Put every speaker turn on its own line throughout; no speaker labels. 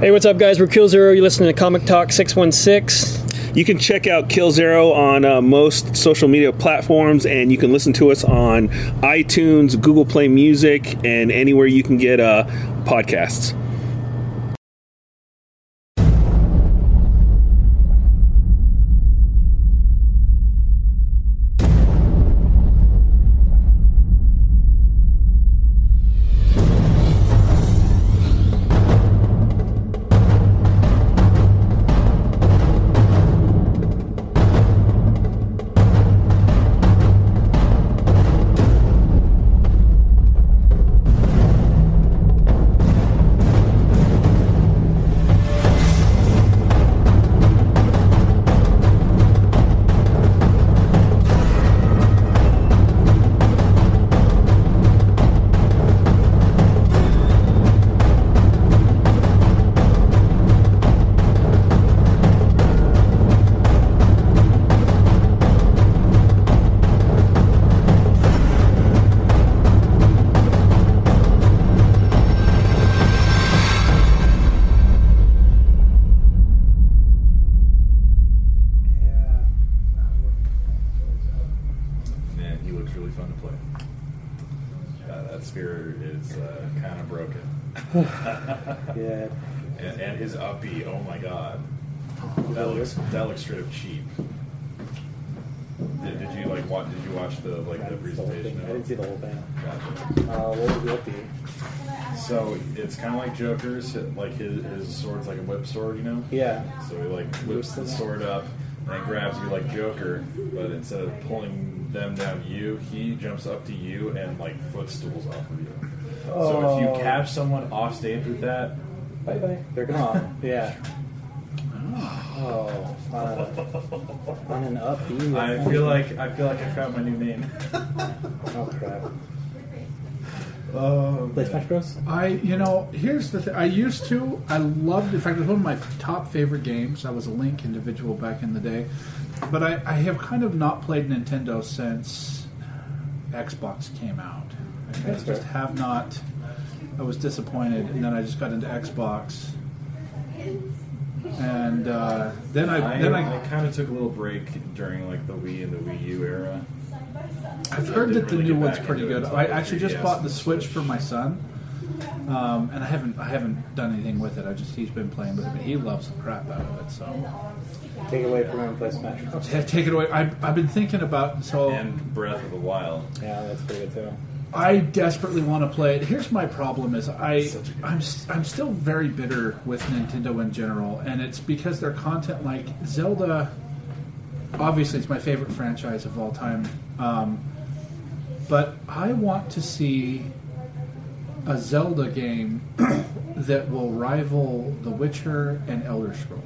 Hey, what's up, guys? We're Kill Zero. You're listening to Comic Talk 616.
You can check out Kill Zero on uh, most social media platforms, and you can listen to us on iTunes, Google Play Music, and anywhere you can get uh, podcasts.
Man, he looks really fun to play. Uh, that sphere is uh, kind of broken.
Yeah.
And, and his uppy, oh my god. That looks that looks straight up cheap. Did, did you like watch? Did you watch the like the
I didn't see the whole
presentation?
thing. I
of
didn't see the whole thing.
Gotcha.
Uh, what was the update?
So it's kind of like Joker's. Like his, his sword's like a whip sword, you know.
Yeah.
So he like whips the sword up and grabs you like Joker, but instead of pulling them down to you, he jumps up to you and like footstools off of you. So if
Oh.
you catch someone off stage with that,
Bye bye. They're gone. yeah. Oh. Uh, on an upbeat.
I feel like I feel like I found my new name.
Oh crap.
Oh,
Play Smash Bros.
I, you know, here's the thing. I used to. I loved. In fact, it was one of my top favorite games. I was a Link individual back in the day, but I, I have kind of not played Nintendo since Xbox came out. I
That's
just
fair.
have not. I was disappointed, and then I just got into Xbox, and uh, then I,
I,
then
I,
I.
kind of took a little break during like the Wii and the Wii U era.
I've heard
didn't
that the
really
new
get
one's
back
pretty
into it
good.
until
I
the
actually just
3DS
bought the
and
Switch for
Switch.
my son, um, and I haven't I haven't done anything with it. I just he's been playing with it, but he loves the crap out of it. So
Take it away from him. Play Smash. Bros.
Ta- take it away. I, I've been thinking about so
And Breath of the Wild.
Yeah, that's pretty good too.
I desperately want to play it. Here's my problem: is I I'm s- I'm still very bitter with Nintendo in general, and it's because their content like Zelda. Obviously, it's my favorite franchise of all time, um, but I want to see a Zelda game that will rival The Witcher and Elder Scrolls.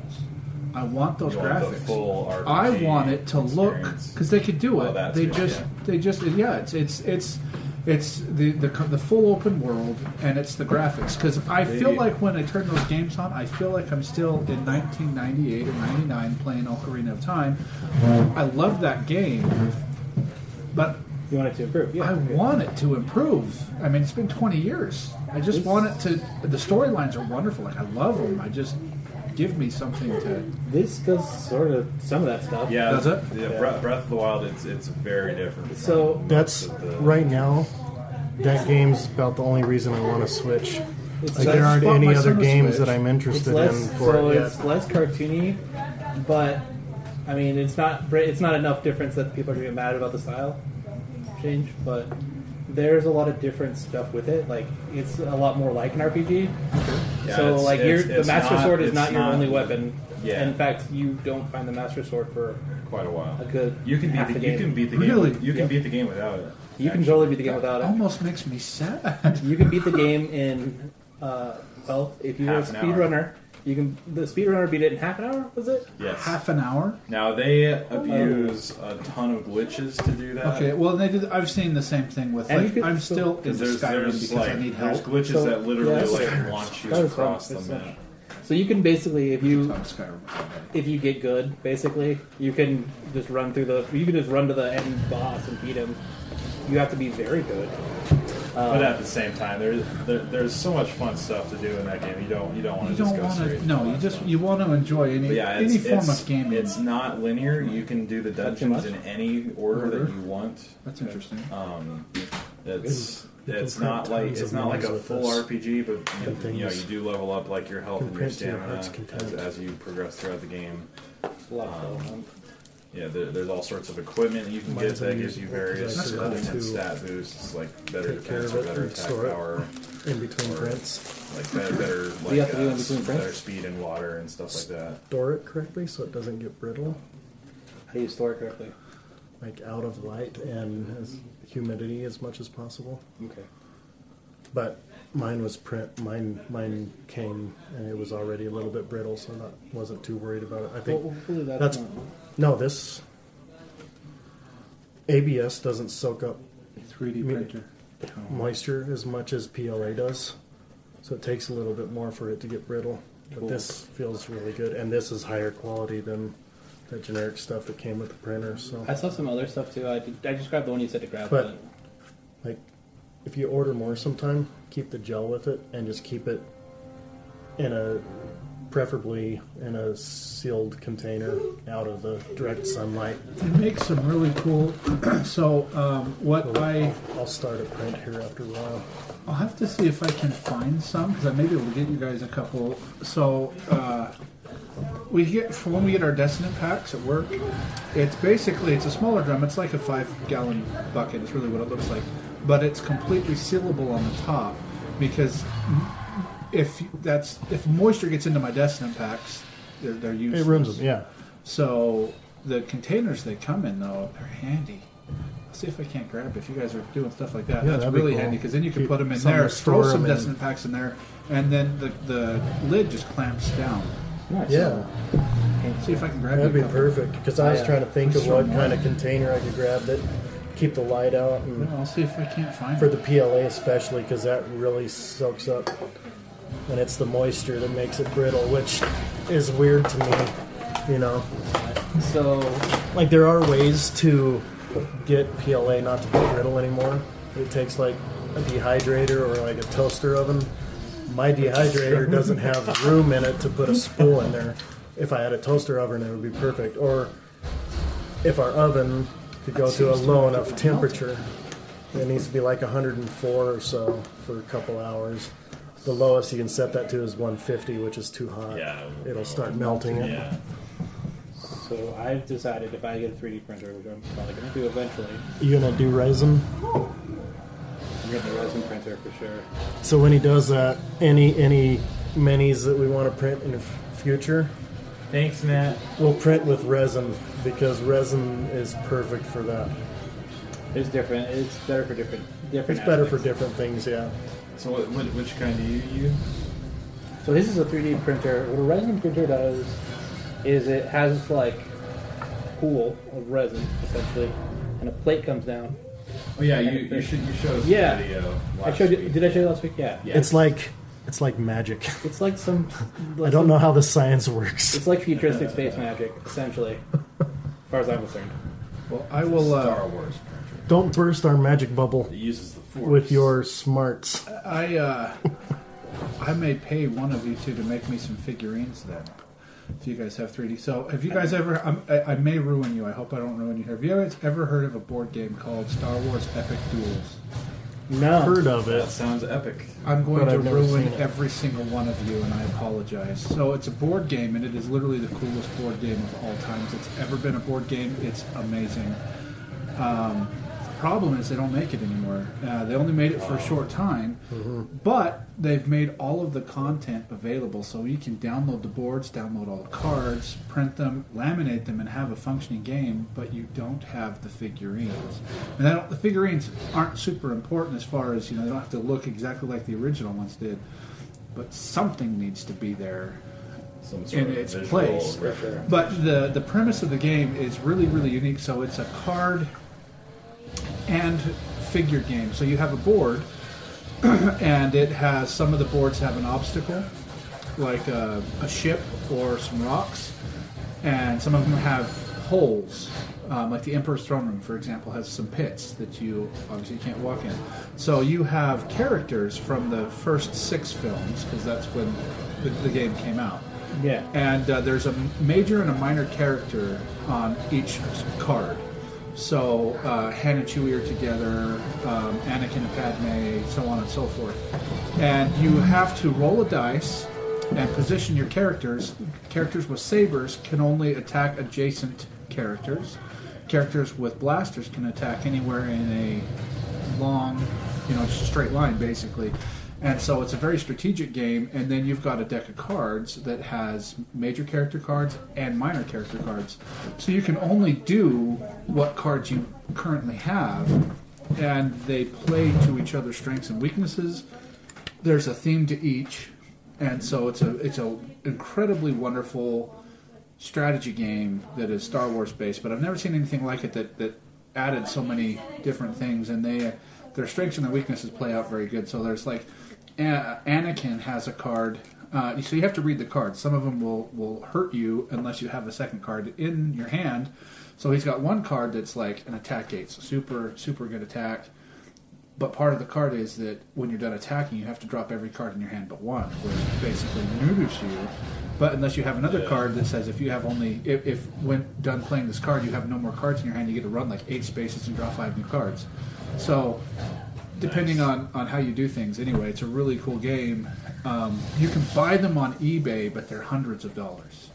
I want those
You want the
graphics.
full RPG
I want it to look
experience.
because they could do
Oh,
it.
that's
they
good,
just
yeah.
they just yeah it's it's it's it's the the, co- the full open world and it's the graphics because I feel
They-
like when I turn those games on I feel like I'm still in 1998 or 99 playing Ocarina of Time. I love that game, but
You want it to improve? Yeah.
I
okay.
want it to improve. I mean, it's been 20 years. I just want it to. The storylines are wonderful. Like I love them. I just give me something to.
This does sort of some of that stuff.
Yeah,
Does it?
Yeah,
Yeah.
Breath, Breath of the Wild. It's it's very different.
So-
from most
That's
of the-
right now. That game's about the only reason I want to switch.
It's
Like
less,
there aren't
bought
any
my
other
son a
games
Switch.
that I'm
it's
interested in
less
for
so
it
it's
yet.
less cartoony, but I mean it's not br- it's not enough difference that people are gonna get mad about the style change, but there's a lot of different stuff with it. Like it's a lot more like an RPG.
Yeah,
so
it's-
like your
it's-
the
it's
master
not-
sword is
it's
not your
not-
only weapon.
Yeah.
In fact, you don't find the master sword for
quite a while.
A good
You can
half
beat the,
the
you
game.
can beat the game.
Really?
with- You can
Yep.
beat the game without it.
you can
actually.
totally beat the game without it.
Almost makes me sad.
You can beat the game in uh, well if you're
Half
a
an hour.
speedrunner. You can the speedrunner beat it in half an hour. Was it?
Yes.
Half an hour.
Now they abuse a ton of glitches to do that.
Okay, well, they did, I've seen the same thing with.
And
Like,
you could-
I'm still in
Because there's,
Skyrim
there's
because
like
I need
there's
help.
glitches
So-
that literally
yeah.
like launch you
That was
across
fun.
the
That's
map.
So you can basically if you
I'm Skyrim.
if you get good, basically, you can just run through the. You can just run to the end boss and beat him. You have to be very good.
but
um,
at the same time, there, there there's so much fun stuff to do in that game. You don't you don't want
You
to just
don't
go
want
straight.
to.
to
No,
fun
you just
stuff.
you want to enjoy any
But yeah, it's,
any form
it's,
of gaming.
It's not linear. You can do the
that too
dungeons in
much?
any order
Order.
that you want.
That's interesting.
Um, it's
You can
it's
print
not like
tons
it's
of
not like
menus
a
with
full
this.
RPG, but you,
thing
you know
is-
you do level up like your health
You
and
can
your
print to your
stamina
heart's content.
as, as you progress throughout the game.
It's a lot of fun.
Yeah, there, there's all sorts of equipment you can
Might
get
as well
that gives
use
you
multiple
various
dice
to-
uh, different
to
stat boosts, like better
take care
defense
of
or
it
better
and
attack
store it.
power,
in between prints.
like better, better like
have to do
uh,
in between prints?
better speed and water and stuff like that.
Store it correctly so it doesn't get brittle,
How do you store it correctly?
like out of light and as humidity as much as possible.
Okay.
But mine was print. Mine mine came and it was already a little bit brittle, so that wasn't too worried about it. I think
Well, hopefully that's,
that's
not-
no this ABS doesn't soak up
3D
mean-
printer.
moisture as much as PLA does, so it takes a little bit more for it to get brittle. But
Cool.
this feels really good, and this is higher quality than the generic stuff that came with the printer. So
I saw some other stuff too. I, did, I just grabbed the one you said to grab.
But- like if you order more sometime keep the gel with it and just keep it in a preferably in a sealed container out of the direct sunlight
It makes some really cool. so um, what I
i'll start a print here after a while
I'll have to see if I can find some because I may be able to get you guys a couple. So uh, we get for when we get our Destinant packs at work. It's basically it's a smaller drum. It's like a five gallon bucket. Is really what it looks like, but it's completely sealable on the top because if that's if moisture gets into my Destinant packs, they're, they're useless.
it ruins them yeah
So the containers they come in though, they're handy. I'll see if I can't grab it. If you guys are doing stuff like that,
Yeah,
that's
that'd be
really
cool.
handy because then you can
Keep
put them in
some
there,
to
throw
store
some
'em in.
destinant packs in there, and then the, the lid just clamps down.
yeah
See if I can grab
that'd
you
be
a couple.
perfect because i was
Yeah.
trying to think of
Just
what
one
kind of
more.
container i could grab that keep the light out and
No, I'll see if I can't find
for
it.
the PLA especially because that really soaks up and it's the moisture that makes it brittle which is weird to me you know
so
like there are ways to get PLA not to be brittle anymore it takes like a dehydrator or like a toaster oven my dehydrator doesn't have room in it to put a spool in there if I had a toaster oven it would be perfect or if our oven could go to a low enough temperature it needs to be like 104 or so for a couple hours. The lowest you can set that to is 150, which is too hot.
Yeah.
It'll start melting it.
Yeah,
so I've decided if I get a 3D printer, which I'm probably gonna do eventually,
You gonna do resin?
I'm getting a resin printer for sure.
So when he does that, any any minis that we want to print in the f- future,
thanks, Matt.
we'll print with resin because resin is perfect for that.
It's different. It's better for different. Different.
It's better for
aspects.
different things, yeah.
So what, what, which kind do you use?
So this is a 3D printer. What a resin printer does is it has like pool of resin essentially, and a plate comes down.
Oh yeah, you, you should you showed us the
Yeah.
video.
I
last
showed you.
week.
Did I show you last week? Yeah.
Yeah.
It's like it's like magic.
It's like some.
I don't know how the science works.
It's like futuristic space magic, essentially, as far as I'm concerned.
Well, I will. Uh,
Star Wars printer.
Don't burst our magic bubble
It uses the force
with your smarts.
I uh, I may pay one of you two to make me some figurines then. If you guys have 3D, so have you guys ever? I'm, I, I may ruin you. I hope I don't ruin you here. Have you guys ever heard of a board game called Star Wars Epic Duels?
No.
Heard of it?
That sounds epic.
I'm going
But
to
I've never
ruin
seen it.
every single one of you, and I apologize. So it's a board game, and it is literally the coolest board game of all times that's ever been a board game. It's amazing. Um, the problem is they don't make it anymore. Uh, they only made it for a short time, but they've made all of the content available, so you can download the boards, download all the cards, print them, laminate them, and have a functioning game. But you don't have the figurines, and I don't, the figurines aren't super important as far as you know. They don't have to look exactly like the original ones did, but something needs to be there
Some sort
in
of
its
visual
place.
reference.
But the the premise of the game is really really unique. So it's a card and figure game. So you have a board, and it has some of the boards have an obstacle, like a, a ship or some rocks, and some of them have holes. Um, like the Emperor's Throne Room, for example, has some pits that you obviously can't walk in. So you have characters from the first six films, because that's when the, the game came out.
Yeah.
And uh, there's a major and a minor character on each card. So uh, Han and Chewie are together, um, Anakin and Padme, so on and so forth. And you have to roll a dice and position your characters. Characters with sabers can only attack adjacent characters. Characters with blasters can attack anywhere in a long, you know, straight line basically. And so it's a very strategic game. And then you've got a deck of cards that has major character cards and minor character cards. So you can only do what cards you currently have. And they play to each other's strengths and weaknesses. There's a theme to each. And so it's a it's a incredibly wonderful strategy game that is Star Wars based, but I've never seen anything like it that, that added so many different things, and they their strengths and their weaknesses play out very good. So there's like A- Anakin has a card, uh, so you have to read the cards. Some of them will will hurt you unless you have a second card in your hand. So he's got one card that's like an attack gate, so super super good attack. But part of the card is that when you're done attacking, you have to drop every card in your hand but one, which basically neuters you. But unless you have another card that says if you have only if, if when done playing this card, you have no more cards in your hand, you get to run like eight spaces and draw five new cards. So depending on on how you do things, anyway, it's a really cool game. Um, you can buy them on eBay, but they're hundreds of dollars.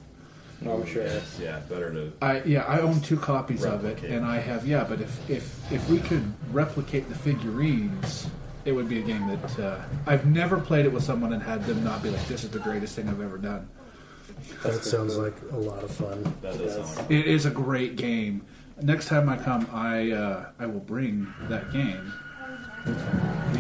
No, I'm sure.
Yes, yeah, better to.
I yeah, I own two copies of it,
Replicate.
and I have yeah. But if if if we could replicate the figurines, it would be a game that uh, I've never played it with someone and had them not be like, "This is the greatest thing I've ever done."
That sounds like a lot of fun.
That does sound like
It is a great game. Next time I come, I uh, I will bring that game.
we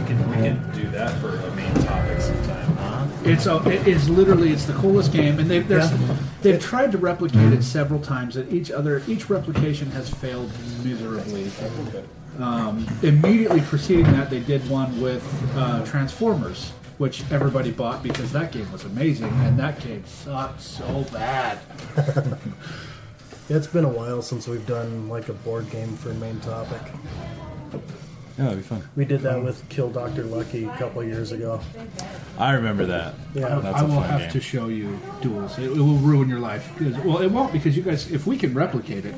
can we can do that for a main topic sometime.
Uh-huh.
It's a, it is literally it's the coolest game, and they've there's,
Yeah.
they've tried to replicate it several times, and each other each replication has failed miserably. Um, immediately preceding that, they did one with uh, Transformers, which everybody bought because that game was amazing, and that game sucked so bad.
It's been a while since we've done like a board game for main topic.
Yeah, that'd be fun.
We did that with Kill Doctor Lucky a couple years ago.
I remember that.
Yeah.
that's
I
a
will
fun
have
game.
to show you duels. It, it will ruin your life. 'Cause- Well, it won't because you guys, if we can replicate it,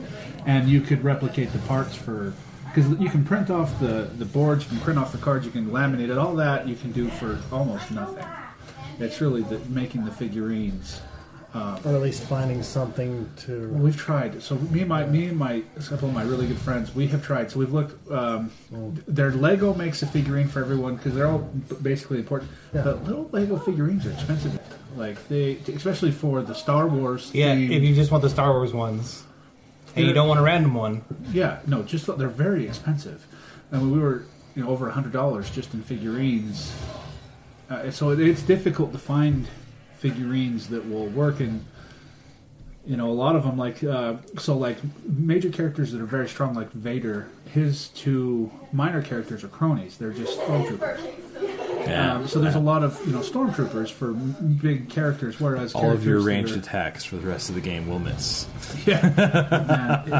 and you could replicate the parts for, because you can print off the the boards, you can print off the cards, you can laminate it. All that you can do for almost nothing. It's really the making the figurines.
Or at least finding something to.
We've tried. So me and my me and my a couple of my really good friends, we have tried. So we've looked. Um, their Lego makes a figurine for everyone because they're all b- basically important. But little Lego figurines are expensive. Like they, especially for the Star Wars.
Yeah,
themed-
if you just want the Star Wars ones, and you
They're-
don't want a random one,
yeah, no, just they're very expensive. I mean, we were you know over a hundred dollars just in figurines. Uh, so it, it's difficult to find figurines that will work and you know a lot of them like uh, so like major characters that are very strong like vader his two minor characters are cronies they're just stormtroopers
Yeah.
um, so there's a lot of you know stormtroopers for m- big characters whereas
All of your
characters
ranged
that are-
attacks for the rest of the game will miss.
Man,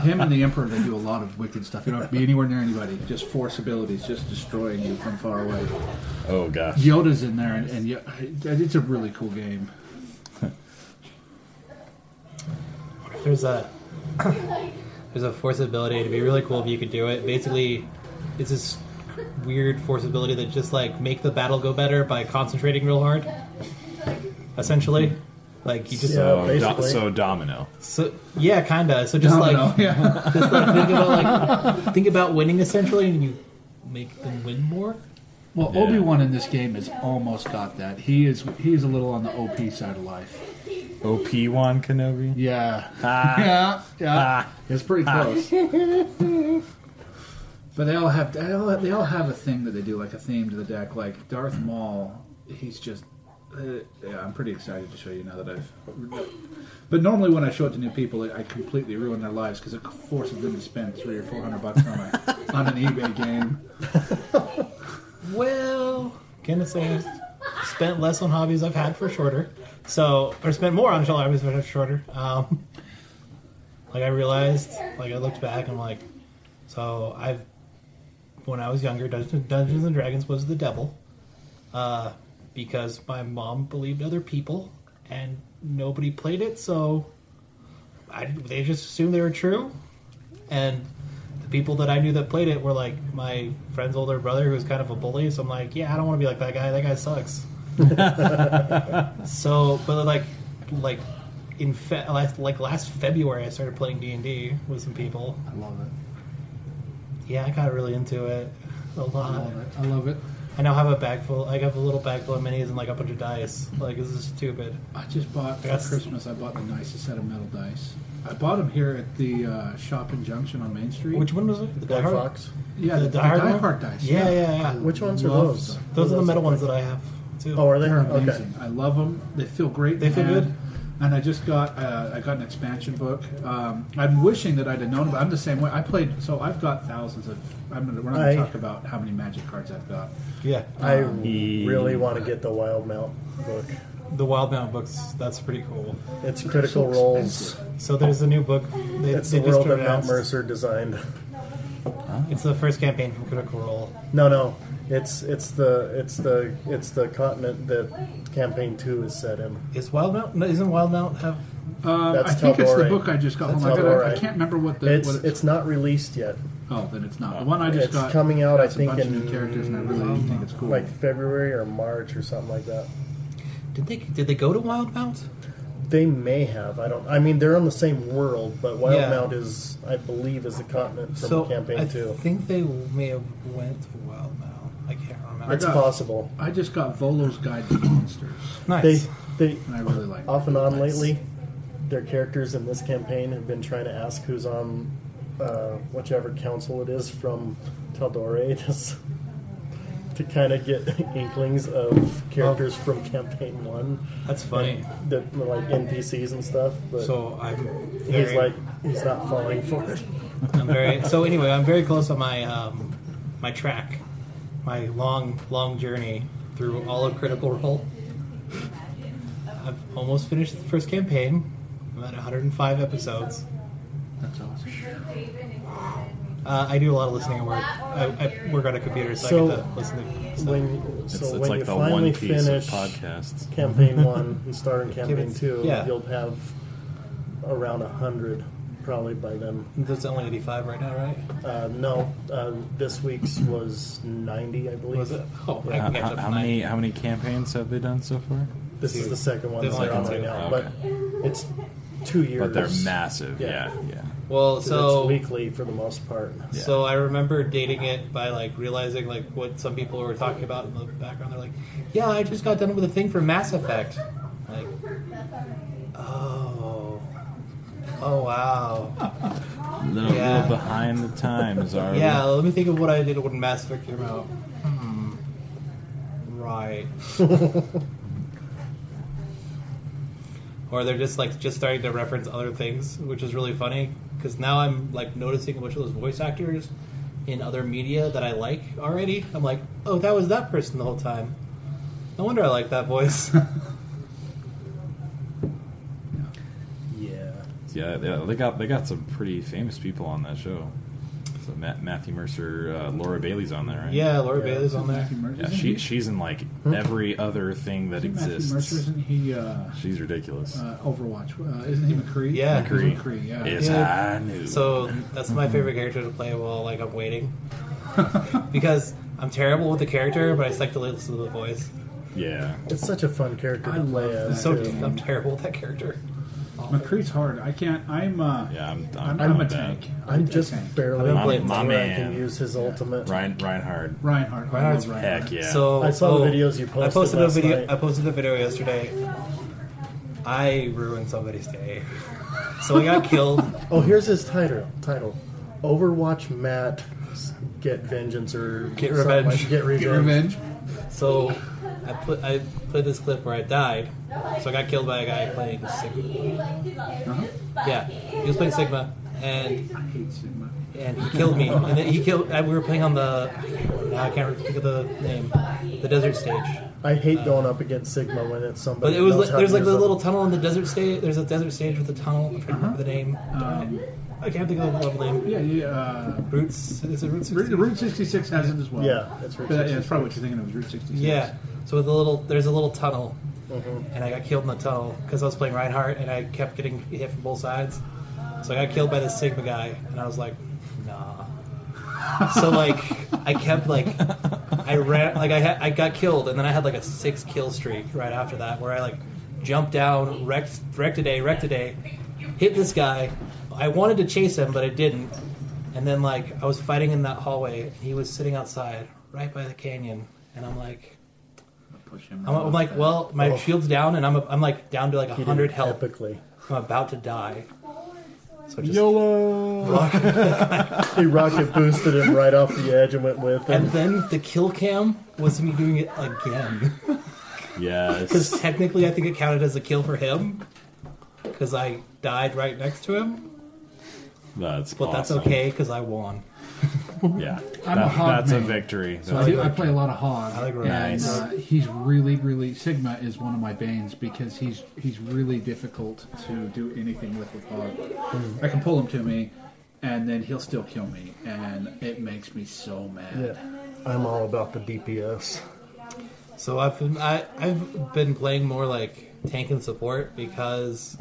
him and the Emperor, they do a lot of wicked stuff. You don't have to be anywhere near anybody. Just force abilities, just destroying you from far away.
Oh gosh.
Yoda's in there, and, and Yo- it's a really cool game.
there's a there's a force ability. It'd be really cool if you could do it. Basically, it's this weird force ability that just like make the battle go better by concentrating real hard. Essentially, like you just uh,
Yeah,
So, do-
basically.
so domino.
so yeah, kinda. So just
I don't
like
know. Yeah.
just like think about like think about winning essentially, and you make them win more.
Well, Obi Wan in this game has almost got that. He is he is a little on the OP side of life.
OP Wan Kenobi.
Yeah,
Ah,
yeah, yeah.
ah.
It's pretty close. but they all have they all, they all have a thing that they do, like a theme to the deck. Like Darth Maul, he's just uh, yeah. I'm pretty excited to show you now that I've. But normally when I show it to new people, I completely ruin their lives because it forces them to spend three or four hundred bucks on a, on an eBay game.
Well, gonna say I've spent less on hobbies I've had for shorter. So, or spent more on hobbies I've had for shorter. Um, Like I realized, like I looked back, I'm like, so I've when I was younger, Dungeons, Dungeons and Dragons was the devil, uh, because my mom believed other people and nobody played it, so I they just assumed they were true, and the people that I knew that played it were like my friend's older brother who was kind of a bully. So I'm like, yeah, I don't want to be like that guy. That guy sucks. so, but like, like in fe- last, like last February, I started playing D and D with some people.
I love it.
Yeah, I got really into it a
I
lot.
love it. I love it.
I now have a bag full. I have a little bag full of minis and like a bunch of dice. Like this is stupid.
I just bought for
That's-
Christmas. I bought the nicest set of metal dice. I bought them here at the uh, shop in Junction on Main Street.
Which one was it? The
Black
Die Hard?
Fox.
yeah,
the
the, the
Die Hard
Die
one?
Hard dice.
Yeah, yeah, yeah.
Which ones are
Love
those?
them.
Those are the metal ones that I have too.
Oh, are they?
They're amazing.
Okay.
I love them. They feel great.
They feel
man.
good.
And I just got uh, I got an expansion book. Um, I'm wishing that I'd have known. But I'm the same way. I played. So I've got thousands of. I'm gonna, we're not
I-
going to talk about how many magic cards I've got.
yeah.
I
He-
really want to get the Wild Mount book.
The Wild Mount books, that's pretty cool.
It's
They're
Critical
so
Roles.
expensive.
So there's a new book. They,
It's
they
the world that Mount
announced.
Mercer designed.
It's the first campaign from Critical Role.
No, no, it's it's the it's the it's the continent that Campaign Two is set in.
Is Wild Mount? no, Isn't Wild Mount have?
Um,
That's
I think it's the
Tal'Dorei.
book I just got.
That's
Hold on, I, gotta- I
Tal'Dorei.
can't remember what the.
It's
what
it's not released yet.
oh, then it's not the one I just
It's
got.
coming out, I
has
think,
a bunch of
in-
new characters, and I really think it's cool.
Like February or March or something like that.
Did they did they go to Wild Mount?
They may have. I don't. I mean, they're on the same world, but Wild
Yeah.
Mount is, I believe, is the continent from
so
Campaign
I
Two.
think they may have went to Wild Mount. I can't remember.
I
It's
got-
possible.
I just got Volo's Guide to Monsters,
They
nice.
they
and I really like.
off and on lately. Their characters in this campaign have been trying to ask who's on uh, whichever council it is from Tal'Dorei to, s- to kind of get inklings of characters
Oh.
from campaign one
That's funny.
that were like NPCs and stuff. But
So I'm
he's
very,
like he's not falling for it.
I'm very. So anyway, I'm very close on my um, my track, my long long journey through all of Critical Role. I've almost finished the first campaign. I'm at 105 episodes.
That's awesome.
Uh, I do a lot of listening at work. I, I work on a computer, so,
So-
I get to listen to stuff.
When
It's,
so
it's
when
like
you
the
finally
one piece of
finish
podcast.
campaign one and start in campaign
it's-
two,
yeah.
you'll have around a hundred probably by then.
That's only 85 right now, right?
Uh, no, uh, this week's was 90, I believe.
Was it? Oh, I
How,
can catch
how-
up
how
tonight.
many how many campaigns have they done so far?
This is the second one
This
that they're on
one's
right
two.
now,
Okay.
but it's two years.
But they're massive.
Yeah.
Yeah, yeah.
Well,
it's
so
weekly for the most part.
Yeah.
So I remember dating it by like realizing like what some people were talking about in the background. They're like, "Yeah, I just got done with a thing for Mass Effect." Like, oh, oh wow,
Little,
Yeah.
little behind the times are. we?
Oh, yeah. Let me think of what I did when Mass Effect came out. Hmm. Right. or they're just like just starting to reference other things, which is really funny because now I'm like noticing which of those voice actors in other media that I like already. I'm like, oh, that was that person the whole time. No wonder I like that voice.
Yeah.
Yeah, yeah, they got they got some pretty famous people on that show. So Matt, Matthew Mercer, uh, Laura Bailey's on there, right?
yeah, Hmm? Laura
Yeah.
Bailey's on there.
Matthew Mercer.
yeah. She she's in like every other thing that
Isn't Matthew Mercer,
exists.
isn't he uh, uh,
She's ridiculous.
Overwatch? Uh, isn't he McCree?
Yeah.
He's
McCree.
McCree, yeah.
Yes,
Yeah.
I knew.
So that's my favorite character to play while like I'm waiting because I'm terrible with the character, but I just like to listen to the voice.
yeah,
It's such a fun character
I
to play
love
as.
So
too.
I'm terrible with that character.
McCree's hard. I can't. I'm. Uh,
yeah. I'm I'm,
I'm, I'm a
with that.
tank.
I'm
a
just
tank.
barely
I'm
getting
my
to where I
man.
can use his ultimate.
Ryan Reinhard.
Reinhardt. I
Reinhardt's
love Reinhardt.
Heck yeah.
So
I saw the
oh,
videos you
I
posted
posted a
last
video.
night.
I posted a video yesterday. I ruined somebody's day. So I got killed.
Oh, here's his title. Title: Overwatch Matt Get Vengeance or
Get
something like-
Revenge.
get Revenge.
Get revenge.
So I put I put this clip where I died. So I got killed by a guy playing Sigma. Yeah, he was playing Sigma, and
Uh-huh. I hate Sigma.
and he killed uh, me. And then he killed. I, we were playing on the. Now I can't think of the name. The desert stage.
I hate going up against Sigma when it's
But
somebody.
it was
that knows
like,
how to
there's like
use
the
them.
little tunnel in the desert stage. There's a desert stage with a tunnel. I can't remember the name.
Uh-huh. Um,
I can't think of the level name.
yeah, yeah. Uh,
Roots. Is it Roots?
Route, Route 66 has it as well.
Yeah, that's Route
But, yeah, that's probably what you're thinking of. is Route 66.
Yeah. So with a little, there's a little tunnel, and I got killed in the tunnel because I was playing Reinhardt, and I kept getting hit from both sides. So I got killed by this Sigma guy, and I was like, nah. so like, I kept like, I ran like I had, I got killed, and then I had like a six kill streak right after that, where I like jumped down, wrecked, wrecked a day, wrecked a day, hit this guy. I wanted to chase him, but I didn't. And then like I was fighting in that hallway, and he was sitting outside, right by the canyon, and I'm like.
Push him.
I'm, I'm like, well, my shield's down, and I'm, I'm like down to like
He did
100 health.
Epically,
I'm about to die. So just,
YOLO!
he rocket boosted him right off the edge and went with
and
him.
then the kill cam was me doing it again.
Yes.
Because technically, I think it counted as a kill for him. Because I died right next to him.
That's
But that's
awesome.
okay, because I won.
Yeah.
I'm
That-
a hog
that's a
man.
victory.
So I, do, I play a lot of hog.
I like
and,
Nice.
uh, he's really, really Sigma is one of my banes because he's he's really difficult to do anything with with hog. I can pull him to me, and then he'll still kill me, and it makes me so mad.
Yeah, I'm all about the DPS.
So I've been, I, I've been playing more like tank and support because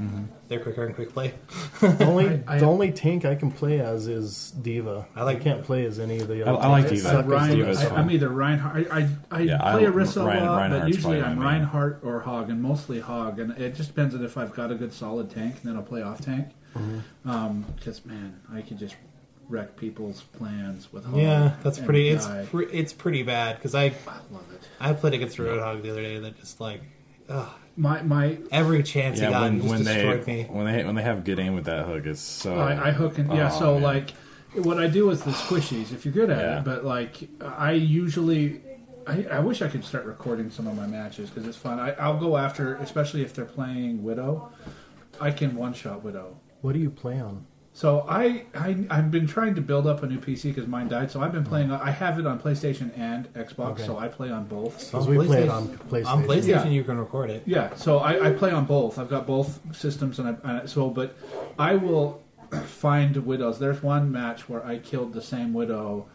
they're quicker and quick play.
The only
I- I-
the only tank I can play as is Diva.
I
I
like-
can't play as any of the
I-
other.
I like
tanks.
Diva.
Suck as
Ryan-
Diva's
I,
fun.
am either Reinhardt. I, I, I
Yeah, I-
play Arissa
Ryan-
a lot, but
Reinhardt's
usually
probably
I'm
my main.
Reinhardt or Hog, and mostly Hog. And it just depends on if I've got a good solid tank, and then I'll play off tank.
Mm-hmm.
Because man, I could just wreck people's plans with Hog.
yeah, that's
and
pretty. It's
die.
pre- it's pretty bad because I
I love it.
I played against Roadhog the other day that just like ugh,
My my.
every chance he
Yeah,
got
when,
he just
when they
destroyed me.
when they when they have good aim with that hook, it's so
I, I hook and yeah.
Oh,
so
man.
like, what I do is the squishies. If you're good at
Yeah.
it, but like, I usually, I, I wish I could start recording some of my matches because it's fun. I, I'll go after, especially if they're playing Widow. I can one shot Widow.
What do you play on?
So I, I I've been trying to build up a new PC because mine died. So I've been playing. I have it on PlayStation and Xbox.
Okay.
So I play on both.
Because we play it on PlayStation.
On PlayStation,
Yeah.
you can record it.
Yeah, so I, I play on both. I've got both systems, and I uh, so but I will find widows. There's one match where I killed the same widow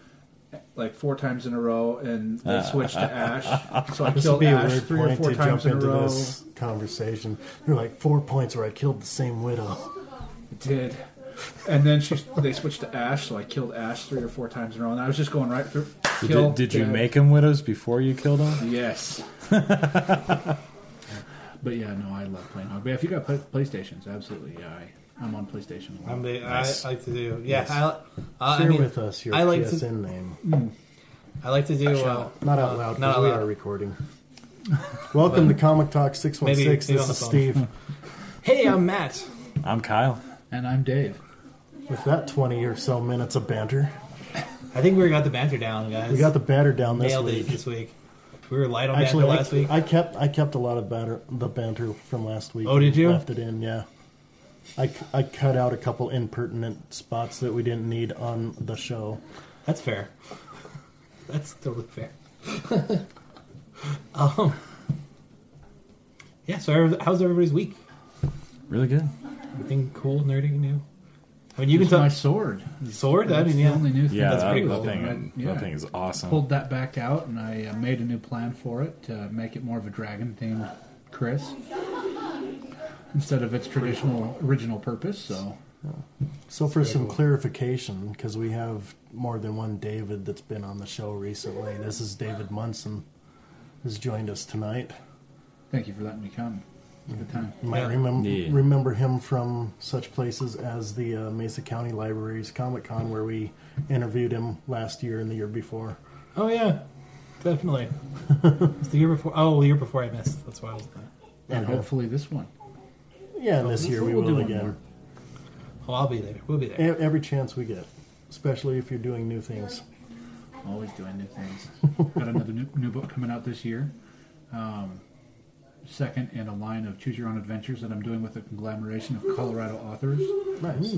like four times in a row, and
Ah.
they switched to Ash. So I
This would
killed
be a
Ash
weird
three or
point
four
to
times
jump
in a
into
row.
this conversation. You're like four points where I killed the same widow.
Did. And then she, they switched to Ash, so I killed Ash three or four times in a row, and I was just going right through.
Did-
kill,
did, you
dead.
make them widows before you killed them?
Yes. but yeah, no, I love playing Hog. But if you got play, PlayStations, absolutely, yeah, I, I'm on PlayStation. a lot.
I'm the, I like to do. Yeah, I, I, I
Share
mean,
with us your
I like
PSN
to.
name.
I like to do. Uh,
Not out loud because
not out
we
loud.
are recording. Welcome to Comic Talk 616.
Maybe- maybe on
this
the
is
phone.
Steve.
hey, I'm Matt.
I'm Kyle.
And I'm Dave.
With that 20 or so minutes of banter,
I think we got the banter down, guys.
we got the banter down this
nailed
week.
it this week. We were light on
Actually,
banter
I,
last week.
I kept I kept a lot of banter the banter from last week.
Oh, did you?
Left it in, yeah. I, c- I cut out a couple impertinent spots that we didn't need on the show.
That's fair. That's totally fair. um, yeah. So every- how's everybody's week?
Really good.
Anything cool, nerdy, new? I mean, you
It's
can
my
talk
sword.
sword. I
That's
mean,
the
yeah.
only new thing.
Yeah,
That's
that,
pretty
that
cool.
thing
Yeah.
that thing is awesome.
Pulled that back out, and I uh, made a new plan for it to make it more of a dragon themed Chris instead of its traditional original purpose. So
So for some clarification, because we have more than one David that's been on the show recently. This is David Munson, who's joined us tonight.
thank you for letting me come. Good time.
You might
Yeah.
remem-
Yeah.
remember him from such places as the uh, Mesa County Library's Comic Con, where we interviewed him last year and the year before.
Oh yeah, definitely. it's the year before. Oh, the year before I missed. That's why I was.
And hopefully this one.
Yeah, and this year we
We'll do
will
one
again.
Oh, I'll be there. We'll be
E-
there.
Every chance we get, especially if you're doing new things.
Always doing new things. Got another new, new book coming out this year. Um, second in a line of choose your own adventures that I'm doing with a conglomeration of Colorado authors.
Nice.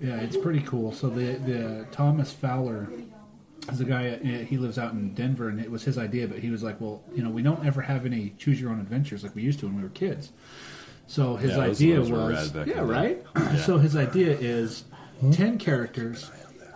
Yeah, it's pretty cool. So the the Thomas Fowler There's a guy uh, he lives out in Denver, and it was his idea. But he was like, "Well, you know, we don't ever have any choose your own adventures like we used to when we were kids." So his
Yeah, those
idea
ones were rad
was,
back
yeah,
in the
right. So his idea is ten characters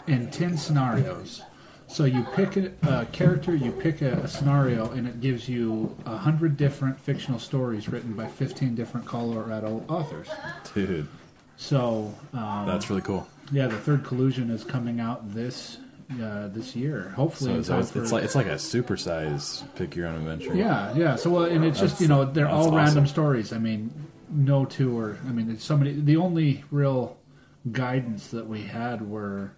and ten scenarios. So you pick a, a character, you pick a, a scenario, and it gives you a hundred different fictional stories written by fifteen different Colorado authors.
Dude,
So um,
that's really cool.
yeah, the third collusion is coming out this uh, this year. Hopefully,
So
in
it's,
time
it's,
for-
it's like it's like a supersize pick your own adventure.
yeah, yeah. So well, and it's just
That's-
you know they're all
that's awesome.
random stories. I mean, no two are. I mean, it's somebody. The only real guidance that we had were,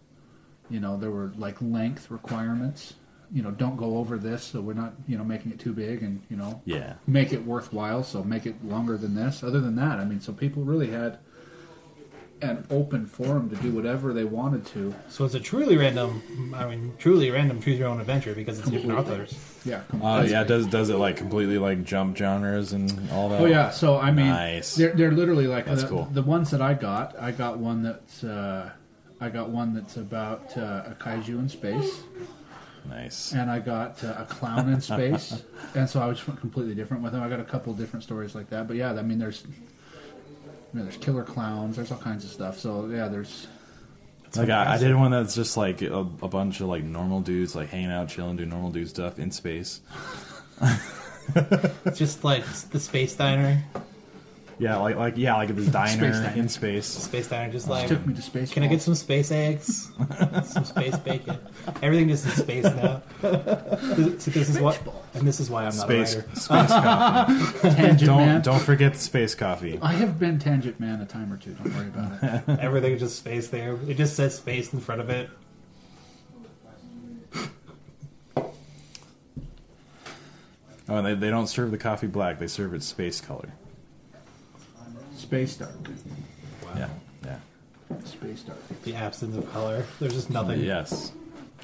you know, there were like length requirements. You know, don't go over this, so we're not you know making it too big, and you know,
Yeah.
make it worthwhile. So make it longer than this. Other than that, I mean, so people really had an open forum to do whatever they wanted to.
So it's a truly random, I mean, truly random choose your own adventure because it's different authors.
Yeah.
Uh,
completely.
yeah. Does does it like completely like jump genres and all that?
Oh yeah, so I mean,
Nice.
they're they're literally like
That's
the,
cool.
the ones that I got. I got one that's uh, I got one that's about uh, a kaiju in space,
Nice.
and I got uh, a clown in space, and so I was completely different with them. I got a couple different stories like that, but yeah, I mean, there's I mean, there's killer clowns, there's all kinds of stuff. So yeah, there's
Like I, I did one that's just like a, a bunch of like normal dudes like hanging out, chilling, doing normal dude stuff in space.
It's just like the space diner.
Yeah, like like yeah, like this diner
diner.
in space.
Space diner just like,
took me to space.
can I
Balls.
get some space eggs? some space bacon? Everything just in space now. This, this is what, and this is why I'm not
Space
a writer.
space coffee.
tangent man?
Don't don't forget the space coffee.
I have been tangent man a time or two. Don't worry about it.
Everything's just space there. It just says space in front of it.
Oh, and they, they don't serve the coffee black; they serve it space color.
Space dark,
Yeah, yeah,
space dark.
The absence of color. There's just nothing.
yes,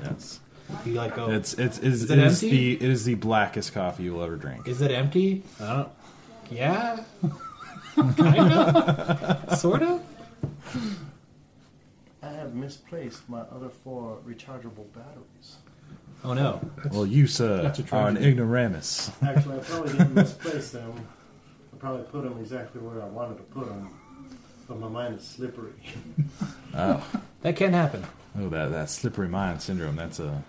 yes.
You like go.
It's it's is,
Oh. it
it is
empty?
the it is the blackest coffee you'll ever drink.
Is it empty? I don't. Yeah. kind of. sort of.
I have misplaced my other four rechargeable batteries.
Oh no.
Well, you sir
that's a
are an
tragedy.
ignoramus.
Actually, I probably didn't misplace them. I probably put them exactly where I wanted to put them, but my mind is slippery.
That can happen.
Oh, that that slippery mind syndrome. That's a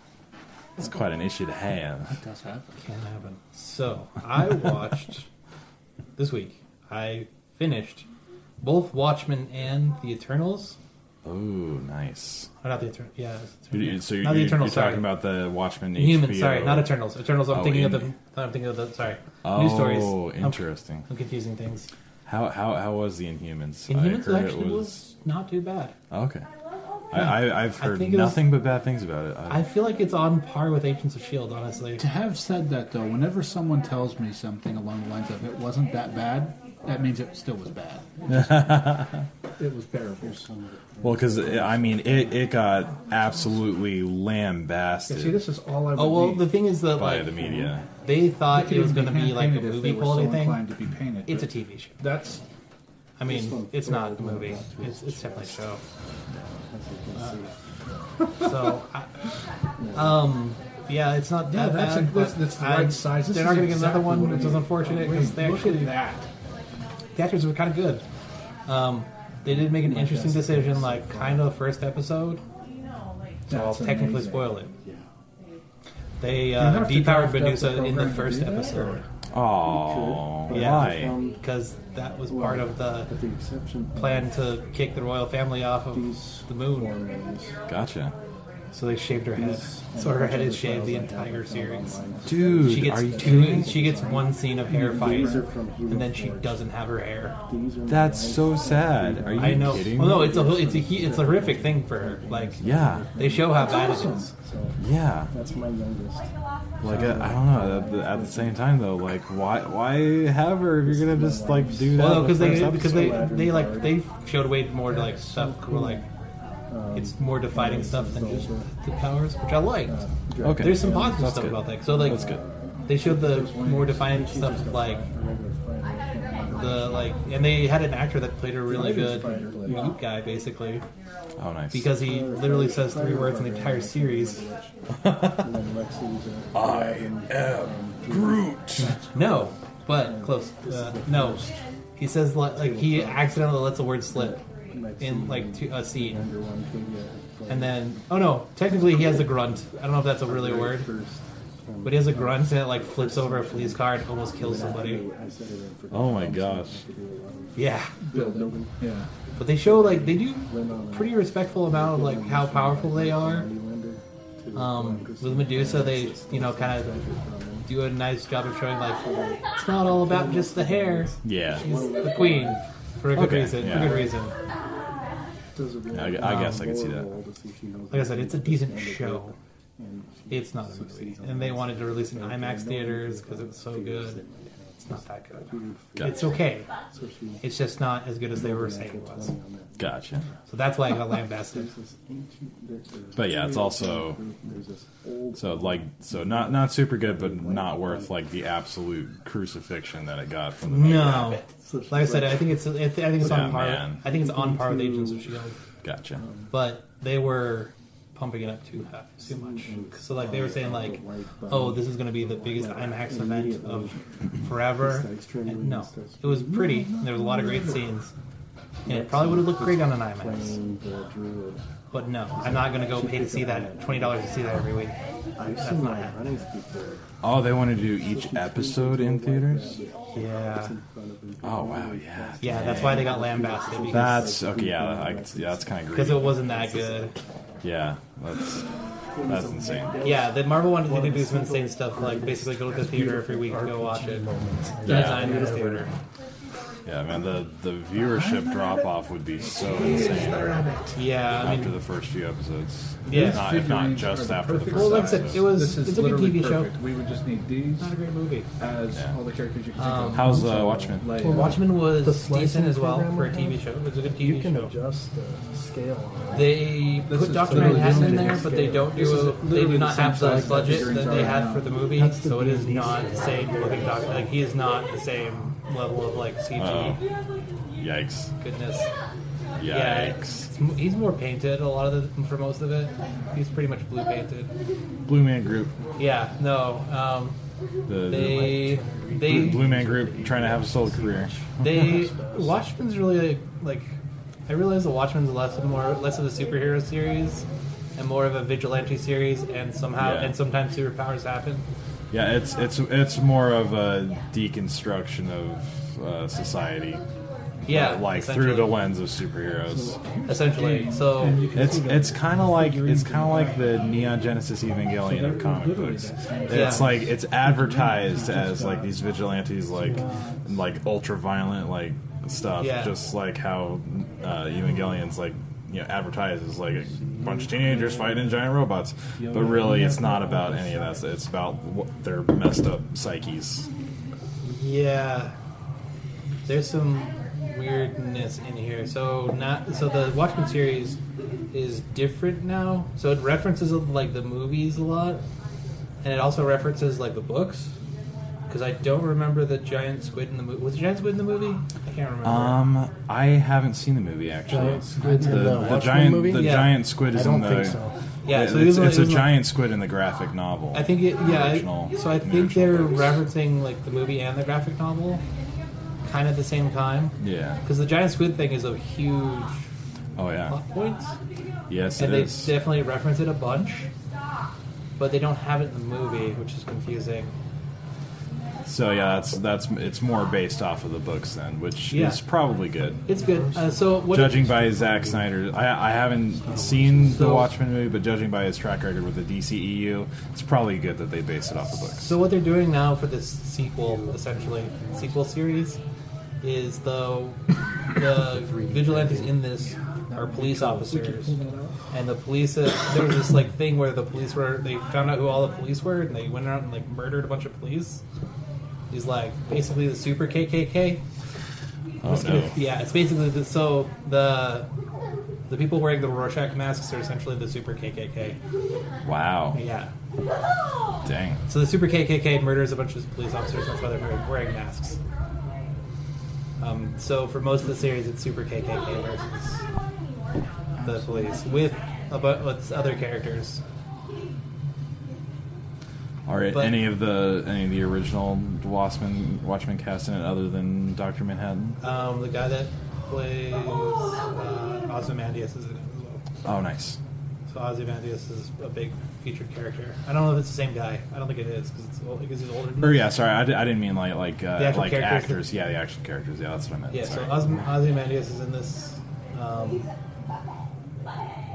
that's quite an issue to have.
Does happen.
Can happen. So I watched this week. I finished both Watchmen and The Eternals.
Oh, nice.
Or not The Eternals. Yeah. it's
You-
Eternals.
you- So you're,
not The
you're- you're
Eternals. sorry.
talking about the Watchmen HBO.
Human. Sorry. Not Eternals. Eternals. I'm
Oh,
thinking of
in-
the. I'm thinking of the. Sorry.
Oh,
News stories. I'm-
interesting.
I'm confusing things.
How, how how was the Inhumans? I
Inhumans
heard it
actually was not too bad.
okay. I, I I've
I
heard
think it was-
nothing but bad things about it. I,
I feel like it's on par with Agents of Shield, E honestly.
To have said that, though, whenever someone tells me something along the lines of "it wasn't that bad," that means it still was bad. It, just- it was terrible.
well, because I mean, it, it got absolutely lambasted
See, this is all I. Would
Oh well,
be.
the thing is that
by
like
the media.
they thought
They
it was
couldn't
going to be like a
hand-painted if
movie
they were
quality
so
thing.
inclined To be painted,
It's a
but
TV show.
That's
I mean, it's not a movie. It's, it's definitely a show. Uh, so, I, um, yeah, it's not
Yeah,
that
that's a-
bad.
that's-
but
that's the
I-
right size. This
They're not
is
going to get another
exactly
one,
what I
which is
need.
unfortunate because they
Wait, look
actually
at that.
the actors were kind of good. Um, they did make an interesting decision, like kind of first episode. So I'll
That's
technically
amazing.
spoil it. They
You
uh,
have to
depowered
draft up the
Medusa in the
program to
first
do that,
episode.
Oh,
Yeah.
why?
because that was part of the
With the exception of
plan to kick the royal family off of
these
the moon.
formulas.
Gotcha,
So they shaved her head.
These
So her head
and
is shaved the
other files I
entire
have
series.
found online.
dude.
She gets
are you kidding
two.
me?
She gets one scene of hair
These
fire,
are from Hero
and then she
Forge.
doesn't have her hair.
These are my
That's
life.
so sad. Are you
I know.
kidding?
Well, no,
me?
it's a it's a he- it's a horrific thing for her. Like
yeah,
they show how bad it is.
So
yeah.
that's my youngest.
Like uh, I, I don't know. At the, at the same time, though, like why why have her if you're gonna just like do that? in
Well, no,
the
because
first
they
episode?
because they they like they showed way more to like stuff where like it's more defining stuff than just the powers, which I liked.
okay.
There's some positive
That's
stuff
good.
about that. So like
That's good.
they showed the more defined stuff of like the like, and they had an actor that played a really good
Spider Blade.
mute guy basically
Oh, nice.
because he literally says three words in the entire series.
I am Groot.
No, but close. Uh, no, he says li- like he accidentally lets a word slip in like to a scene, and then oh no, technically he has a grunt. I don't know if that's a really word, but he has a grunt and it like flips over a police car and almost kills somebody.
Oh my gosh.
Yeah,
building. Yeah.
but they show like they do pretty respectful amount of like how powerful they are. Um, with Medusa, they you know kind of do a nice job of showing like it's not all about just the hair.
Yeah.
She's the queen for a good
Okay,
reason. For
yeah.
good reason.
I, I guess I can see that.
Like I said, it's a decent show. It's not a movie, and they wanted to release it in IMAX theaters because it was so good. It's not that good.
Gotcha.
It's okay. It's just not as good as they were saying it was.
Gotcha.
So that's why I got lambasted.
But yeah, it's also so like so not not super good, but not worth like the absolute crucifixion that it got from the main guy.
No, like I said, I think it's I think it's on
Yeah,
par.
man.
I think it's on par with Agents of Shield.
Gotcha.
but they were pumping it up too high, too much. So like they were saying like, oh, this is going to be the biggest IMAX event of forever. And no, it was pretty. And there was a lot of great scenes, and it probably would have looked great on an IMAX. But no, I'm not going to go pay to see that twenty dollars to see that every week. That's not happening.
Oh, they want to do each episode in theaters.
Yeah,
Oh wow, yeah.
yeah. That's why they got lambasted because
That's okay. Yeah, I can see, that's kind of
because
greedy.
it wasn't that good.
Yeah, that's that's insane.
Yeah, the Marvel wanted to do some insane stuff like basically go to the theater every week and go watch it. That's not in the theater.
Yeah, man, the the viewership drop off would be so insane
Yeah, I
after
mean,
the first few episodes.
Yeah.
if not, if not just after the first.
well, like I said,
episode.
it was
This is
it's a good
literally
TV
perfect.
show.
We would just need these
Not a great movie.
as
Yeah.
all the characters you can
Um,
think
How's uh, Watchmen?
of. Like,
Well, Watchmen
The
was
slicing
decent as well
program
for a
they
TV show. It was a good
You
TV
can
show.
adjust the scale on it.
They
This
put
is
Doctor
literally
Manhattan in
limited
there, but they
scale.
don't
This is
do. They
literally
do
the
not
same
have the
size that the
budget
figurines
that they
are
had
now.
for the movie,
That's the
so it is
D&D
not the same looking Doctor. Like he is not the same level of like CG
Yikes!
goodness.
Yikes!
Yeah, it's m- he's more painted a lot of the for most of it. He's pretty much blue painted.
Blue Man Group.
Yeah, no. Um,
The
they
Blue,
they
Blue Man Group trying to have a solo career.
they Watchmen's really like I realize the Watchmen's less of more less of a superhero series and more of a vigilante series and somehow
Yeah.
and sometimes superpowers happen.
Yeah, it's it's it's more of a deconstruction of uh, society.
Yeah,
like
essentially.
through the Mm. lens of superheroes.
essentially. So
It's it's kind of like it's kind of like the Neon Genesis Evangelion of comic books. It's
Yeah.
like it's advertised as like these vigilantes, like like ultra violent, like stuff.
Yeah.
Just like how uh, Evangelion's like you know advertises like a bunch of teenagers fighting giant robots, but really it's not about any of that. stuff. It's about what their messed up psyches.
yeah, there's some weirdness in here. So not so the Watchmen series is different now. So it references like the movies a lot, and it also references like the books. Because I don't remember the giant squid in the movie. Was the giant squid in the movie? I can't remember.
Um, I haven't seen the movie actually.
Oh,
Giant squid
the,
in the
the
Watchmen
giant
movie?
the
Yeah.
giant squid
I
is
don't
in the.
think so.
yeah,
it's
so it was,
it's
it
a
was like-
giant squid in the graphic novel.
I think it, yeah. I-
Original-
so I
the
think they're
original books.
referencing like the movie and the graphic novel, kind of at the same time.
Yeah.
Because the giant squid thing is a huge
Oh yeah.
plot point,
Yes, it
and they
is.
definitely reference it a bunch. But they don't have it in the movie, which is confusing.
so yeah, that's that's it's more based off of the books then, which
Yeah.
is probably good.
It's good. Uh, so what?
judging by Zack Snyder, I, I haven't seen the
So-
Watchmen movie, but judging by his track record with the DCEU, it's probably good that they based it off the books.
So what they're doing now for this sequel, essentially sequel series, is the the vigilantes in this are police officers, and the police uh, there was this like thing where the police were they found out who all the police were and they went out and like murdered a bunch of police. He's like basically the super KKK.
Oh no.
Yeah, it's basically the, so the the people wearing the Rorschach masks are essentially the super KKK.
Wow.
Yeah.
Dang.
So the Super KKK murders a bunch of police officers. That's why they're wearing- wearing masks. Um, so for most of the series, it's super KKK versus the police with a bu- with other characters.
Are it
But-
any of the any of the original Watchmen Watchmen cast in it other than Doctor Manhattan?
Um, the guy that plays uh, Ozymandias is in it as well.
Oh, nice.
So Ozymandias is a big featured character. I don't know if it's the same guy. I don't think it is because it's old, because he's older. Than
Or yeah, sorry, I, di- I didn't mean like like
The
uh,
actual
like
characters that-
actors. Yeah, the action characters. Yeah, that's what I meant.
Yeah. So
sorry.
Oz- Ozymandias is in this. Um,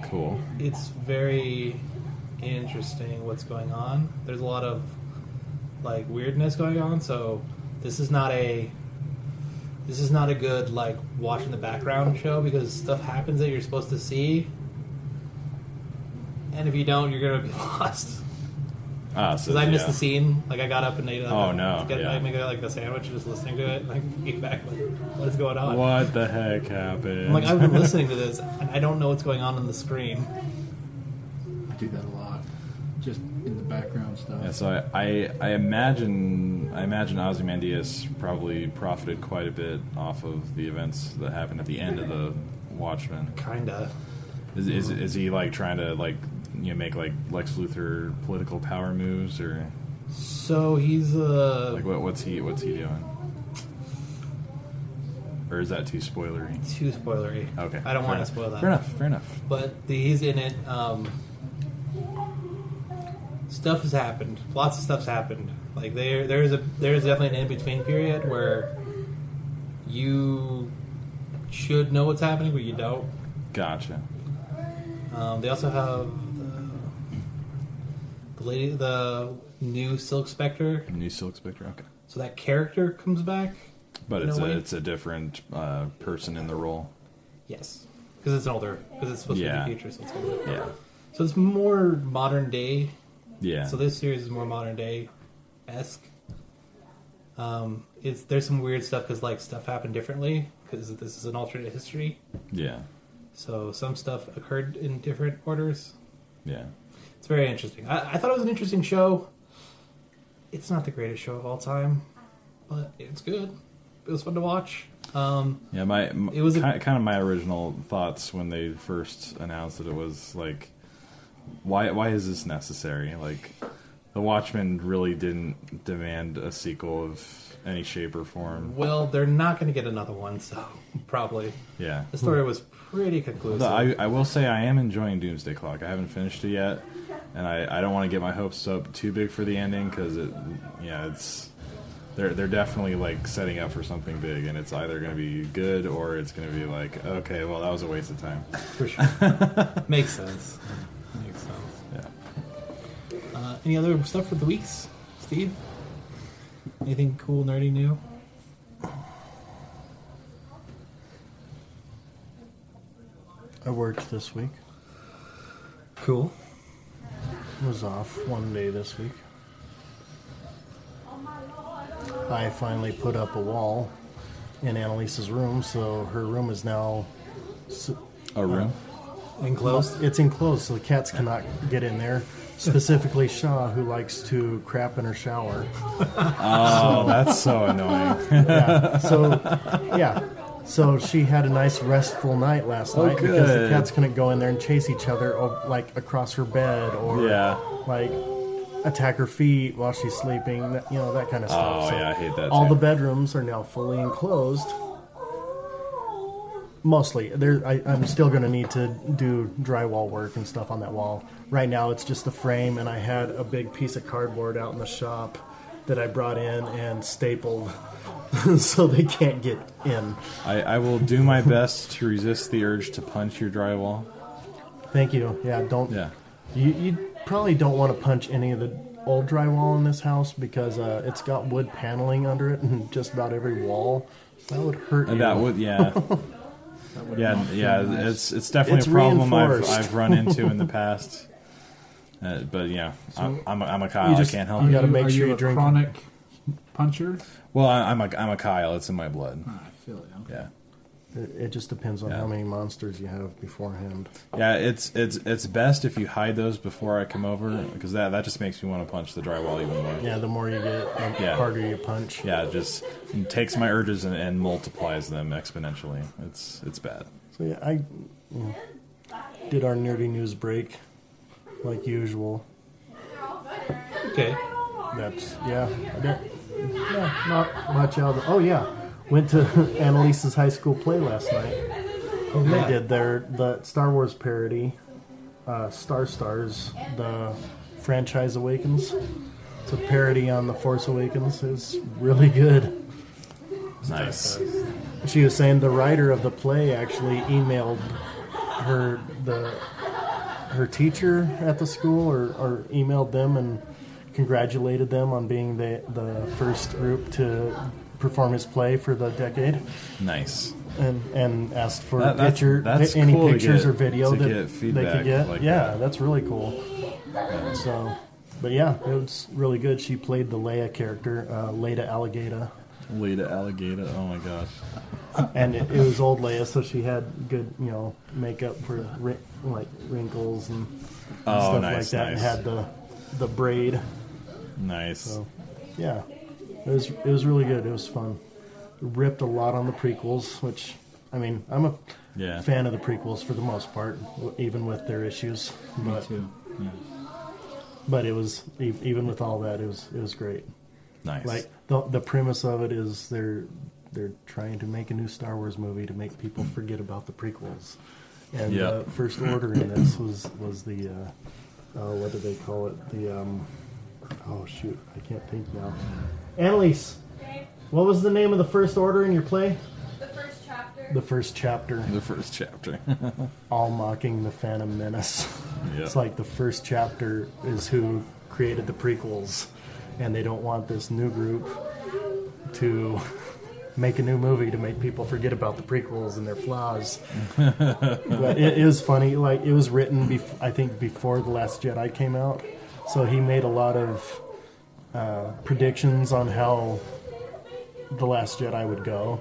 cool.
it's very interesting what's going on. There's a lot of like weirdness going on, so this is not a this is not a good like watch in the background show because stuff happens that you're supposed to see. And if you don't, you're gonna be lost.
Ah, so
Because I missed
yeah.
the scene. Like I got up and ate. Like,
Oh, no,
Got,
yeah.
I made like the sandwich, just listening to it. And I came back like, what is going on?
What the heck happened?
I'm like I've been listening to this, and I don't know what's going on on the screen.
I do that a lot, just in the background stuff.
Yeah, so I, I, I imagine I imagine Ozymandias probably profited quite a bit off of the events that happened at the end of the Watchmen.
Kinda.
Is, is, is he like trying to like you know make like Lex Luthor political power moves or
So he's a.
like what, what's he what's he doing? Or is that too spoilery?
too spoilery.
Okay,
I
fair
don't want to
enough.
spoil that.
Fair enough. Fair enough.
But the, he's in it. Um, stuff has happened. Lots of stuff's happened. Like there, there's a there's definitely an in between period where you should know what's happening, but you don't.
Gotcha.
Um, they also have the, the lady, the new Silk Spectre.
New Silk Spectre. Okay,
So that character comes back.
but
in
it's a
way.
it's a different uh, person in the role.
yes, because it's an older because it's supposed
Yeah.
to be future. So it's older.
Yeah.
So it's more modern day.
Yeah.
So this series is more modern day esque. Um, it's there's some weird stuff because like stuff happened differently because this is an alternate history.
yeah.
So some stuff occurred in different orders.
Yeah.
It's very interesting. I, I thought it was an interesting show. It's not the greatest show of all time, but it's good. It was fun to watch. Um,
Yeah, my, m
It was a-
kind, kind of my original thoughts when they first announced that it was like, why why is this necessary? Like, the Watchmen really didn't demand a sequel of any shape or form.
well, they're not going to get another one, so probably
Yeah,
the story was pretty conclusive.
Although I I will say I am enjoying Doomsday Clock. I haven't finished it yet, and I, I don't want to get my hopes up too big for the ending because it yeah it's they're they're definitely like setting up for something big, and it's either going to be good or it's going to be like okay, well that was a waste of time.
For sure. Makes sense. Makes sense.
Yeah.
Uh, any other stuff for the weeks, Steve? Anything cool, nerdy, new?
I worked this week.
Cool.
was off one day this week. I finally put up a wall in Annalisa's room, so her room is now s-
A room.
Enclosed?
It's enclosed, so the cats cannot get in there. Specifically, Shaw, who likes to crap in her shower.
Oh, that's so annoying.
Yeah. So, yeah. So she had a nice restful night last night because the
good.
cats couldn't go in there and chase each other, o like across her bed or
Yeah.
like attack her feet while she's sleeping. That, you know that kind of stuff.
Oh, yeah, I hate that
All
too.
the bedrooms are now fully enclosed. Mostly, there. I, I'm still going to need to do drywall work and stuff on that wall. Right now, it's just the frame, and I had a big piece of cardboard out in the shop that I brought in and stapled, so they can't get in.
I, I will do my best to resist the urge to punch your drywall.
Thank you. Yeah, don't.
Yeah.
You, you probably don't want to punch any of the old drywall in this house because uh, it's got wood paneling under it and just about every wall. That would hurt.
And
you.
that would yeah. yeah, yeah, it's it's definitely
It's
a problem I've,
reinforced.
I've run into in the past. Uh, but yeah, I'm, I'm, a, I'm a Kyle.
you just-
I can't
Are
help
you
it.
gotta
you-
make
are
sure
you
you
a
drink 'em.
chronic puncher. Ah,
Well, I, I'm a I'm a Kyle. It's in my blood.
I feel it. Okay.
Yeah.
It, it just depends on how
Yeah.
many monsters you have beforehand.
Yeah, it's it's it's best if you hide those before I come over because that that just makes me want to punch the drywall even more.
Yeah, the more you get, the
Yeah.
harder you punch.
Yeah, it just takes my urges and, and multiplies them exponentially. It's it's bad.
So yeah, I you know, did our nerdy news break like usual.
Okay.
That's yeah. I don't- yeah, not much out. Of, oh yeah, went to Annalise's high school play last night. And they did their the Star Wars parody, uh, Star Stars, the franchise awakens. It's a parody on the Force Awakens. It was really good.
Nice.
She was saying the writer of the play actually emailed her the her teacher at the school or, or emailed them and congratulated them on being the the first group to perform his play for the decade
Nice.
and and asked for
That- that's-
picture
that's
any
cool to
pictures
get-
or video
to
that
get
they
feedback
could get.
like
yeah,
that.
that's really cool. So, but yeah, it was really good. She played the Leia character, uh, Leda Alligator.
Leda alligator. Oh my gosh.
and it, it was old Leia, so she had good, you know, makeup for ri- like wrinkles and
Oh,
stuff
nice,
like that, and
nice.
had the the braid.
Nice.
So, yeah, it was it was really good. It was fun. Ripped a lot on the prequels, which I mean, I'm a
Yeah.
fan of the prequels for the most part, w- even with their issues.
Me
But,
too.
but it was e- even with all that, it was it was great.
Nice.
Like the the premise of it is they're they're trying to make a new Star Wars movie to make people forget about the prequels. And
Yeah.
the first order in this was was the uh, oh what do they call it? The um, oh shoot, I can't think now. Annalise, what was the name of the first order in your play?
The first chapter.
The first chapter,
the first chapter.
all mocking the Phantom Menace.
Yeah.
It's like the first chapter is who created the prequels, and they don't want this new group to make a new movie to make people forget about the prequels and their flaws. but it is funny. Like it was written, bef- I think, before the Last Jedi came out, so he made a lot of uh, predictions on how the Last Jedi would go.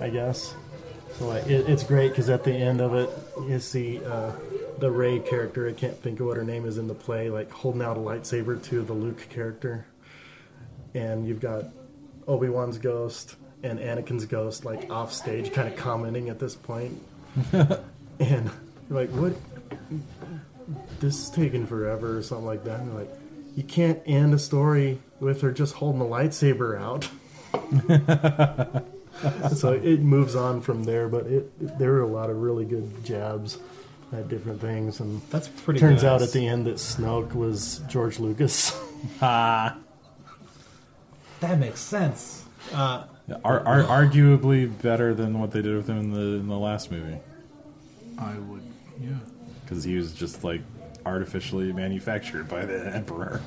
I guess. So like, it, it's great because at the end of it, you see uh, the Ray character. I can't think of what her name is in the play. Like holding out a lightsaber to the Luke character, and you've got Obi Wan's ghost and Anakin's ghost like off stage, kind of commenting at this point, and you're like, "What? This is taking forever," or something like that. And you're like, "You can't end a story with her just holding a lightsaber out." so it moves on from there. But it there were a lot of really good jabs at different things, and
That's pretty
turns
good.
out at the end that Snoke was George Lucas.
That makes sense.
Ar- ar- arguably better than what they did with him in the in the last movie
I would. Yeah.
because he was just like artificially manufactured by the emperor.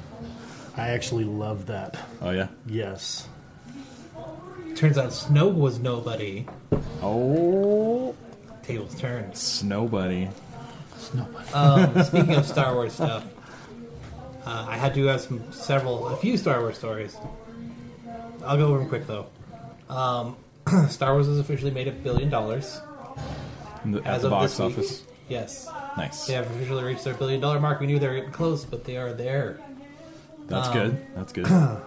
I actually love that.
Oh yeah.
Yes,
Turns out Snow was nobody.
Oh.
Tables turned.
Snow bunny.
Um, speaking of Star Wars stuff, uh, I had to have some several, a few Star Wars stories. I'll go over them quick though. Um, Star Wars has officially made a billion dollars.
In the- at
As
the
of
box
this week.
office.
Yes,
Nice.
they have officially reached their billion dollar mark. We knew they were getting close, but they are there.
That's
Um,
good. That's good.
Uh,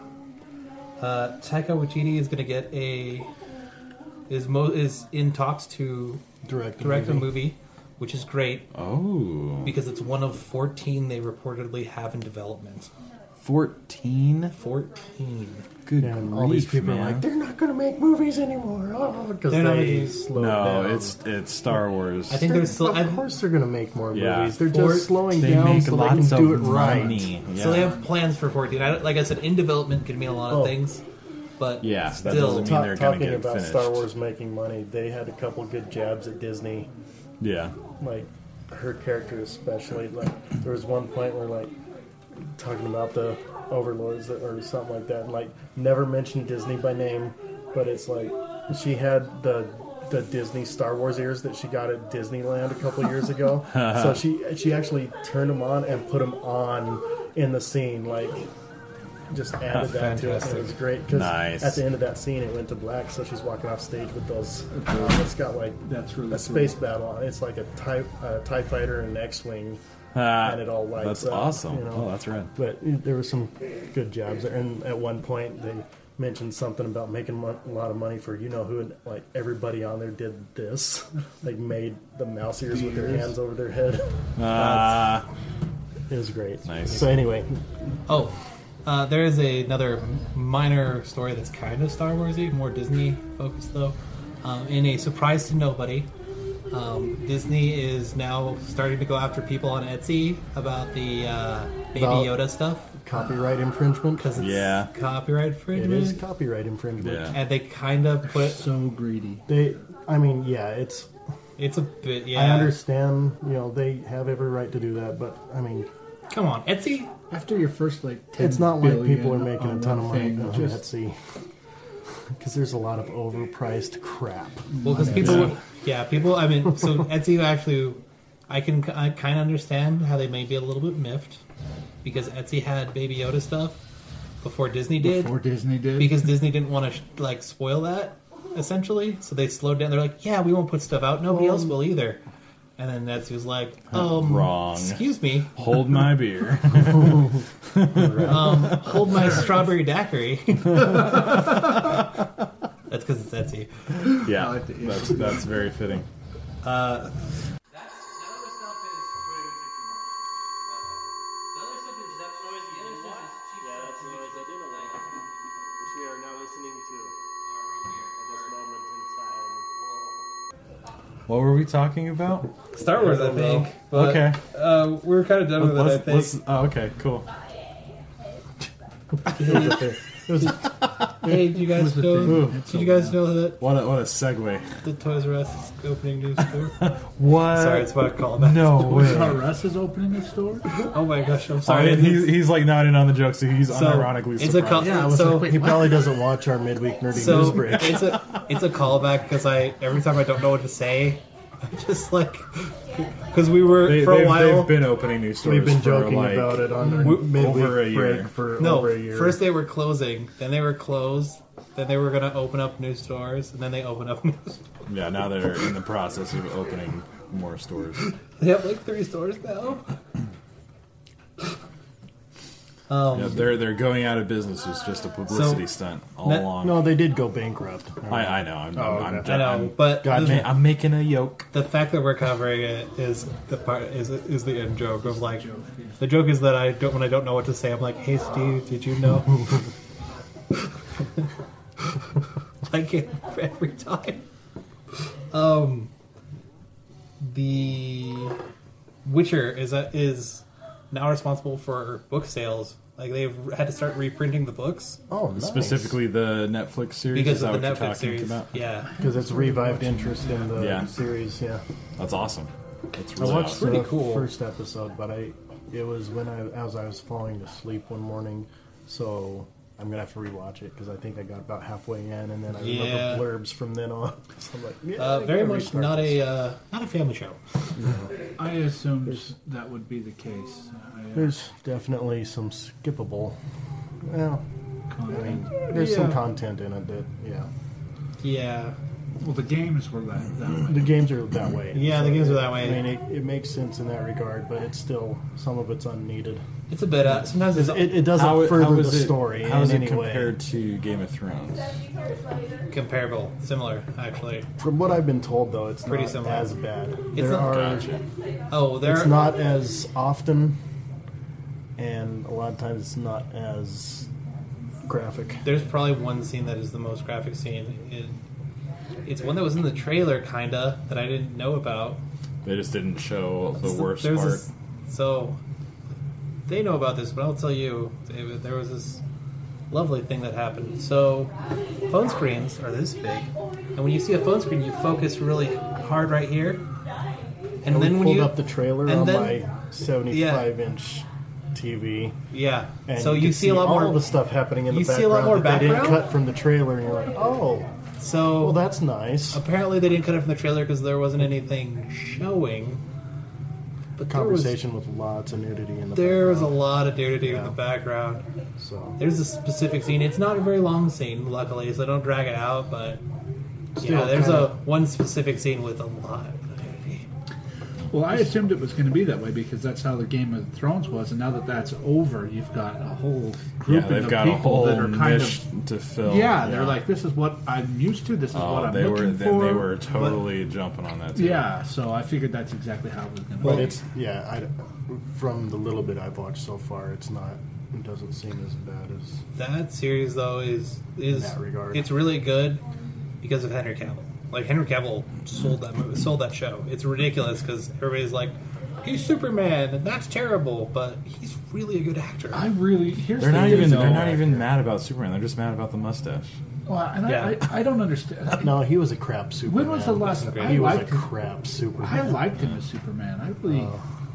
Taika Waititi is going to get a is mo- is in talks to
direct
direct a movie, which is great
oh.
because it's one of fourteen they reportedly have in development.
14?
Fourteen.
Good
And all these
grief,
people are
man.
like, they're not going to make movies anymore. Oh, because
They're not
they
making-
slowed
No,
down.
it's it's Star Wars.
I think they're still.
of
I've-
course they're going to make more
Yeah.
movies. They're
Or-
just slowing down so they can do it right.
Yeah.
So they have plans for 14. I don't, like I said, in development could mean a lot of
Oh.
things, but
Yeah, that
still,
doesn't mean-
Ta-
they're gonna
talking
get
about
finished.
Star Wars making money, they had a couple good jabs at Disney.
yeah.
like her character especially like there was one point where like talking about the overlords or something like that and like never mentioned disney by name but it's like she had the the disney star wars ears that she got at disneyland a couple years ago so she she actually turned them on and put them on in the scene like just added that to it. and It
Fantastic.
was great because
Nice.
at the end of that scene, it went to black. So she's walking off stage with those. um, it's got like
That's really
a space battle. on it. It's like a tie, uh, Tie Fighter and an X-wing,
Ah,
and it all lights
that's
up.
awesome.
you know.
Oh, that's rad.
But uh, there were some good jobs there. And at one point, they mentioned something about making mo- a lot of money for you know who, and like everybody on there did this, like made the mouse ears with their hands over their head.
Ah,
It was great.
Nice.
So anyway,
Oh, uh, there is a, another minor story that's kind of Star Warsy, more Disney focused though. Um, in a surprise to nobody, um, Disney is now starting to go after people on Etsy about the uh, Baby
About-
Yoda stuff
copyright infringement.
because it's
Yeah.
copyright
It
infringement.
is copyright infringement.
Yeah.
and they kind of put
so greedy.
They, I mean, yeah, it's.
it's a bit. Yeah,
I understand. You know, they have every right to do that, but I mean,
Come on, Etsy.
After your first like, 10
it's not like
billion
people are making a
on
ton
one
of money
thing,
on
just-
Etsy because there's a lot of overpriced crap.
Well, because people, yeah. people. I mean, so Etsy actually, I can I kind of understand how they may be a little bit miffed because Etsy had Baby Yoda stuff before Disney did,
before Disney did.
because Disney didn't want to sh- like spoil that essentially. So they slowed down. They're like, yeah, we won't put stuff out. Nobody else will either. And then Etsy was like, um,
Wrong.
Excuse me,
hold my beer.
hold my strawberry daiquiri. That's because it's Etsy.
yeah,
like the Uh, issue.
that's that's very fitting.
That's that other stuff is. The other stuff is that noise. The other stuff is cheap. Yeah, that's the noise I do know. Like,
Which we are now listening to at this moment in time.
What were we talking about?
Star Wars, I think. But,
Okay.
Uh, we were kind of done with it, I
Let's,
think.
let's, oh, okay, cool.
Hey, did you guys know? Did you guys know that
What a, what a segue.
The Toys R Us is opening new store.
What?
sorry, it's what I call back.
no
Was
way.
it our Russ is opening the store?
Oh my gosh, I'm
Sorry,
sorry.
he's, he's like not in on the joke, so he's
So,
unironically
it's a
surprised.
call.
Yeah, I was
so
like, wait,
He probably doesn't watch our midweek nerdy news
so
break.
it's a it's a callback because I every time I don't know what to say, I'm just like because we were
they,
for
they've,
a while.
they've been opening new stores.
We've been
for,
joking
like,
about it on our
w-
midweek
over a year.
break for
no,
over a year.
first they were closing, then they were closed, then they were gonna open up new stores, and then they open up new. stores.
Yeah, now they're in the process of opening more stores.
They have like three stores now. Um,
Yeah, they're they're going out of business was just a publicity
So-
stunt all
That-
along.
no, they did go bankrupt.
I, I know. I'm, I'm, I'm,
I know, but
God,
the-
I'm, I'm making a yoke.
the fact that we're covering it is the part is is the end joke of like the joke is that I don't when I don't know what to say I'm like hey Steve did you know like it every time um the Witcher is a, is now responsible for book sales like they've had to start reprinting the books
Oh, nice.
Specifically, the Netflix series.
because
is that
of
what
the
you're
Netflix
talking
series
about?
yeah
because it's revived interest in the
Yeah.
series. Yeah,
That's awesome. That's
I
really
watched
awesome.
the
cool.
first episode, but I it was when I as I was falling to sleep one morning, so I'm gonna have to rewatch it because I think I got about halfway in, and then I
Yeah.
remember blurbs from then on. So I'm like, yeah,
uh,
I
very
gotta
much
restart
not
this.
a uh, not a family show
I assumed that would be the case. I, uh,
There's definitely some skippable. Well, I
content.
mean, there's some
Yeah.
content in it that yeah.
yeah.
Well, the games were that, that way.
The games are that way.
Yeah, the games are that way.
I mean, it, it makes sense in that regard, but it's still some of it's unneeded.
It's a bit. Uh, sometimes it's
It, it doesn't
How-
further
how
the
is it-
story
How is
in
it
any way.
compared to Game of Thrones?
comparable, similar, actually.
From what I've been told, though, it's
Pretty
not
similar.
as bad.
It's
there
not-
are.
Gotcha.
Oh, there.
It's not as often, and a lot of times it's not as graphic.
There's probably one scene that is the most graphic scene. It, it's one that was in the trailer, kinda, that I didn't know about.
They just didn't show the
So
worst
there's
part.
this- so they know about this, but I'll tell you, David. There was this lovely thing that happened. So phone screens are this big, and when you see a phone screen, you focus really hard right here, and
we
then when
pulled
you
up the trailer
and
on
then-
my 75-inch TV,
yeah,
and
so you
could
see a lot
all
more
the stuff happening in
you
the
see a lot
background
more
that they didn't
background?
cut from the trailer, and you're like, oh,
So
well, that's nice.
apparently they didn't cut it from the trailer because there wasn't anything showing. But there was-
conversation with lots of nudity in the
There was a
background.
lot of nudity in
Yeah.
the background.
So-
there's a specific scene. It's not a very long scene, luckily, so don't drag it out. But yeah,
Still
there's a
kinda-
one specific scene with a lot. of nudity.
Well, I assumed it was going to be that way because that's how the Game of Thrones was, and now that that's over, you've got a whole group
Yeah,
of
they've got a
people
whole
that are kind
niche
of
to fill.
Yeah, they're
Yeah.
like, this is what I'm used to. This is
Oh,
what I'm
they were
looking
they,
for.
they were
but-
totally jumping on that. Too.
yeah, so I figured that's exactly how it was going to
But
be.
it's yeah. I, from the little bit I've watched so far, it's not. It doesn't seem as bad as
That series though is
In
is
that regard.
it's really good because of Henry Cavill. Like Henry Cavill sold that movie, sold that show. It's ridiculous because everybody's like, he's Superman and that's terrible, but he's really a good actor.
I really here's
They're
the
not
thing,
even.
though.
They're not even mad about Superman. They're just mad about the mustache.
Well, and
Yeah.
I, I, I don't understand.
No, he was a crap Superman.
When was the last?
He
I
was
liked
a
him.
crap Superman.
I liked him as Superman. I really,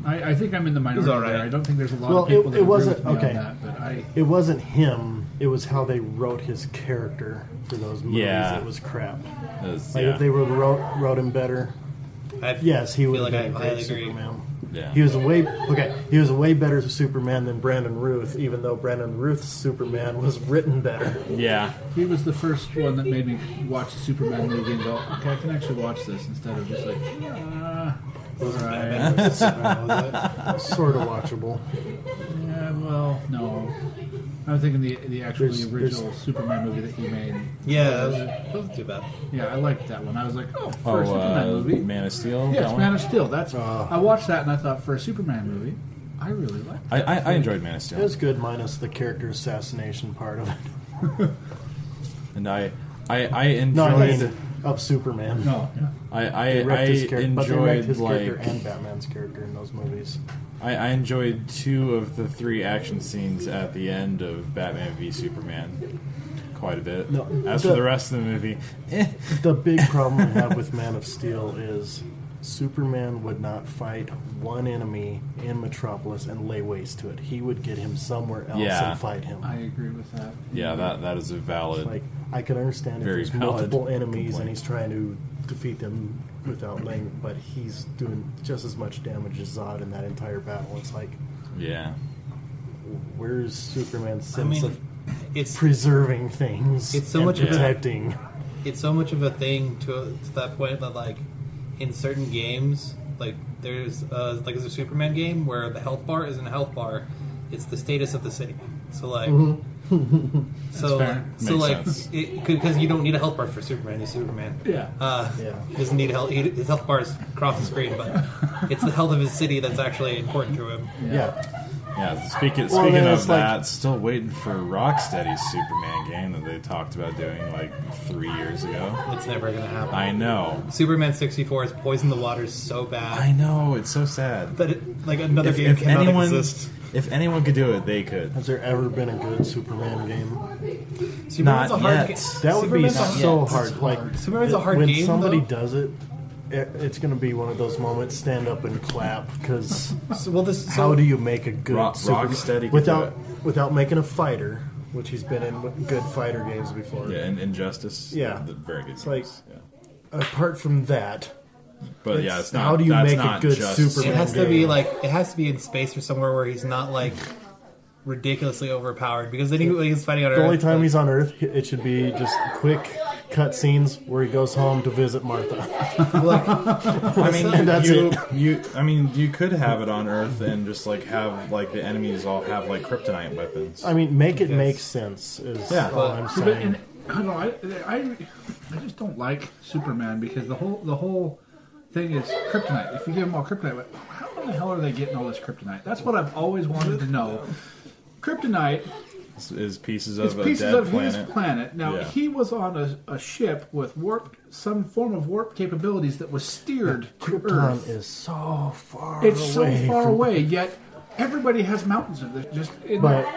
I, I think I'm in the minority.
Oh. all right.
there. I don't think there's a lot
well,
of people
it,
that
it
agree
wasn't
with me on
okay.
that, but I,
It wasn't him. It was how they wrote his character for those movies.
Yeah.
it was crap.
It was-
like
yeah.
if they would wrote wrote him better.
I
yes, he would
feel
have
like
been
I
a
highly
great
agree.
Superman.
Yeah.
He was a way okay. He was a way better Superman than Brandon Ruth, even though Brandon Ruth's Superman was written better.
Yeah.
He was the first one that made me watch the Superman movie and go, okay, I can actually watch this instead of just like, ah, all right.
Batman versus Superman, was it? Sorta watchable.
Yeah, well, no. I'm thinking the the actual
There's-
the
there's-
original Superman movie that he made.
Yeah, that was- that wasn't too bad.
Yeah, I liked that one. I was like, oh,
Oh,
for a Superman
uh,
movie.
Man of Steel. Uh. that
Yes,
one?
Man of Steel. That's I watched that and I thought for a Superman movie, I really liked.
I, I, I enjoyed Man of Steel.
It was good, minus the character assassination part of it.
and I I I enjoyed
No, I mean of Superman.
No,
I I,
They
I
wrecked his char- but they wrecked
enjoyed
his
like
character and Batman's character in those movies.
I, I enjoyed two of the three action scenes at the end of Batman v Superman quite a bit.
No,
As
the-
for the rest of the movie,
the big problem I have with Man of Steel is Superman would not fight one enemy in Metropolis and lay waste to it. He would get him somewhere else
Yeah.
and fight him.
I agree with that.
yeah, that that is a valid.
Like I can understand if
Very
there's
valid
multiple enemies and
complaint.
he's trying to defeat them without laying, but he's doing just as much damage as Zod in that entire battle. It's like,
yeah.
where's Superman's
I
sense
mean,
of
it's-
preserving things?
It's so
and
much of a-
protecting.
it's so much of a thing to, to that point that like in certain games like there's uh, like there's a superman game where the health bar isn't a health bar it's the status of the city so like so
That's fair.
so
Makes
like
sense.
because you don't need a health bar for superman he's superman
Yeah.
uh,
Yeah.
he doesn't need health he, his health bar is across the screen but it's the health of his city that's actually important to him
yeah.
Yeah, speaking
Well,
speaking
then
of
it's like-
that, still waiting for Rocksteady's Superman game that they talked about doing like three years ago.
It's never gonna happen.
I know.
superman 64 has poisoned the waters so bad
I know. It's so sad.
that it, like another
if,
game
if
cannot
anyone
exist
if anyone could do it, they could.
Has there ever been a good Superman game?
Superman's Not a hard yet. ga-
That would be
Superman's a-
so
Not yet.
hard.
It's
Like
hard. Superman's a hard
when
game,
somebody
though.
does it, it, it's going to be one of those moments. Stand up and clap because.
well, this
how do you make a good
Rock-
Superman
Rocksteady could
without without making a fighter, which he's been in with good fighter games before.
Yeah, and Injustice.
Yeah.
the very good.
It's like
games,
apart from that.
But yeah, it's not.
How do you
that's
make a
not
good
just-
Superman
It has
game?
to be like it has to be in space or somewhere where he's not like ridiculously overpowered because then he, when he's fighting on
the only
Earth.
time he's on Earth, it should be just quick cut scenes where he goes home to visit Martha.
I mean,
And that's
you,
it.
you. I mean, you could have it on Earth and just like have like the enemies all have like kryptonite weapons.
I mean, make it make sense is
Yeah.
all I'm
See, but
saying.
in- I don't know. I, I, I just don't like Superman because the whole the whole thing is kryptonite. If you give them all kryptonite, but how in the hell are they getting all this kryptonite? That's what I've always wanted to know. Kryptonite
Is- Is pieces
is
of a
pieces
dead
of
planet.
his planet. Now
Yeah.
he was on a, a ship with warp, some form of warp capabilities that was steered to
Krypton
Earth.
is so far.
It's so
away
far
from-
away, yet everybody has mountains of this. Just, it,
But-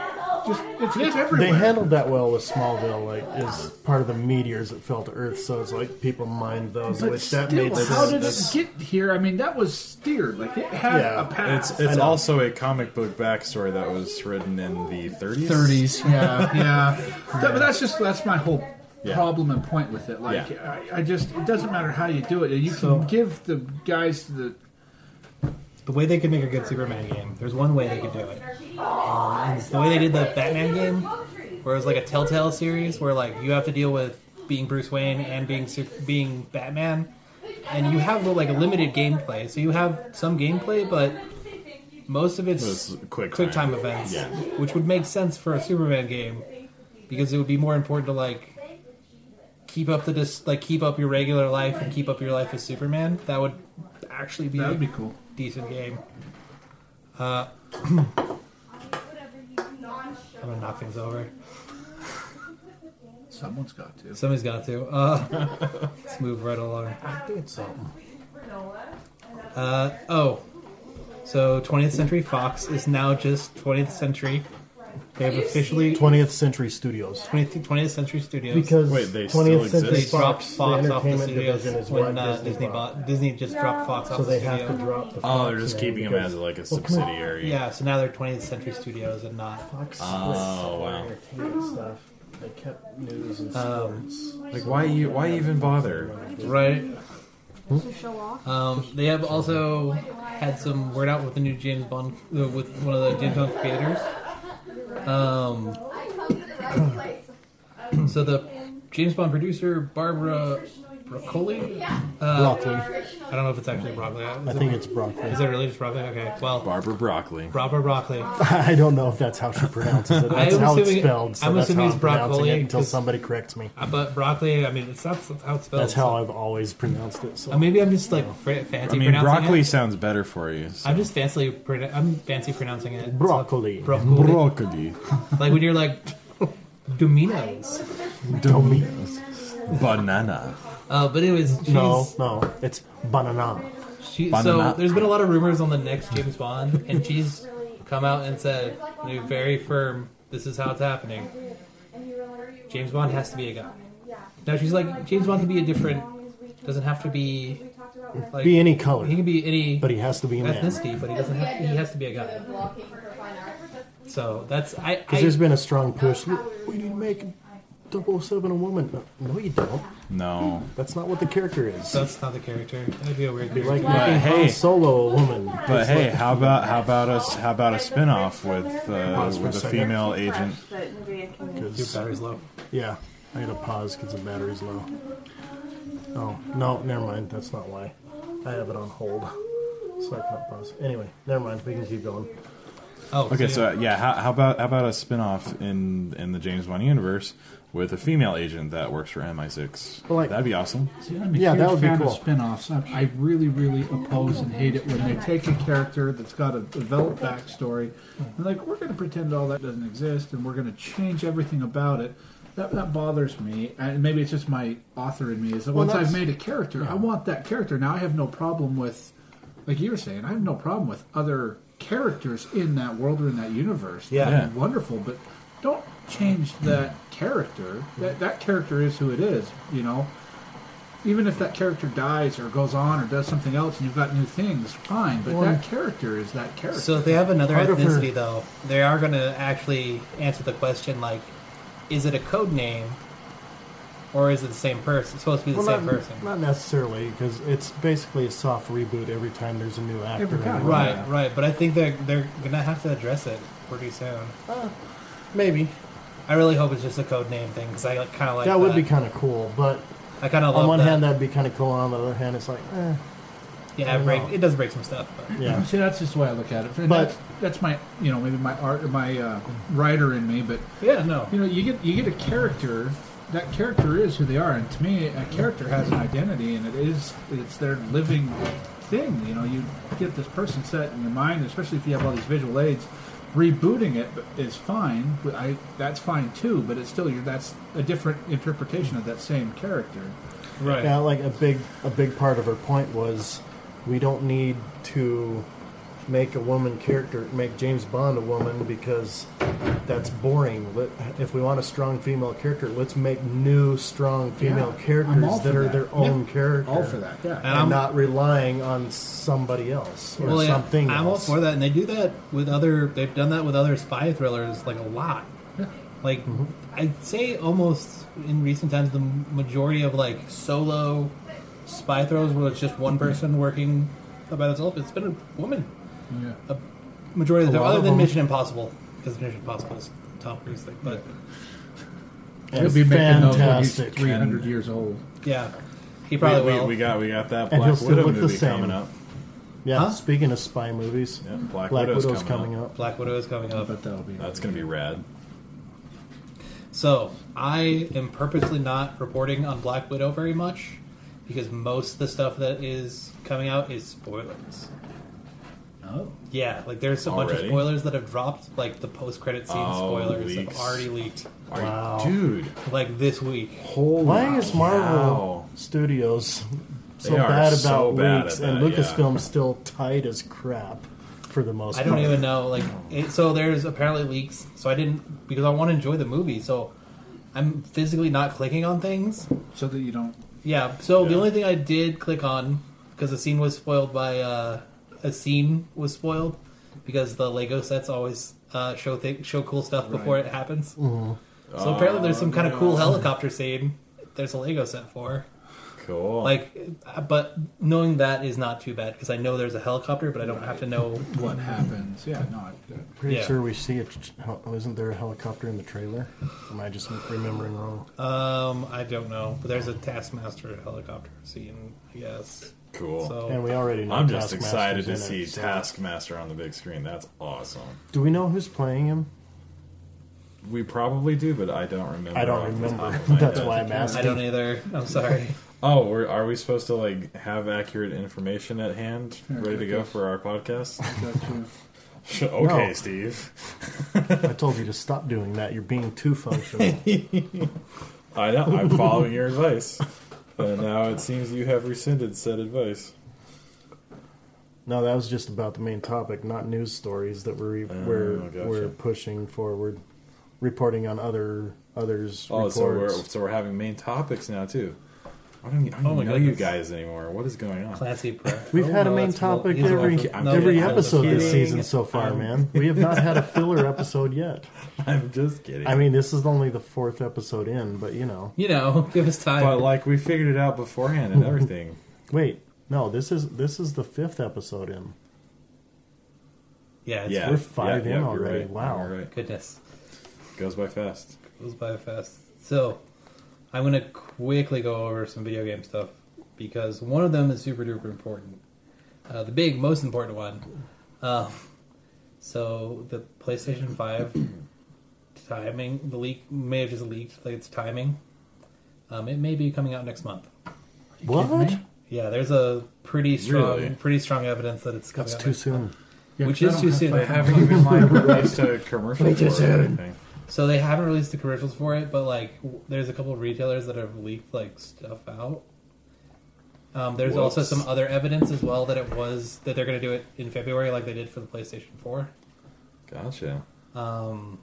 just it's, it's everywhere.
They handled that well with Smallville, like is part of the meteors that fell to Earth, so it's like people mined those,
But
which that
still,
made sense.
how did it get here? I mean, that was steered. Like it had
Yeah.
a path.
Ah.
It's it's also a comic book backstory that was written in the 30s.
30s. Yeah, yeah. That- but that's just that's my whole
Yeah.
problem and point with it. Like I, I just it doesn't matter how you do it. You can give the guys the
the way they could make a good Superman game, there's one way they could do it. Um, and it's the way they did the Batman game, where it was like a Telltale series, where like you have to deal with being Bruce Wayne and being Su- being Batman, and you have like a limited gameplay. So you have some gameplay, but most of it's
It's quick
time,
time.
events,
Yeah.
which would make sense for a Superman game because it would be more important to like keep up the dis- like keep up your regular life and keep up your life as Superman. That would actually be
That would be cool.
decent game. Uh, I'm gonna knock things over.
Someone's got to.
Somebody's got to. Uh, let's move right along.
I think it's something.
Uh, oh, so 20th Century Fox is now just 20th Century. They have officially
20th Century Studios.
20th, 20th Century Studios
Because
Wait, they
20th
still
Century
They
exist?
dropped
Fox,
Fox
the
off the
entertainment
studios
division is
when
when
uh,
Disney,
Disney
bought.
bought Disney just dropped Fox off
So
the
they have to
studio.
drop the.
Oh, they're
Fox
just
name
keeping them
because-
as like a
well, come on.
subsidiary.
Yeah, so now they're 20th Century Studios and not.
Fox
Oh,
was
wow.
entertainment stuff. They kept news and
Um,
sports.
Like why you why even bother?
Right. Hmm?
To show off.
Um, they have also had some word out with the new James Bond uh, with one of the James Bond creators. Um, so the James Bond producer Barbara Broccoli. Uh,
Broccoli.
I don't know if it's actually Broccoli.
I think it's broccoli.
Is it really just Broccoli? Okay. Well,
Barbara Broccoli.
Barbara Broccoli. Uh,
I don't know if that's how she pronounces it. That's
I'm
how it's
assuming-
spelled. So
I'm
that's
assuming
how
it's
I'm pronouncing
broccoli,
it until
'cause-
somebody corrects me.
Uh, But broccoli. I mean, it's not that's how it's spelled.
That's how I've always pronounced it. So
Uh, maybe I'm just like fr- fancy.
I mean,
pronouncing
broccoli
It.
sounds better for you. so-
I'm just fancy. Pro- I'm fancy pronouncing it. So-
broccoli,
Broccoli.
Broccoli.
like when you're like Domino's.
Domi-
Banana.
Uh, but anyways, she's,
No, no, it's banana.
She, so
Banana.
there's been a lot of rumors on the next James Bond, and she's come out and said, you know, very firm, this is how it's happening. James Bond has to be a guy. Now she's like, James Bond can be a different, doesn't have to be like
Be any color,
he can be any
but he has to be a man.
ethnicity, but he doesn't have he has to be a guy. So that's I.
Because
I
there's been a strong push. "Look, We need to make 007 a woman. No, no, you don't.
No.
That's not what the character is.
that's not the character. That'd be a weird.
Be like
character.
making Han
hey.
Solo a woman.
But hey, how about how about us? How about a spin-off with uh,
Pause for a
with a
second.
female agent?
Your
Because
battery's low.
yeah, I had to pause because the battery's low. Oh no, never mind. That's not why. I have it on hold, so I can't pause. Anyway, never mind. We can keep going.
Oh,
Okay,
yeah.
so uh, yeah, how, how about how about a spin-off in in the James Bond universe with a female agent that works for MI6?
Well, like-
That'd be awesome.
See, I'm a
Yeah,
huge
that would be
fan
cool.
of spin-offs. I, I really, really oppose and hate it when they take a character that's got a developed backstory and like we're going to pretend all that doesn't exist and we're going to change everything about it. That, that bothers me, and maybe it's just my author in me. Is that
Well,
once I've
that's-
made a character, I want that character. Now I have no problem with, like you were saying, I have no problem with other characters in that world or in that universe.
Yeah.
That'd be wonderful, but don't change that character. That that character is who it is. You know, even if that character dies or goes on or does something else and you've got new things, fine. But that character is that character.
So if they have another
Part of her-
ethnicity, though, they are going to actually answer the question like, is it a code name, or is it the same person? It's supposed to be the
Well,
same
not,
person,
not necessarily, because it's basically a soft reboot every time there's a new actor.
Every
in
time.
the role.
right? Right. But I think they're they're going to have to address it pretty soon.
Maybe
I really hope it's just a code name thing because I kind of like
that would be kind of cool, but
I kind of love
on one
that.
hand that'd be kind of cool, and on the other hand it's like, eh,
yeah,
I
it,
don't
break,
know.
it does break some stuff. But.
yeah.
See, that's just the way I look at it. And
But-
that's, that's my, you know, maybe my art, my uh, writer in me. But
Yeah. No.
you know, you get you get a character. That character is who they are, and to me, a character has an identity, and it is it's their living thing. You know, you get this person set in your mind, especially if you have all these visual aids. Rebooting it is fine. but I that's fine too, but it's still your that's a different interpretation of that same character.
Right.
Yeah, like a big a big part of her point was we don't need to make a woman character, make James Bond a woman because that's boring. Let, if we want a strong female character, let's make new strong female
Yeah,
characters
I'm all
that
for
are
that.
their own character.
All for that, yeah.
And
and
I'm-
not relying on somebody else or
Well, yeah,
something
I'm
else.
all for that, and they do that with other. They've done that with other spy thrillers like a lot. Like I'd say almost in recent times, the majority of like solo spy thrillers where it's just one person working about itself. It's been a woman.
Yeah.
A majority of the
A
time,
lot
other
of
than
them.
Mission Impossible, because Mission Impossible is top race thing. But
He'll be making those when he's 300 years old.
Yeah, he probably
we, we-
will.
We, got we got that
And
Black
he'll still
Widow
look the
movie
same.
coming up.
Yeah. Speaking of spy movies, Black, Widow's, coming, up.
Black Widow is coming up.
that'll be
that's gonna be rad.
So I am purposely not reporting on Black Widow very much because most of the stuff that is coming out is spoilers.
Oh.
Yeah, like there's a bunch of
Already?
spoilers that have dropped, like the post credit scene
Oh,
spoilers
leaks.
have already leaked.
Are you- Wow. dude.
Like this week.
Why is Marvel Studios
They
so
are
bad about
so bad
leaks
at
and
that,
Lucasfilm's still tight as crap for the most
I don't
part?
even know. Like, it, so there's apparently leaks. So I didn't because I want to enjoy the movie. So I'm physically not clicking on things
so that you don't.
Yeah. So the only thing I did click on because the scene was spoiled by uh, a scene was spoiled because the Lego sets always uh, show th- show cool stuff before
Right.
it happens.
Mhm.
So apparently there's some kind of cool
Oh, no.
helicopter scene. There's a Lego set for.
Cool.
Like, uh, but knowing that is not too bad because I know there's a helicopter, but I don't have to know
what happens. Yeah, no. I,
Pretty
yeah.
sure we see it. Wasn't there a helicopter in the trailer? Am I just remembering wrong?
Um, I don't know, but there's a Taskmaster helicopter scene. I guess.
Cool.
So,
I'm just excited
Taskmaster's
to
in
see
it, so-
Taskmaster on the big screen. That's awesome.
Do we know who's playing him?
We probably do, but I don't remember.
I don't
off the
remember.
top of my
That's
head.
why I'm asking.
I don't either. I'm sorry.
Oh, we're, are we supposed to like have accurate information at hand, ready to go for our podcast? okay,
No.
Steve.
I told you to stop doing that. You're being too functional.
I know. I'm following your advice, and now it seems you have rescinded said advice.
no, that was just about the main topic, not news stories that we're e-
Ah,
we're,
gotcha.
we're pushing forward, reporting on other others.
Oh, so we're,
reports.
so we're having main topics now too. I don't, e- I don't
Oh my
know
goodness.
you guys anymore. What is going on?
Classy prayer.
We've had a
Oh,
main topic every every episode this season so far, man. We have not had a filler episode yet.
I'm just kidding.
I mean, this is only the fourth episode in, but you know,
You know, give us time.
But like we figured it out beforehand and everything.
Wait, no, this is this is the fifth episode in.
Yeah,
We're five in already. Wow.
Goodness.
Goes by fast.
Goes by fast. So, I'm going to quickly go over some video game stuff because one of them is super duper important. Uh, the big, most important one. Uh, so, the PlayStation 5 timing, the leak may have just leaked, like it's timing. Um, it may be coming out next month.
What?
Yeah, there's a pretty strong,
Really?
pretty strong evidence that it's coming
That's
out
too
next
soon.
month.
Yeah,
Which
'cause
is
I
too
don't have They
soon.
five haven't even, like, released
a commercial
Way too for it or soon. anything.
So they haven't released the commercials for it, but like, w- there's a couple of retailers that have leaked like stuff out. Um, there's also
Whoops.
some other evidence as well that it was that they're going to do it in February, like they did for the PlayStation Four.
Gotcha.
Um,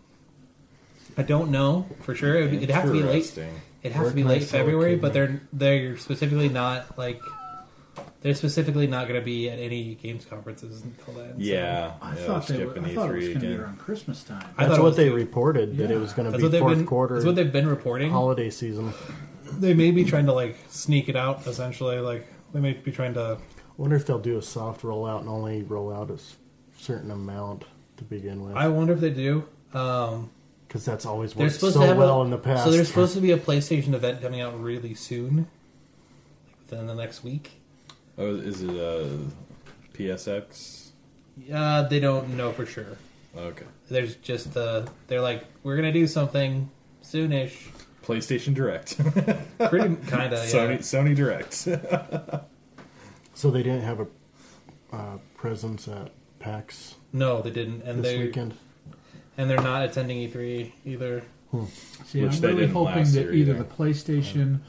I don't know for sure. It would it'd have to be late.
Interesting.
It has
Where
to be
can I
late
sell a
February,
kidney?
but they're they're specifically not like they're specifically not going to be at any games conferences until then. so-
Yeah. E
I thought they were, I thought it was going to be around Christmas time.
I
That's
thought it
what
was
they
the-
reported that it was going to
That's
be
what they've
fourth
been-
quarter.
that's what they've been reporting.
Holiday season.
They may be trying to like sneak it out. Essentially, like they may be trying to.
Wonder if they'll do a soft rollout and only roll out a s- certain amount to begin with.
I wonder if they do. Um,
Because that's always
they're
worked
supposed
so
to have
well
a,
in the past.
So there's supposed to be a PlayStation event coming out really soon, like within the next week.
Oh, is it uh, PSX?
Uh, they don't know for sure.
Okay.
There's just uh, they're like we're gonna do something soonish.
PlayStation Direct.
Pretty kinda. yeah.
Sony Sony Direct.
So they didn't have a uh, presence at PAX.
No, they didn't. And
This
they
weekend?
and they're not attending E3 either.
See, I'm really hoping that either the PlayStation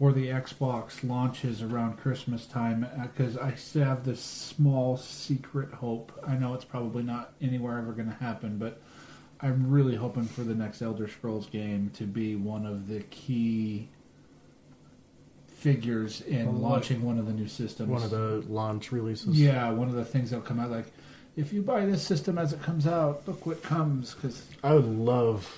or the Xbox launches around Christmas time because I still have this small secret hope. I know it's probably not anywhere ever going to happen, but I'm really hoping for the next Elder Scrolls game to be one of the key figures in
Well, what-
launching one of the new systems.
One of the launch releases.
Yeah, one of the things that'll come out like, if you buy this system as it comes out, look what comes. Because
I would love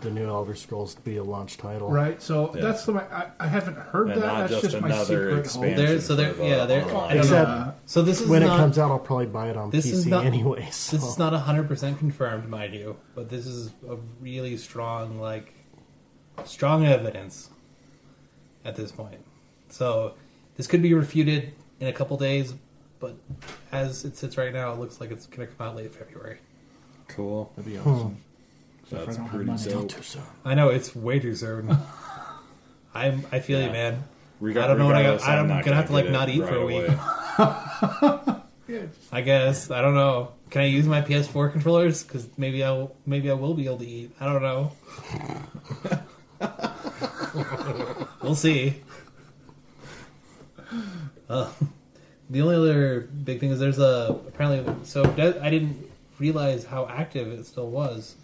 the new Elder Scrolls to be a launch title.
Right, so that's the way I, I haven't heard
And
that.
not
That's just,
just
my
another
secret
expansion
hole.
There, so there, yeah,
uh,
there. I don't
Except
know. so this is
when
not-
it comes out, I'll probably buy it on
this is
PC
not,
anyway. so.
This is not hundred percent confirmed, mind you, but this is a really strong, like, strong evidence at this point. So this could be refuted in a couple days, but as it sits right now, it looks like it's going to come out late February.
Cool. That'd be
awesome.
That's pretty dope.
I know it's way too soon. I'm. I feel you,
Yeah.
man.
Rega-
I don't know what I got.
regardless, I'm
I'm,
not
gonna have to
gonna
like
get
not
it
eat for
right
a week.
away.
I guess I don't know. Can I use my PS4 controllers? Because maybe I maybe I will be able to eat. I don't know. we'll see. Uh, the only other big thing is there's a apparently so De- I didn't realize how active it still was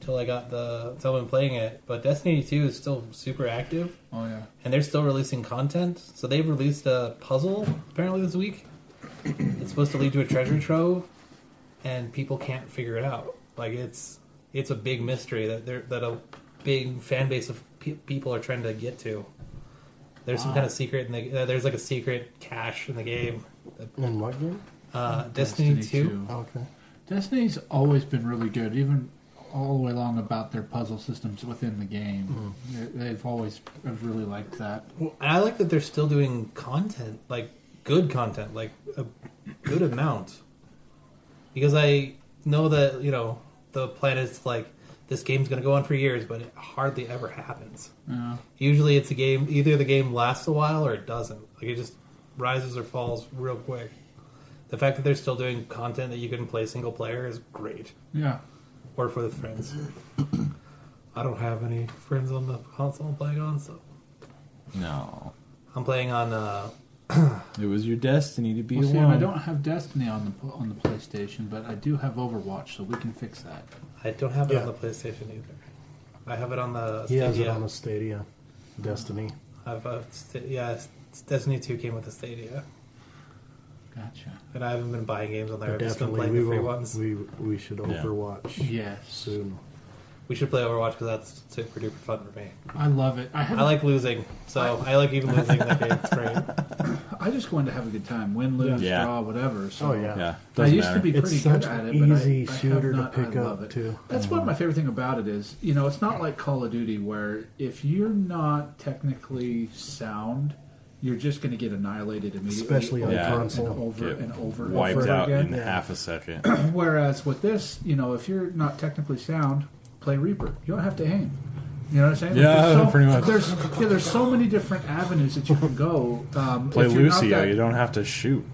till I got the till I've been playing it. But Destiny Two is still super active.
Oh yeah.
and they're still releasing content. So they've released a puzzle apparently this week. it's supposed to lead to a treasure trove, and people can't figure it out. Like it's it's a big mystery that they're, that a big fan base of pe- people are trying to get to. There's some
Wow.
kind of secret in the uh, there's like a secret cache in the game.
In what game? Oh,
Uh, Destiny, Two.
okay.
Destiny's always been really good, even all the way along about their puzzle systems within the game. They- They've always I've really liked that.
And I like that they're still doing content, like good content, like a good amount. Because I know that, you know, the plan is like this game's going to go on for years, but it hardly ever happens.
Yeah.
Usually it's a game, either the game lasts a while or it doesn't. Like it just rises or falls real quick. The fact that they're still doing content that you can play single player is great.
Yeah.
Or with friends. I don't have any friends on the console I'm playing on, so
No.
I'm playing on uh,
It was your destiny to be
Well, see,
one.
I don't have Destiny on the on the PlayStation, but I do have Overwatch, so we can fix that.
I don't have it on the PlayStation either. I have it on the
He has it
Stadia.
on the Stadia, Destiny.
I've uh, st- yeah, s- Destiny Two came with the Stadia,
Gotcha.
and I haven't been buying games on there. I've
But
just been
definitely,
playing
we
the free
will.
ones.
We we should
Yeah.
Overwatch.
Yes.
Soon.
We should play Overwatch because that's super duper fun for me.
I love it. I,
I,
haven't-
like losing, so I, like even losing that game. It's great.
I just wanted to have a good time, win, lose,
Yeah.
draw, whatever.
Oh,
So
yeah. Yeah,
I
doesn't
used to
matter.
be
It's
pretty
such
good at
an
it. but I-
easy
I, have
shooter to
not- I
pick
love
up,
it.
too.
That's one of my favorite thing about it is you know it's not like Call of Duty where if you're not technically sound, you're just going to get annihilated immediately,
Especially on
over
Yeah. console.
and over
Get
and over, and
wiped
over
out
again.
in half a second.
Whereas with this, you know, if you're not technically sound, play Reaper. You don't have to aim. You know what I'm saying?
Yeah,
There's so,
pretty much.
There's yeah, there's so many different avenues that you can go. Um,
Play
if you're not
Lucio.
that-
You don't have to shoot.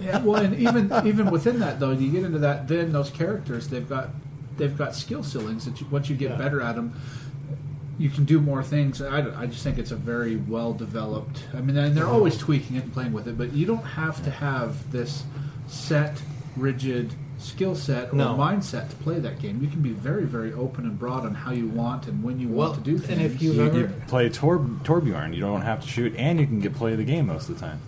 yeah, well, and even even within that though, you get into that. Then those characters, they've got they've got skill ceilings that you, once you get better at them, you can do more things. I, don't- I just think it's a very well developed. I mean, and they're always tweaking it and playing with it, but you don't have to have this set rigid skill set or
No.
mindset to play that game. You can be very very open and broad on how you want and when you want to do things.
and if you've
you,
ever-
you play Tor- Torbjorn. You don't have to shoot, and you can get play the game most of the time.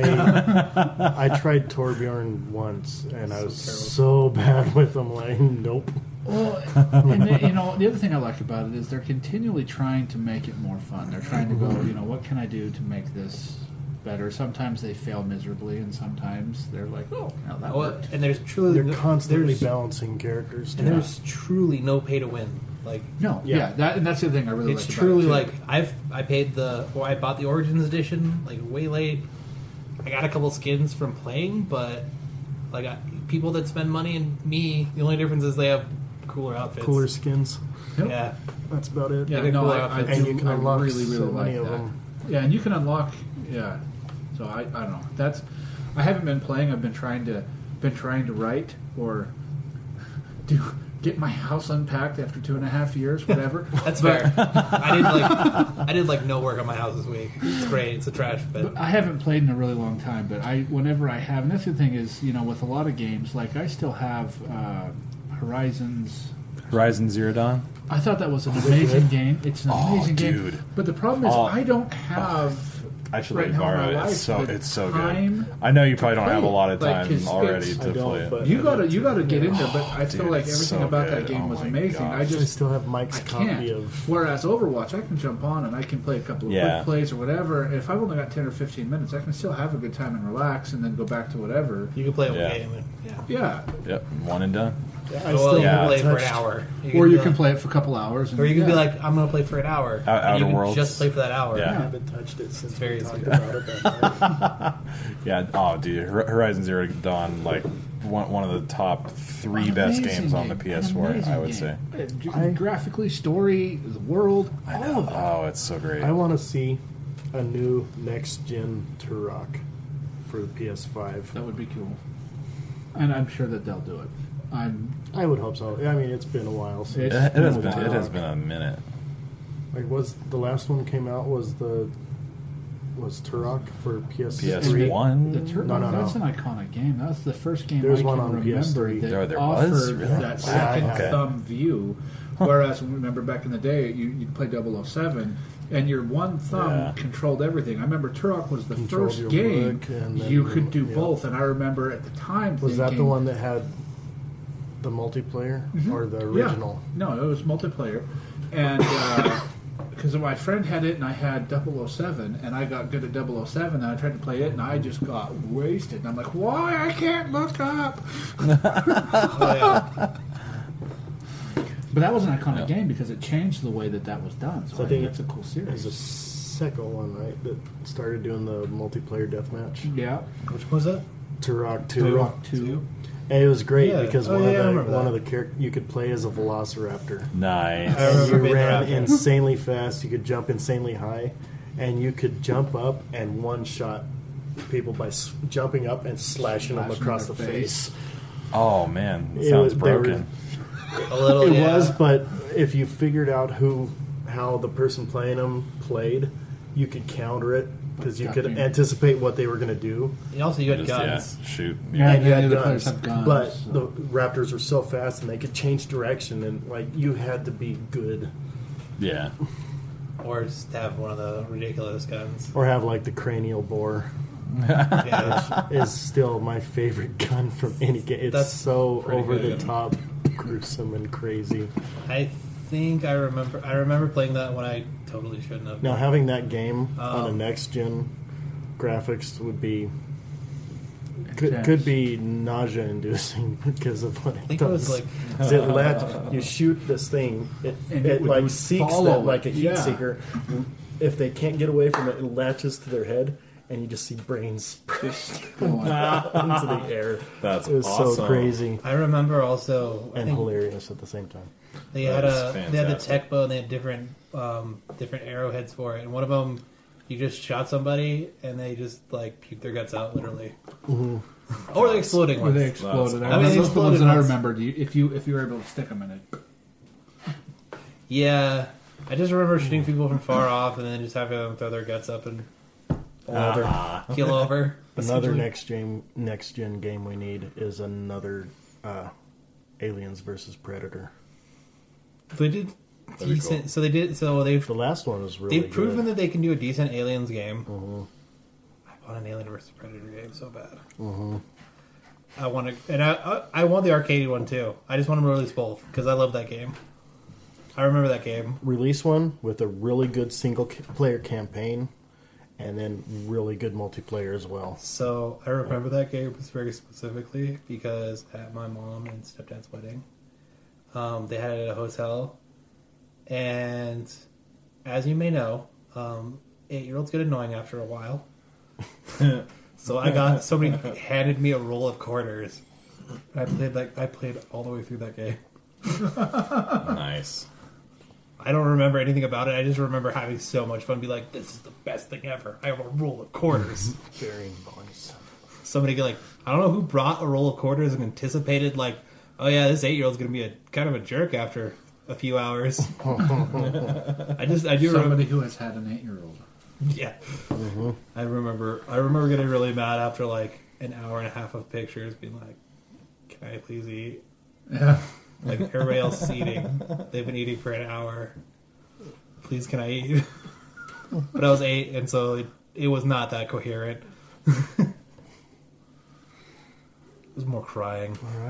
I I tried Torbjorn once and I was so bad with them. Like, nope.
Well, and they, you know, the other thing I like about it is they're continually trying to make it more fun. They're trying to go, you know, what can I do to make this better? Sometimes they fail miserably, and sometimes they're like, oh, now that
Well,
worked.
and there's truly
They're
no-
constantly
there's-
balancing characters.
and there's truly no pay to win. Like
No, yeah, that, and that's the other thing I really
it's
like.
truly
about it,
like
too.
I've I paid the well I bought the Origins edition like way late. I got a couple skins from playing, but like I, people that spend money and me, the only difference is they have cooler outfits.
cooler skins.
Yeah.
That's about it.
yeah,
they
no,
pull
I,
out
I,
the-
and
do-
you can
I
unlock
really, really
so
like
many of
that.
them.
Yeah, and you can unlock. Yeah, so I, I don't know. That's I haven't been playing. I've been trying to been trying to write or do get my house unpacked after two and a half years, whatever.
That's
But-
fair. I did like I did like no work on my house this week. It's great. It's a trash bin.
But I haven't played in a really long time, but I whenever I have, and that's the thing is, you know, with a lot of games, like I still have uh, Horizons.
Horizon Zero Dawn.
I thought that was an
Is it
amazing
good?
game. It's an
Oh,
amazing game,
dude.
but the problem is
Oh.
I don't have
I should
right
let you
now in
borrow
my
it.
life,
It's so
the
it's so
time
good. I know you probably
to
don't have a
play it.
lot of
Like,
time
'cause
already
it's-
to play it.
you gotta you gotta get into, it, but I
Dude,
feel like
Oh, it's
everything
so
about
good.
that game
Oh
was
my
amazing.
gosh.
I just
still have Mike's
I can't.
copy of.
Whereas Overwatch, I can jump on and I can play a couple of
Yeah.
quick plays or whatever. If I've only got ten or fifteen minutes, I can still have a good time and relax, and then go back to whatever.
You can play
one Yeah. game
And, yeah.
Yeah.
Yep, one and done.
Yeah,
I still
Yeah.
play for an hour.
or
be
you
like-
can play it for a couple hours. And,
Or you can be
yeah.
like, I'm gonna play for an hour.
Ou- Outer
and you can
Worlds.
just play for that hour.
Yeah. I
haven't touched it since
it's very easy. Oh,
Yeah. Oh, dude, Hor- Horizon Zero Dawn, like one, one of the top three best
Amazing
games on the
game.
PS4,
Amazing
I would
game.
say.
Yeah, you can graphically, story, the world, all of it.
Oh, it's so great.
I want to see a new next gen Turok for the PS5.
That would be cool. And I'm sure that they'll do it. I'm.
I would hope so. I mean, it's been a while
It,
since
it has been it has been a minute.
Like, was the last one came out was the was Turok for PS
PS1?
The Turtles,
No, no, no.
that's an iconic game. That's the first game
There's
I
one
can
on
remember
PS3.
that
There- there
offered
was? Really?
that
Wow.
second
Okay.
thumb view. Whereas, remember back in the day, you, you'd play 007, and your one thumb
Yeah.
controlled everything. I remember Turok was the
Controlled
first
your
game
look and then
you
your-
could do
yeah.
both, and I remember at the time
Was that the
thinking-
one that had the multiplayer or the original?
Mm-hmm. Yeah. No, it was multiplayer. And because my friend had it and I had 007 and I got good at 007 and I tried to play it and I just got wasted. And I'm like, why? I can't look up. But that was an iconic game because it changed the way that that was done. So,
So
I
I
think
think
that's a cool
It was
series.
the second one, right? That started doing the multiplayer deathmatch.
Yeah.
Which was that? Turok Two.
Turok 2.
And it was great
Yeah.
because
Oh,
one
yeah, I
of
remember
the one of the character you could play as a Velociraptor.
Nice.
I remember
And you
being
ran
around that.
insanely fast. You could jump insanely high, and you could jump up and one shot people by s- jumping up and slashing them
Slashing
across
their
the
face.
face.
Oh man,
It
sounds
was- they were-
broken.
A little,
it
yeah.
was, but if you figured out who, how the person playing them played, you could counter it because you could
Got me.
anticipate what they were going to do.
And also, you had
Just,
guns.
Yeah, shoot.
Yeah,
and you
yeah,
had
the other players
guns,
have guns,
but
so-
the Raptors were so fast and they could change direction, and like you had to be good
Yeah.
Or just have one of the ridiculous guns.
or have like the cranial bore.
Yeah.
which is still my favorite gun from any game. It's
That's
so
pretty
over
good.
the top, gruesome, and crazy.
I think I remember. I remember playing that when I totally shouldn't have.
Now having that game on a
Um,
next gen graphics would be could,
Intense.
could be nausea inducing because of what it
think it was
does.
like-
'Cause it let you shoot this thing, it,
And
it,
it would
like
would
seeks
follow
them like a
it,
heat
yeah.
seeker. If they can't get away from it, it latches to their head, and you just see brains spray into the air.
That's
it was so
awesome.
crazy
I remember also. I
and
think
hilarious at the same time.
they
That
had
is
a they had the
fantastic.
tech bow and they had different um, different arrowheads for it. And one of them, you just shot somebody and they just like puked their guts out, literally. Or the exploding
Or
ones.
they exploded.
I
I
mean,
remember those are
they
the ones
exploded
that I
once.
remembered. You, if you if you were able to stick them in it,
Yeah, I just remember shooting people from far off and then just having them throw their guts up and
Another
Ah.
keel over.
another next gen next gen game we need is another uh, Aliens versus Predator.
They did
be
decent. So they did. So they've
The last one was really
they've proven
good. Mm-hmm.
that they can do a decent aliens game. I want an Alien versus Predator game so bad.
Mm-hmm.
I want to, and I, I I want the arcade one too. I just want them to release both because I love that game. I remember that game.
release one with a really good single ca- player campaign, and then really good multiplayer as well.
So I remember that game very specifically because at my mom and stepdad's wedding, um, they had it at a hotel, and as you may know, um, eight-year-olds get annoying after a while. so I got somebody handed me a roll of quarters. And I played like I played all the way through that game.
Nice.
I don't remember anything about it. I just remember having so much fun. Be like, this is the best thing ever. I have a roll of quarters.
Varying voice.
somebody get like I don't know who brought a roll of quarters and anticipated like, oh yeah, this eight year old's gonna be a kind of a jerk after a few hours. I just I do remember
somebody who has had an eight year old.
yeah. I remember I remember getting really mad after like an hour and a half of pictures, being like, can I please eat?
Yeah.
Like everybody else is eating. They've been eating for an hour. Please, can I eat? but I was eight, and so it it was not that coherent. it was more crying.
All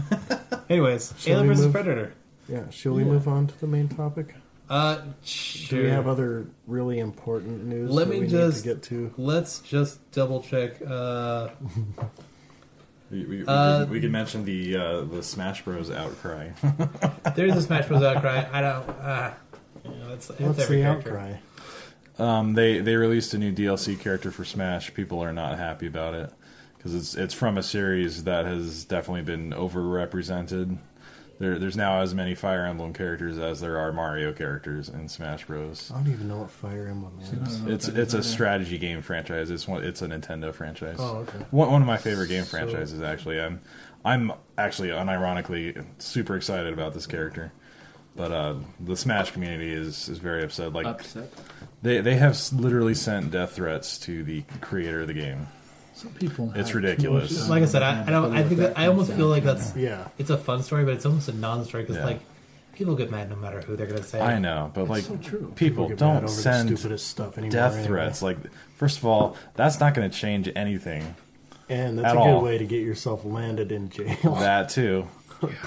right. Anyways,
Shall
Alien
we
versus
move-
Predator.
Yeah. Shall we
Yeah.
move on to the main topic?
Uh,
Do
sure.
we have other really important news?
Let
that
me
we
just
need to get to.
Let's just double check. Uh,
We, we, we
Uh,
could, we could mention the uh, the Smash Bros. outcry.
there's a Smash Bros. outcry. I don't. Uh, you know, it's, it's every character.
Um, they they released a new DLC character for Smash. People are not happy about it because it's it's from a series that has definitely been overrepresented. There, there's now as many Fire Emblem characters as there are Mario characters in Smash Bros.
I don't even know what Fire Emblem is.
It's it's a strategy game franchise. It's one it's a Nintendo franchise.
Oh, okay.
One, one of my favorite game
So-
franchises actually. I'm I'm actually unironically super excited about this character. But uh, the Smash community is, is very upset. Like
Upset.
they they have s- literally sent death threats to the creator of the game.
Some people
It's
have
ridiculous.
emotions.
Like I said, I, I don't. I think that, I almost feel like that's.
Yeah.
It's a fun story, but it's almost a non-story because
Yeah.
like people get mad no matter who they're gonna say.
I know, but like people,
People get mad over
don't
the
send
stupidest stuff anymore
death
anyway.
threats. Like first of all, that's not going to change anything.
And that's
at
a good
all.
way to get yourself landed in jail.
That too.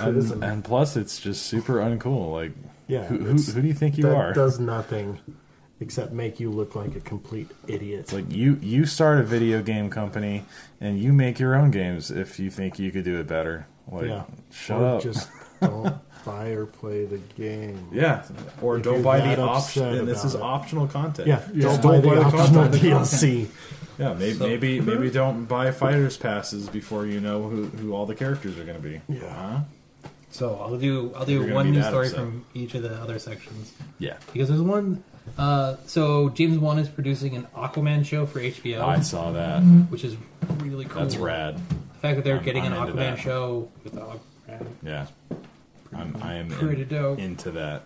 Isn't
and,
it?
and plus, it's just super uncool. Like,
Yeah.
who, who,
it's-
who do you think you
that
are?
Does nothing except make you look like a complete idiot.
It's like you you start a video game company and you make your own games if you think you could do it better. Like,
yeah.
shut
or
up.
Just don't buy or play the game.
Yeah, or
If
don't
you're
buy
that
the option.
upset
and This
about
is
it.
optional content.
Yeah,
Just
don't buy the optional
content.
DLC.
Yeah, maybe maybe maybe don't buy fighters passes before you know who, who all the characters are going to be. Yeah.
So I'll do I'll
You're
do
gonna
one
be
news
that
story
upset.
from each of the other sections.
Yeah.
because there's one. Uh, so James Wan is producing an Aquaman show for HBO.
I saw that.
which is really cool.
That's rad.
The fact that they're
I'm-
getting
I'm
an
into
Aquaman
that.
show with Aquaman.
Yeah. I'm I am in-
Pretty dope.
into that.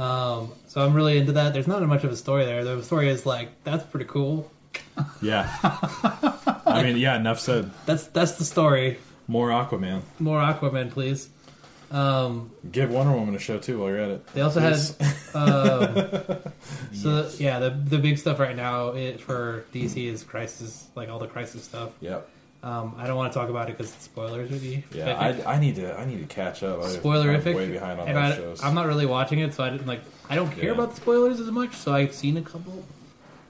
Um, so I'm really into that. There's not much of a story there. The story is like that's pretty cool.
Yeah. I mean, yeah, enough said.
That's that's the story.
More Aquaman.
More Aquaman, please. Um,
Give Wonder Woman a show too while you're at it.
They also
Please.
had, um, so yeah, the the big stuff right now it, for DC is Crisis, like all the Crisis stuff.
Yep.
Um, I don't want to talk about it because spoilers would be.
Yeah,
horrific.
I, I need to I need to catch up. I,
spoilerific.
I'm way behind on
and
those
I,
shows.
I'm not really watching it, so I didn't like. I don't care
Yeah.
about the spoilers as much, so I've seen a couple,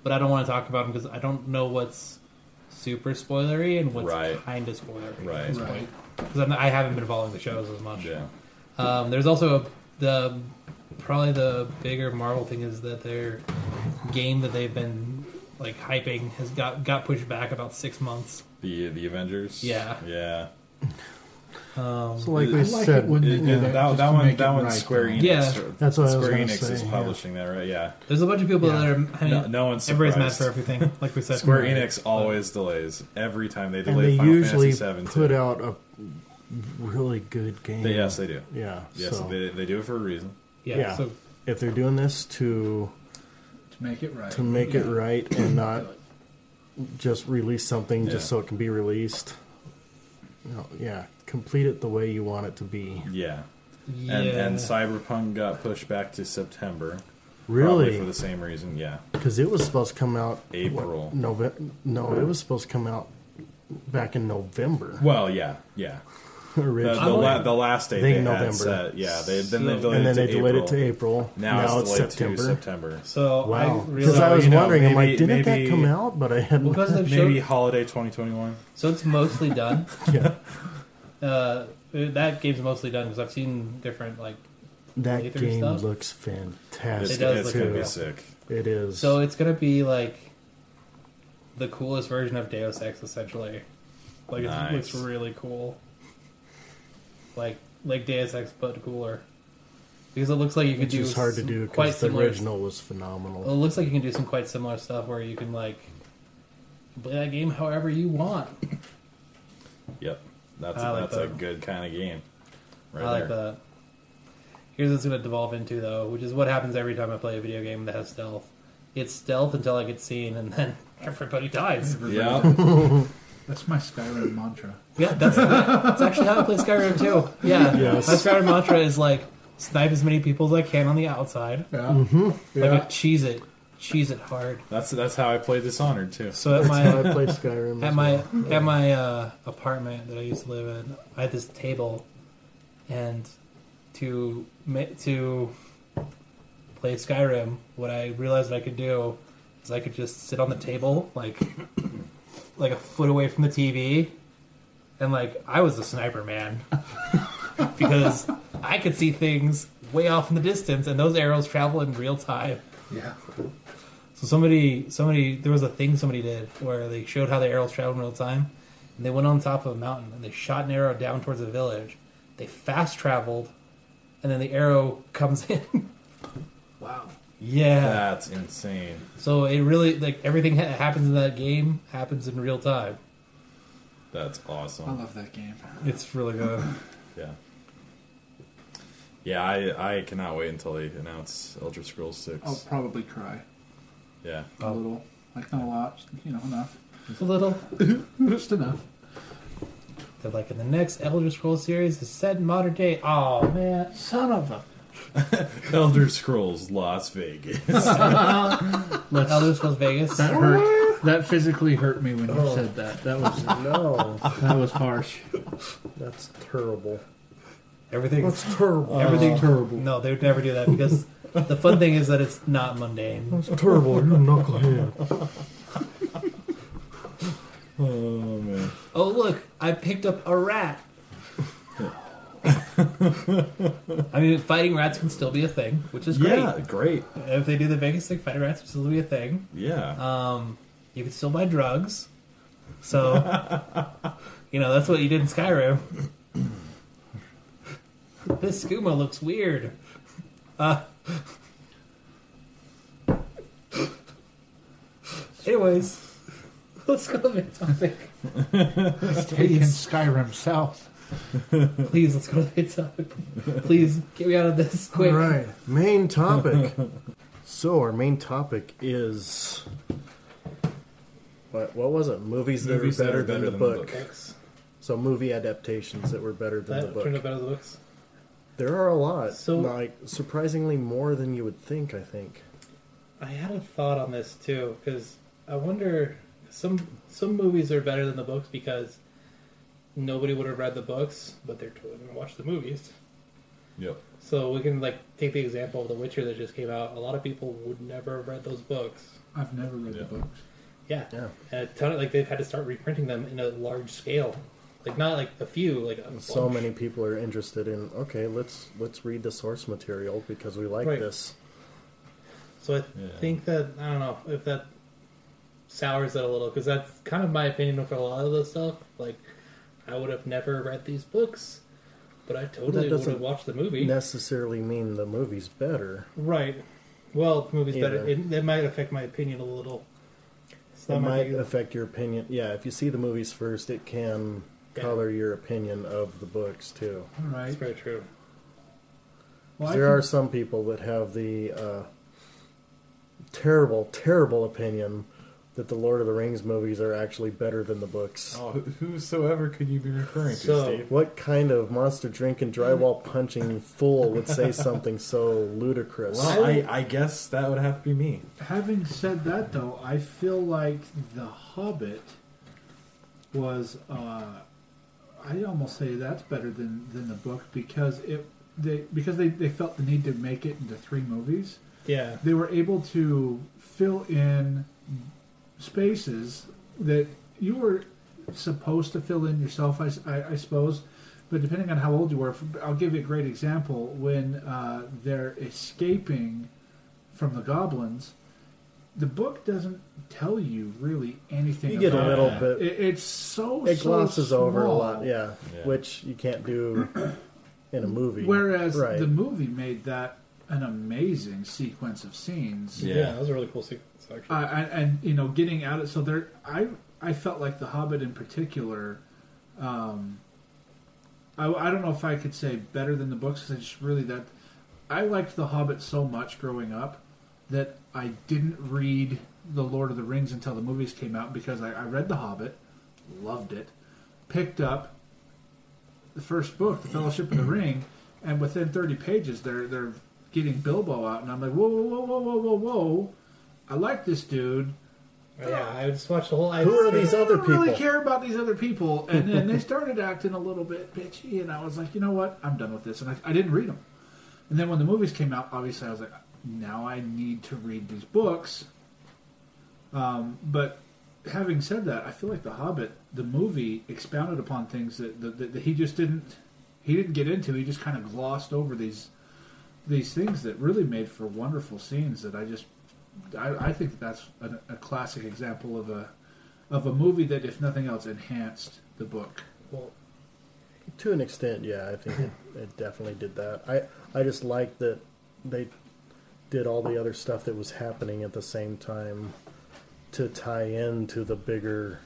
but I don't want to talk about them because I don't know what's super spoilery and what's
Right.
kind of spoilery.
Right.
Because
Right.
I haven't been following the shows as much.
Yeah.
Um, there's also a, the probably the bigger Marvel thing is that their game that they've been like hyping has got got pushed back about six months.
the the Avengers.
Yeah.
Yeah.
Um,
So like we said,
It- it-
yeah.
that that one that one's Square Enix.
Yeah.
That's what I was
Square
gonna
Enix is
say, yeah.
publishing that, right? Yeah.
There's a bunch of people
Yeah.
that are. I mean,
no, no one's
everybody's mad
surprised.
for everything, like we said.
Square Enix always delays every time they
and
delay
they
Final
usually
Fantasy VII.
put out a really good game.
They- yes, they do.
Yeah.
Yes,
so-
they, they do it for a reason.
yeah. if they're doing this to
To make it right.
to make it right and not just release something
Yeah.
just so it can be released. No, yeah, complete it the way you want it to be.
Yeah.
Yeah.
And, and Cyberpunk got pushed back to September.
Really?
Probably for the same reason. Yeah.
Because it was supposed to come out
April.
November. No, it was supposed to come out back in November.
Well, yeah, yeah. The,
Originally.
the, la- the last date
I think
they
November.
had set, yeah. They, then they
So-
delayed
and then
it to
they delayed
April.
it to April.
Now,
Now
it's
it's
delayed
September.
to September.
So
Wow.
I
Because
realized
I was
you know,
wondering, I'm
maybe-
like, didn't
maybe-
that come out? But I hadn't.
Well, 'cause they've
Maybe
showed-
holiday 2021.
so it's mostly done.
Yeah.
Uh, that game's mostly done because I've seen different like
that
playthrough
game
stuff.
It's,
looks fantastic.
It does
it's
look
gonna
good.
be sick.
It is.
So it's gonna be like the coolest version of Deus Ex, essentially. Like it's-
Nice.
it looks really cool. Like like Deus Ex, but cooler. Because it looks like you could
which
do
is hard to
some
do
quite
because the
similar.
original was
It
phenomenal.
looks like you can do some quite similar stuff where you can like play that game however you want.
Yep. That's
I like
that's a
that.
good kind of game. Right
I like
there.
that. Here's what's going to devolve into, though, which is what happens every time I play a video game that has stealth. It's stealth until I get seen, and then everybody dies.
Yeah.
That's my Skyrim mantra.
Yeah, that's, that's actually how I play Skyrim too. Yeah,
Yes.
my Skyrim mantra is like snipe as many people as I can on the outside.
Yeah. Mm-hmm.
Like cheese it, cheese it hard.
That's that's how I played Dishonored too.
So at my at my at my uh, apartment that I used to live in, I had this table, and to ma- to play Skyrim, what I realized I could do is I could just sit on the table like like a foot away from the TV, and like I was a sniper man because I could see things way off in the distance, and those arrows travel in real time.
Yeah.
So somebody, somebody, there was a thing somebody did where they showed how the arrows travel in real time, and they went on top of a mountain and they shot an arrow down towards a village. They fast traveled, and then the arrow comes in.
Wow.
yeah.
That's insane.
So it really like everything that happens in that game happens in real time.
That's awesome.
I
Uh-huh.
love that game.
It's really good.
Yeah. Yeah, I I cannot wait until they announce Elder Scrolls Six.
Oh.
I'll probably cry
Yeah.
a little, like not a lot, just, you know, enough,
It's a little.
just enough.
They're like in the next Elder Scrolls series is set in modern day. Oh man, son of a.
Elder Scrolls Las Vegas.
Let's-
Elder Scrolls Vegas.
That hurt. That physically hurt me when you
Oh.
said that. That was
No,
that was harsh.
that's terrible.
Everything.
That's terrible.
Everything terrible.
No, they would never do that because the fun thing is that it's not mundane.
That's terrible. You knucklehead.
oh man.
Oh look, I picked up a rat. I mean, fighting rats can still be a thing, which is great.
Yeah, great.
If they do the Vegas thing, fighting rats can still be a thing.
Yeah.
Um, you can still buy drugs. So, you know, that's what you did in Skyrim. this skooma looks weird. Uh, anyways, let's go to the main topic.
It's taken Skyrim South.
Please, let's go to the main topic. Please, get me out of this
All
quick.
right. Main topic. so our main topic is what? What was it? Movies that
Movies
are
that
better,
are
than,
better
the
than the
book. So movie adaptations that were better than the book.
out of the books.
There are a lot.
So-
like surprisingly more than you would think. I think.
I had a thought on this too because I wonder some some movies are better than the books because nobody would have read the books, but they're totally gonna watch the movies.
Yep.
So we can like take the example of The Witcher that just came out. A lot of people would never have read those books.
I've never read the books.
Yeah,
Yeah.
and a ton of like they've had to start reprinting them in a large scale, like not like a few, like a
So
bunch.
many people are interested in. Okay, let's let's read the source material because we like
Right.
this.
So I
Yeah.
think that I don't know if that sours it a little because that's kind of my opinion of a lot of the stuff. Like, I would have never read these books, but I totally would
doesn't
have watched the movie.
Necessarily mean the movie's better.
Right. Well, the movie's better.
Yeah.
It, that might affect my opinion a little. So
That
that might
might
be-
affect your opinion. Yeah, if you see the movies first, it can
Yeah.
color your opinion of the books too.
All right.
That's very true.
Well, I
there
can-
are some people that have the uh, terrible, terrible opinion that the Lord of the Rings movies are actually better than the books.
Oh, wh- whosoever could you be referring to,
So-
Steve?
What kind of monster drinking drywall punching fool would say something so ludicrous?
Well, I, I guess that would have to be me.
Having said that, though, I feel like The Hobbit was. Uh, I'd almost say that's better than, than the book because it they because they, they felt the need to make it into three movies.
Yeah.
They were able to fill in spaces that you were supposed to fill in yourself, I, s- I- I suppose. But depending on how old you were, f- I'll give you a great example. When uh, they're escaping from the goblins, the book doesn't tell you really anything.
You get a
about
little
that.
bit-
It, it's so
it
so
glosses over a
small.
lot, yeah,
Yeah.
which you can't do in a movie.
Whereas
right.
the movie made that an amazing sequence of scenes.
Yeah.
yeah, that was a really cool sequence actually.
I, I, and you know, getting out of so there, I I felt like The Hobbit in particular. Um, I, I don't know if I could say better than the books because I just really that I liked The Hobbit so much growing up that I didn't read The Lord of the Rings until the movies came out because I, I read The Hobbit, loved it, picked up the first book, The Fellowship of the Ring, and within 30 pages they're they're getting Bilbo out, and I'm like, whoa, whoa, whoa, whoa, whoa, whoa, whoa. I like this dude.
Yeah, I just watched the whole. I
I don't really care about these other people. And then they started acting a little bit bitchy, and I was like, you know what? I'm done with this. And I, I didn't read them. And then when the movies came out, obviously I was like, now I need to read these books. Um, but having said that, I feel like The Hobbit, the movie, expounded upon things that, that, that, that he just didn't he didn't get into. He just kind of glossed over these these things that really made for wonderful scenes that I just I, I think that's a, a classic example of a of a movie that, if nothing else, enhanced the book.
Well, to an extent, yeah, I think it, it definitely did that. I I just like that they did all the other stuff that was happening at the same time to tie into the bigger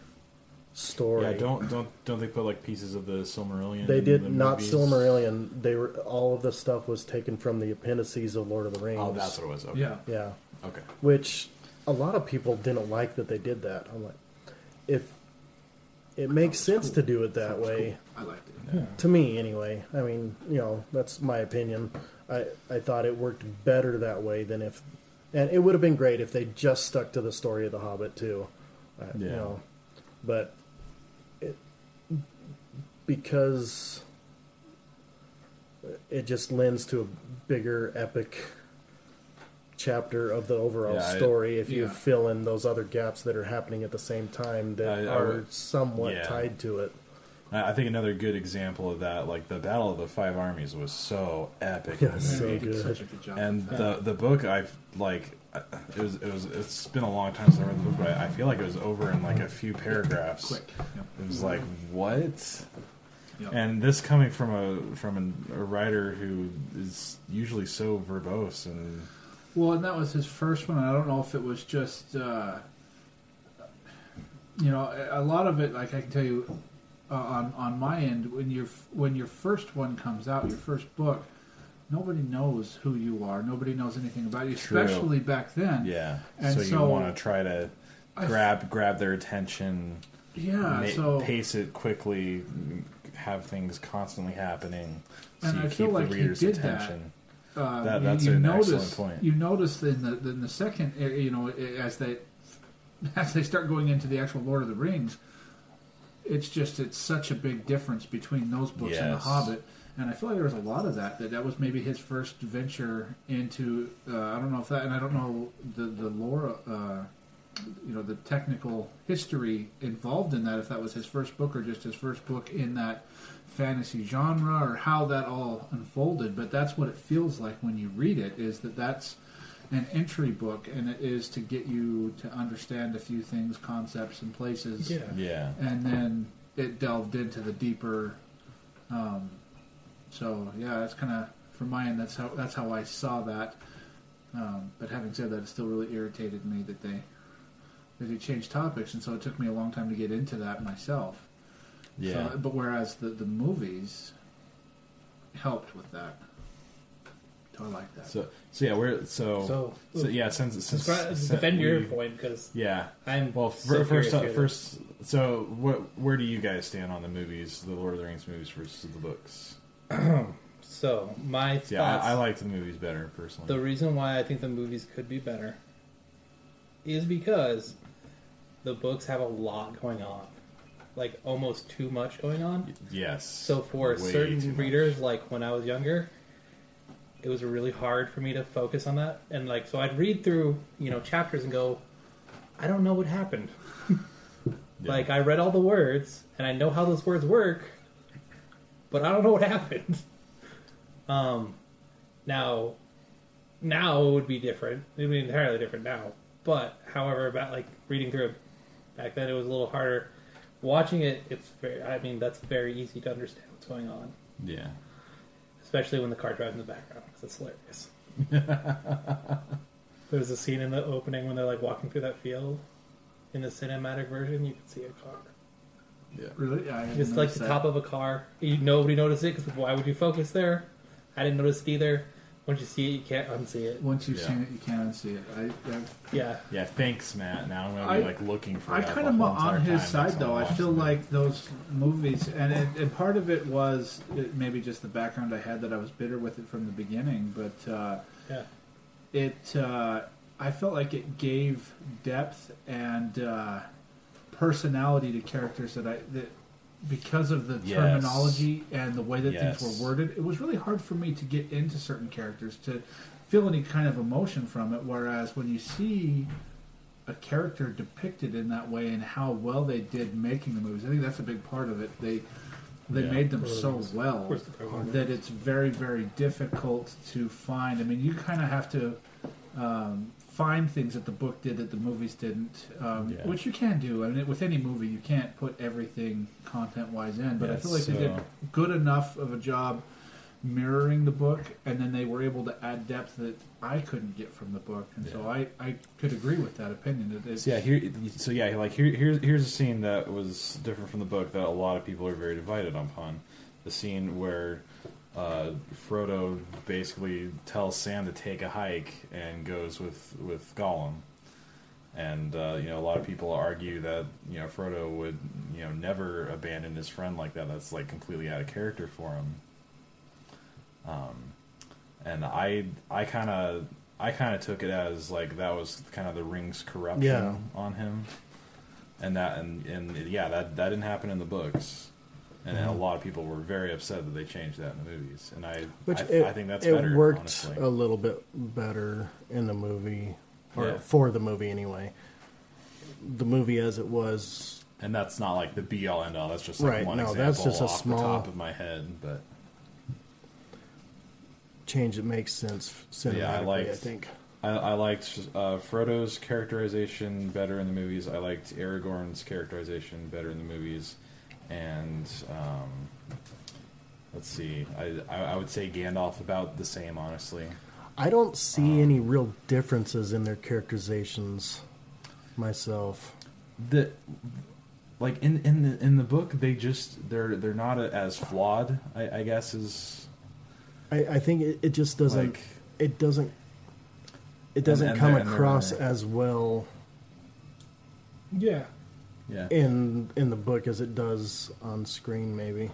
story.
Yeah, don't don't don't they put like pieces of the Silmarillion?
They
in the
did not
movies?
Silmarillion. They were all of the stuff was taken from the appendices of Lord of the Rings.
Oh, that's what it was. Okay.
Yeah.
Yeah.
Okay.
Which a lot of people didn't like that they did that. I'm like, if it makes sense to do it that way,
I liked it.
to me anyway. I mean, you know, that's my opinion. I I thought it worked better that way than if, and it would have been great if they just stuck to the story of the Hobbit too. Uh, You
Yeah.
know, but it because it just lends to a bigger epic chapter of the overall
Yeah, I-
story if you
yeah.
fill in those other gaps that are happening at the same time that
I- I
are
would-
somewhat
yeah.
tied to it.
I I think another good example of that, like the Battle of the Five Armies, was so epic.
Yeah, so
They did such a good job.
And the the book I've like uh, it was it was it's been a long time since I read the book, but I, I feel like it was over in like a few paragraphs.
Quick, Mm-hmm. yeah.
It was like what?
Yeah.
And this coming from a from an, a writer who is usually so verbose and
Well, and that was his first one. and I don't know if it was just, uh, you know, a- a lot of it. Like I can tell you, uh, on on my end, when your when your first one comes out, your first book, nobody knows who you are. Nobody knows anything about you,
True.
especially back then.
yeah.
And
so,
so-
you want to try to
I-
grab grab their attention.
Yeah, so-
pace it quickly. Have things constantly happening, so
And
you
I feel
keep
like
the
he
reader's
did that.
attention.
Uh,
That-
you-
that's
you
an
notice,
excellent point.
You notice in the in the second, uh, you know, as they as they start going into the actual Lord of the Rings, it's just it's such a big difference between those books and the
Yes.
Hobbit. And I feel like there was a lot of that. That that was maybe his first venture into. Uh, I don't know if that, and I don't know the the lore. Uh, you know the technical history involved in that if that was his first book or just his first book in that fantasy genre or how that all unfolded but that's what it feels like when you read it is that that's an entry book and it is to get you to understand a few things concepts and places
Yeah.
Yeah.
and then it delved into the deeper um, so yeah that's kind of from my end that's how that's how i saw that um, but having said that it still really irritated me that they that it changed topics, and so it took me a long time to get into that myself.
Yeah.
So, but whereas the, the movies helped with that, so I like that.
So, so yeah, we're so
So-
so, yeah. Since, since,
Describe-
since
defend your
we-
point, 'cause
yeah,
I'm
well.
so
fir-
curious
first, uh,
to hear
first. So, what? Where do you guys stand on the movies, the Lord of the Rings movies versus the books?
so my thoughts.
Yeah, I, I liked the movies better personally.
The reason why I think the movies could be better is because the books have a lot going on, like almost too much going on.
yes.
So for
Way too
certain
much.
readers, like when I was younger, it was really hard for me to focus on that, and like so I'd read through you know chapters and go, I don't know what happened. Like I read all the words and I know how those words work, but I don't know what happened. Um, now, now it would be different. It would be entirely different now. But however, about like reading through it back then, it was a little harder. Watching it, it's very. I mean, that's very easy to understand what's going on,
yeah,
especially when the car drives in the background because it's hilarious. There's a scene in the opening when they're like walking through that field. In the cinematic version, you can see a car.
yeah.
Really, yeah, I hadn't
It's like
noticed
the
that.
top of a car. You, nobody noticed it because why would you focus there? I didn't notice it either. Once you see it, you can't unsee it.
Once you've
Yeah.
seen it, you can see it. I, I've-
Yeah.
yeah. Thanks, Matt. Now I'm gonna be
I-
like looking for.
I
that
kind
the
of am
whole
on
entire
his
time.
side
That's
though.
why
I
watched
feel
the movie.
like those movies, and it, and part of it was it, maybe just the background I had that I was bitter with uh, it from the beginning, but. Uh,
Yeah.
it uh, I felt like it gave depth and uh, personality to characters that I that because of the
Yes.
terminology and the way that
Yes.
things were worded, it was really hard for me to get into certain characters to feel any kind of emotion from it. Whereas when you see a character depicted in that way and how well they did making the movies, I think that's a big part of it. They they
Yeah.
made them
Well,
so
it's-
well
of course the program
that it's very very difficult to find. I mean, you kind of have to um, find things that the book did that the movies didn't, um,
Yeah.
which you can do. I mean, with any movie, you can't put everything content wise in, but I
Yeah,
feel like they did
so-
good enough of a job mirroring the book, and then they were able to add depth that I couldn't get from the book, and so I, I could agree with that opinion. That it's,
So yeah, here. So yeah, like here, here's here's a scene that was different from the book that a lot of people are very divided upon. The scene where uh, Frodo basically tells Sam to take a hike and goes with with Gollum, and uh, you know a lot of people argue that you know Frodo would you know never abandon his friend like that. That's like completely out of character for him. Um, and I I kind of I kind of took it as like that was kind of the ring's corruption
Yeah.
on him, and that and and yeah that that didn't happen in the books, and a
Mm-hmm.
lot of people were very upset that they changed that in the movies, and I
Which
I,
it,
I think that's
it
better.
worked
honestly.
a little bit better in the movie, or
Yeah.
for the movie anyway. The movie as it was,
and that's not like the be all end all. That's just like
Right,
one
no,
example
that's just a
off
small-
the top of my head, but
change that makes sense f-
but
cinematically.
yeah, I liked.
I think
I, I liked uh, Frodo's characterization better in the movies. I liked Aragorn's characterization better in the movies, and um, let's see. I, I I would say Gandalf about the same, honestly.
I don't
Um,
see any real differences in their characterizations myself.
the like in in the in the book they just they're they're not as flawed I, I guess is
I, I think it, it just doesn't.
Like-
it doesn't. It doesn't
and uh,
come
they're- and they're-
across as well
yeah.
yeah
in in the book as it does on screen. Maybe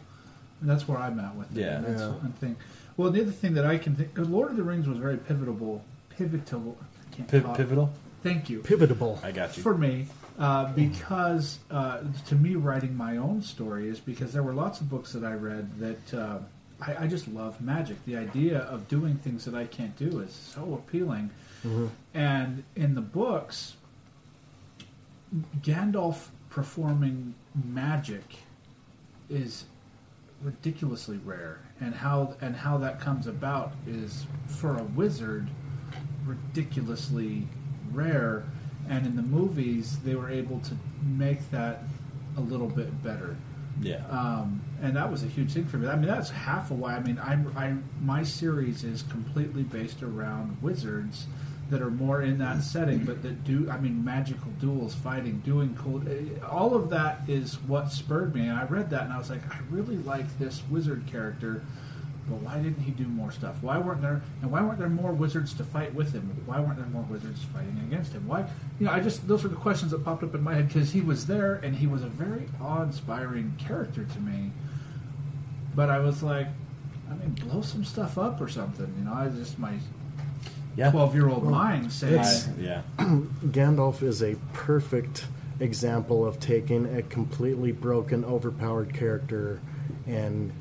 And that's where I'm at with it.
Yeah.
That's
Yeah.
one thing. Well, the other thing that I can think, 'cause Lord of the Rings was very pivotal, pivotal. I can't
Pi-
uh,
talk.
pivotal?
Thank you.
Pivotable.
I got you.
For me, uh, because uh, to me, writing my own story is because there were lots of books that I read that uh, I, I just love magic. The idea of doing things that I can't do is so appealing. And in the books, Gandalf performing magic is ridiculously rare, and how and how that comes about is for a wizard ridiculously rare. And in the movies, they were able to make that a little bit better.
yeah
uh,
Um, and that was a huge thing for me. I mean, that's half of why. I mean, I, I my series is completely based around wizards that are more in that setting, but that do. I mean, magical duels, fighting, doing cool. eh, All of that is what spurred me. And I read that, and I was like, I really like this wizard character. But why didn't he do more stuff? Why weren't there and why weren't there more wizards to fight with him? Why weren't there more wizards fighting against him? Why, you know, I just those were the questions that popped up in my head because he was there and he was a very awe-inspiring character to me. But I was like, I mean, blow some stuff up or something, you know. I just my
Yeah.
twelve-year-old
Well,
mind
it's-
says,
yeah
Gandalf is a perfect example of taking a completely broken, overpowered character and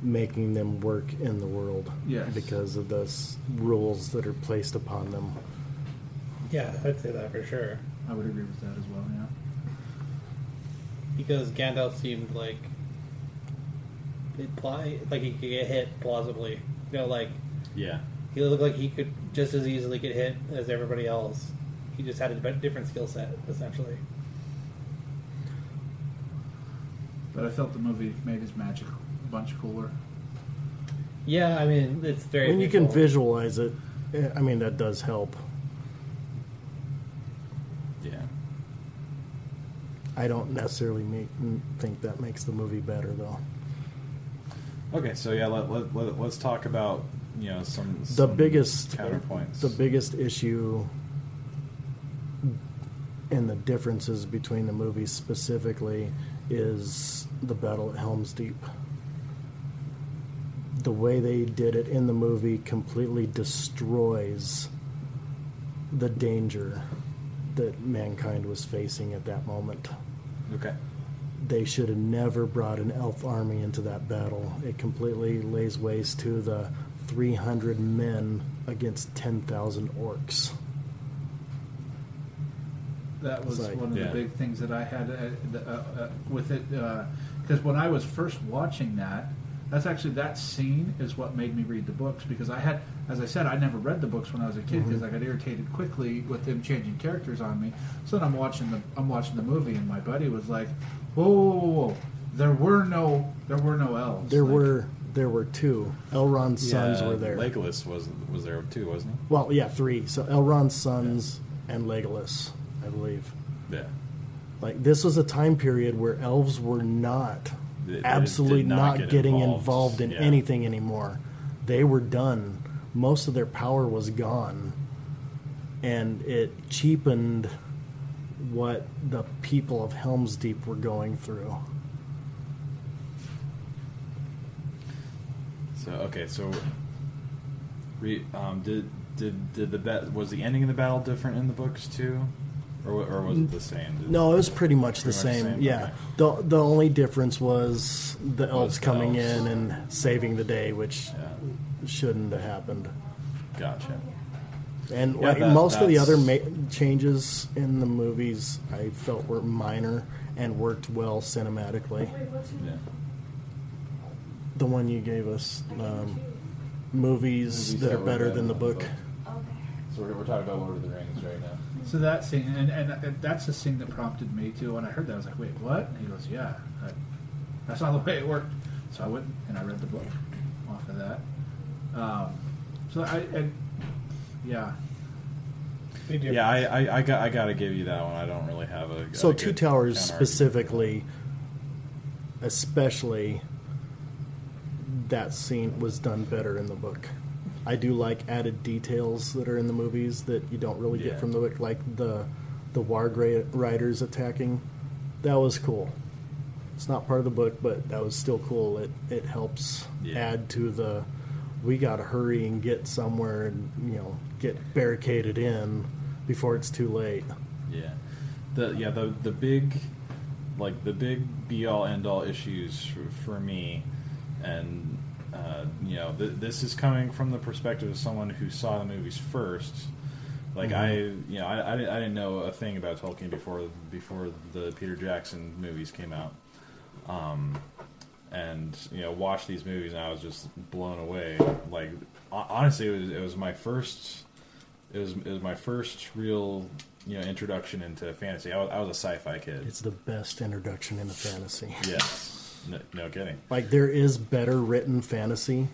making them work in the world
Yes.
because of the s- rules that are placed upon them.
Yeah, I'd say that for sure.
I would agree with that as well. Yeah.
because Gandalf seemed like imply like he could get hit plausibly. You know, like
yeah
he looked like he could just as easily get hit as everybody else. He just had a bit different skill set, essentially.
But I felt the movie made his magic a bunch cooler.
Yeah, I mean it's very.
when you can
visual.
visualize it, eh, I mean, that does help.
yeah
I don't necessarily make, m- think that makes the movie better, though.
okay so yeah let, let, let, let's talk about you know some
the
some
biggest
counterpoints
the biggest issue and the differences between the movies specifically is the battle at Helm's Deep. The way they did it in the movie completely destroys the danger that mankind was facing at that moment.
Okay.
They should have never brought an elf army into that battle. It completely lays waste to the 300 men against 10,000 orcs.
That was
It's like-
one of
Yeah.
the big things that I had uh, the- uh, uh, with it because when I was first watching that, that's actually that scene is what made me read the books because I had, as I said, I never read the books when I was a kid because
Mhm.
I got irritated quickly with them changing characters on me. So then I'm watching the I'm watching the movie and my buddy was like, "Whoa, whoa, whoa, whoa. there were no there were no elves."
There were there were two. Elrond's sons
Yeah,
were there.
Legolas was was there too, wasn't
Well, yeah, three. So Elrond's sons and Legolas, I believe.
he? Yeah.
Like this was a time period where elves were not
They- they
absolutely
did not
not,
get
getting
involved.
involved, in
Yeah.
anything anymore. They were done. Most of their power was gone, and it cheapened what the people of Helm's Deep were going through.
So okay, so re, um, did did did the bet was the ending of the battle different in the books too, or wa- or was it the same? Did-
No, it was pretty much the
Pretty much
same.
the same,
Yeah.
okay.
The the only difference was the elves
the
coming
elves.
in and saving the day, which shouldn't have happened.
Gotcha.
And
Yeah,
like,
that-
most of the
that's-
other ma- changes in the movies I felt were minor and worked well cinematically.
Yeah.
The one you gave us, um, movies,
Movies
that
that
are
were
better
better
than the
than the
book.
So we're, we're talking about Lord of the Rings right now.
So that scene, and, and, and that's the scene that prompted me to. When I heard that, I was like, "Wait, what?" And he goes, "Yeah, that, that's not the way it worked." So I went and I read the book off of that. Um, so I, and, yeah,
Yeah, I, I, I got I gotta give you that one. I don't really have a
So
a
Two
good
Towers
counter-argument.
specifically, especially that scene was done better in the book. I do like added details that are in the movies that you don't really
Yeah.
get from the book, like the the War Gra- Riders attacking. That was cool. It's not part of the book, but that was still cool. It it helps
Yeah.
add to the we got to hurry and get somewhere and you know get barricaded in before it's too late.
Yeah, the yeah the the big like the big be all end all issues for, for me, and uh, you know th- this is coming from the perspective of someone who saw the movies first. Like I, you know, I, I, didn't, I didn't know a thing about Tolkien before before the Peter Jackson movies came out, um, and you know, watched these movies and I was just blown away. Like ho- honestly, it was it was my first it was, it was my first real you know introduction into fantasy. I was, I was a sci-fi kid.
It's the best introduction into fantasy.
Yes, no, no kidding.
Like there is better written fantasy,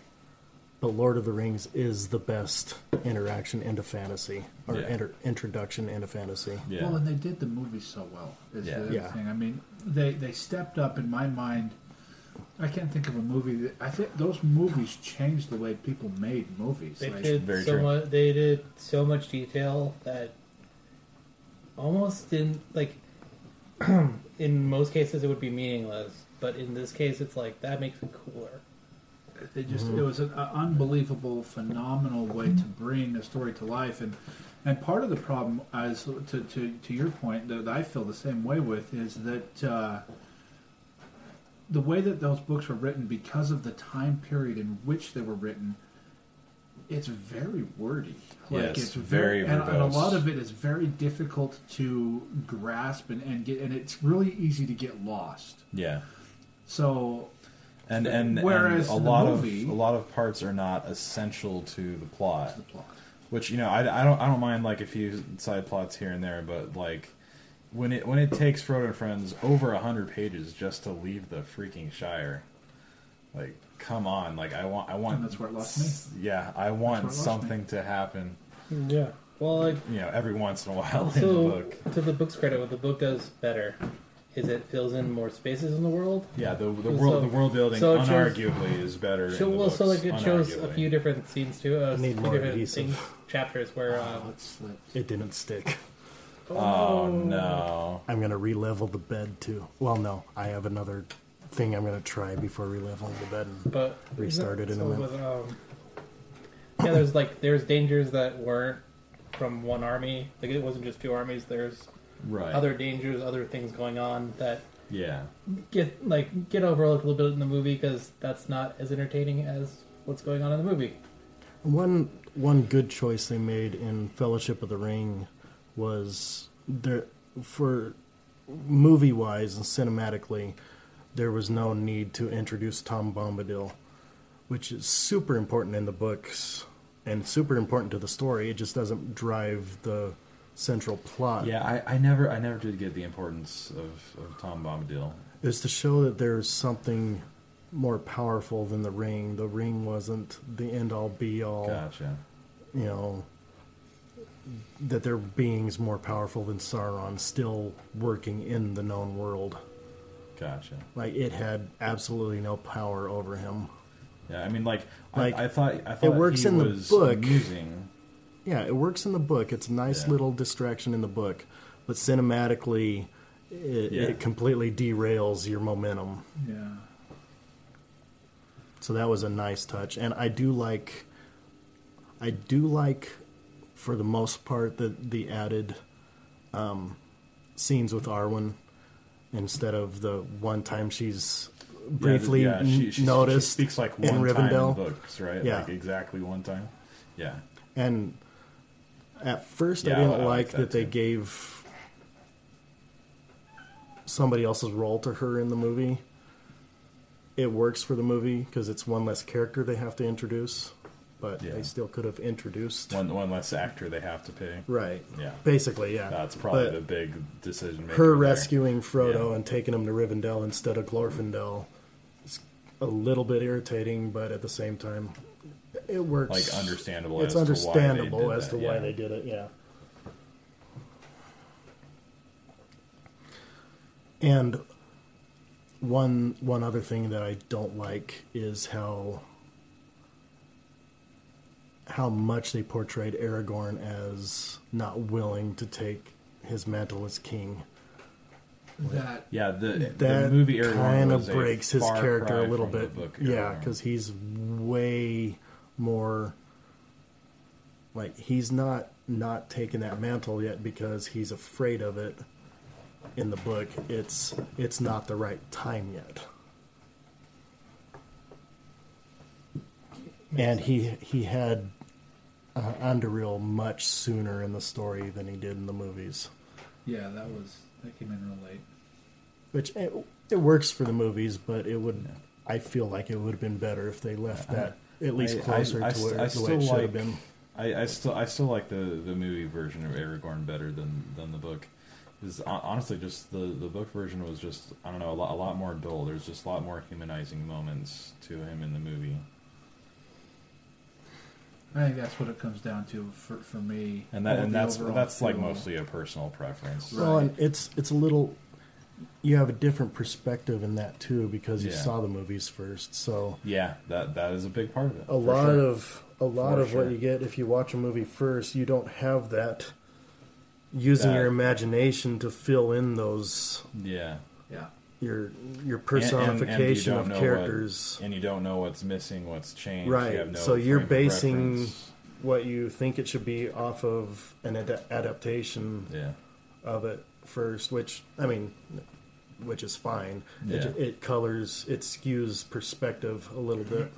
but Lord of the Rings is the best interaction into fantasy or
Yeah.
inter- introduction into fantasy.
Well, and they did the movie so well. Is
Yeah.
the other
Yeah.
thing. I mean, they they stepped up in my mind. I can't think of a movie that I think those movies changed the way people made movies.
They
Like-
did so
uh,
much. They did so much detail that almost didn't like. in most cases, it would be meaningless, but in this case, it's like that makes it cooler.
They just it was an uh, unbelievable, phenomenal way to bring a story to life, and and part of the problem, as to to, to your point, that I feel the same way with is that uh, the way that those books were written, because of the time period in which they were written, it's very wordy.
Yes,
it's
very
and, and a
verbose.
lot of it is very difficult to grasp and, and get, and it's really easy to get lost.
Yeah,
So
and and
Whereas
and
the
a lot
movie-
of a lot of parts are not essential to the plot.
The plot.
Which you know, I, I don't I don't mind like a few side plots here and there, but like when it when it takes Frodo and Friends over hundred pages just to leave the freaking Shire, like come on, like I want I want
And that's where it lost
me. Yeah, I
where
want
it lost me.
something to happen.
Yeah. Well, like
You know, every once in a while in the
also
book.
to the book's credit, what the book does better is it fills in more spaces in the world.
Yeah, the, the
So-
world the world building
so it shows-
unarguably is better.
So,
in the
well, so like
books,
it shows a
unarguably.
few different scenes too. Uh, a few
need more
different
adhesive.
things, chapters where uh,
It didn't stick.
Oh no.
I'm gonna relevel the bed too. Well, no, I have another thing I'm gonna try before releveling the bed and
but
restart it in a
so,
minute.
but, um, yeah, there's like there's dangers that weren't from one army. Like it wasn't just two armies. There's
Right.
other dangers, other things going on that
Yeah.
get like get overlooked a little bit in the movie because that's not as entertaining as what's going on in the movie.
One one good choice they made in Fellowship of the Ring was there for movie wise and cinematically, there was no need to introduce Tom Bombadil, which is super important in the books and super important to the story. It just doesn't drive the central plot.
Yeah, I, I never I never did get the importance of, of Tom Bombadil.
is to show that there's something more powerful than the ring. The ring wasn't the end all be all.
Gotcha.
You know, that there are beings more powerful than Sauron still working in the known world.
Gotcha.
Like, it had absolutely no power over him.
Yeah, I mean, like,
Like,
I, I thought I
it
thought
works
he
in the
was
book.
amusing.
Yeah, it works in the book. It's a nice
Yeah.
little distraction in the book, but cinematically, it,
Yeah.
it completely derails your momentum.
Yeah.
So that was a nice touch, and I do like, I do like, for the most part, the the added um, scenes with Arwen instead of the one time she's briefly
yeah, the- yeah, she, she, she
noticed
speaks like one
in
time in the
Rivendell.
books, right?
Yeah,
Like exactly one time. Yeah.
and at first I
Yeah, I-
didn't
I
like
like
that,
that
they gave somebody else's role to her in the movie. It works for the movie because it's one less character they have to introduce, but they still could have introduced
One one less actor they have to pay.
Right.
Yeah.
Basically, yeah.
That's probably
But
the big decision maker.
her
there.
rescuing Frodo
Yeah.
and taking him to Rivendell instead of Glorfindel. It's a little bit irritating, but at the same time, it works.
Like, understandable as
It's
to why they
understandable
did
as
that,
to why
yeah.
they did it. Yeah. And one one other thing that I don't like is how how much they portrayed Aragorn as not willing to take his mantle as king.
That
Yeah, the, the
That
movie Aragorn
kind of
was a
breaks his
far
character
cry
a little
from the
bit.
book
yeah,
Aragorn.
because he's way more like he's not not taking that mantle yet because he's afraid of it. In the book, it's it's not the right time yet. and he he had uh, Anduril much sooner in the story than he did in the movies,
Yeah, that was that came in real late.
which it, it works for the movies, but it would I feel like it would have been better if they left that at least
I- I-
closer
I
to
st-
where,
I
to
still
where it should
like-
have been.
I, I still I still like the, the movie version of Aragorn better than, than the book. Is honestly just the, the book version was just I don't know a lot a lot more dull. There's just a lot more humanizing moments to him in the movie.
I think that's what it comes down to for, for me.
And that
All
and
the
that's
overall
that's like
feel.
mostly a personal preference.
Well, and it's it's a little you have a different perspective in that too because you
Yeah.
saw the movies first, so.
Yeah, that that is a big part of it.
a
for
lot
sure.
of a lot
For
of
sure.
what you get if you watch a movie first you don't have that using
That-
your imagination to fill in those
Yeah.
Yeah.
your your
And- and- and you
personification
don't know what-
of characters
and you don't know what's missing, what's changed.
right
You have no
so you're
frame of
basing
reference.
what you think it should be off of an ad- adaptation
Yeah.
of it first which i mean which is fine it, ju-
Yeah.
it colors it skews perspective a little bit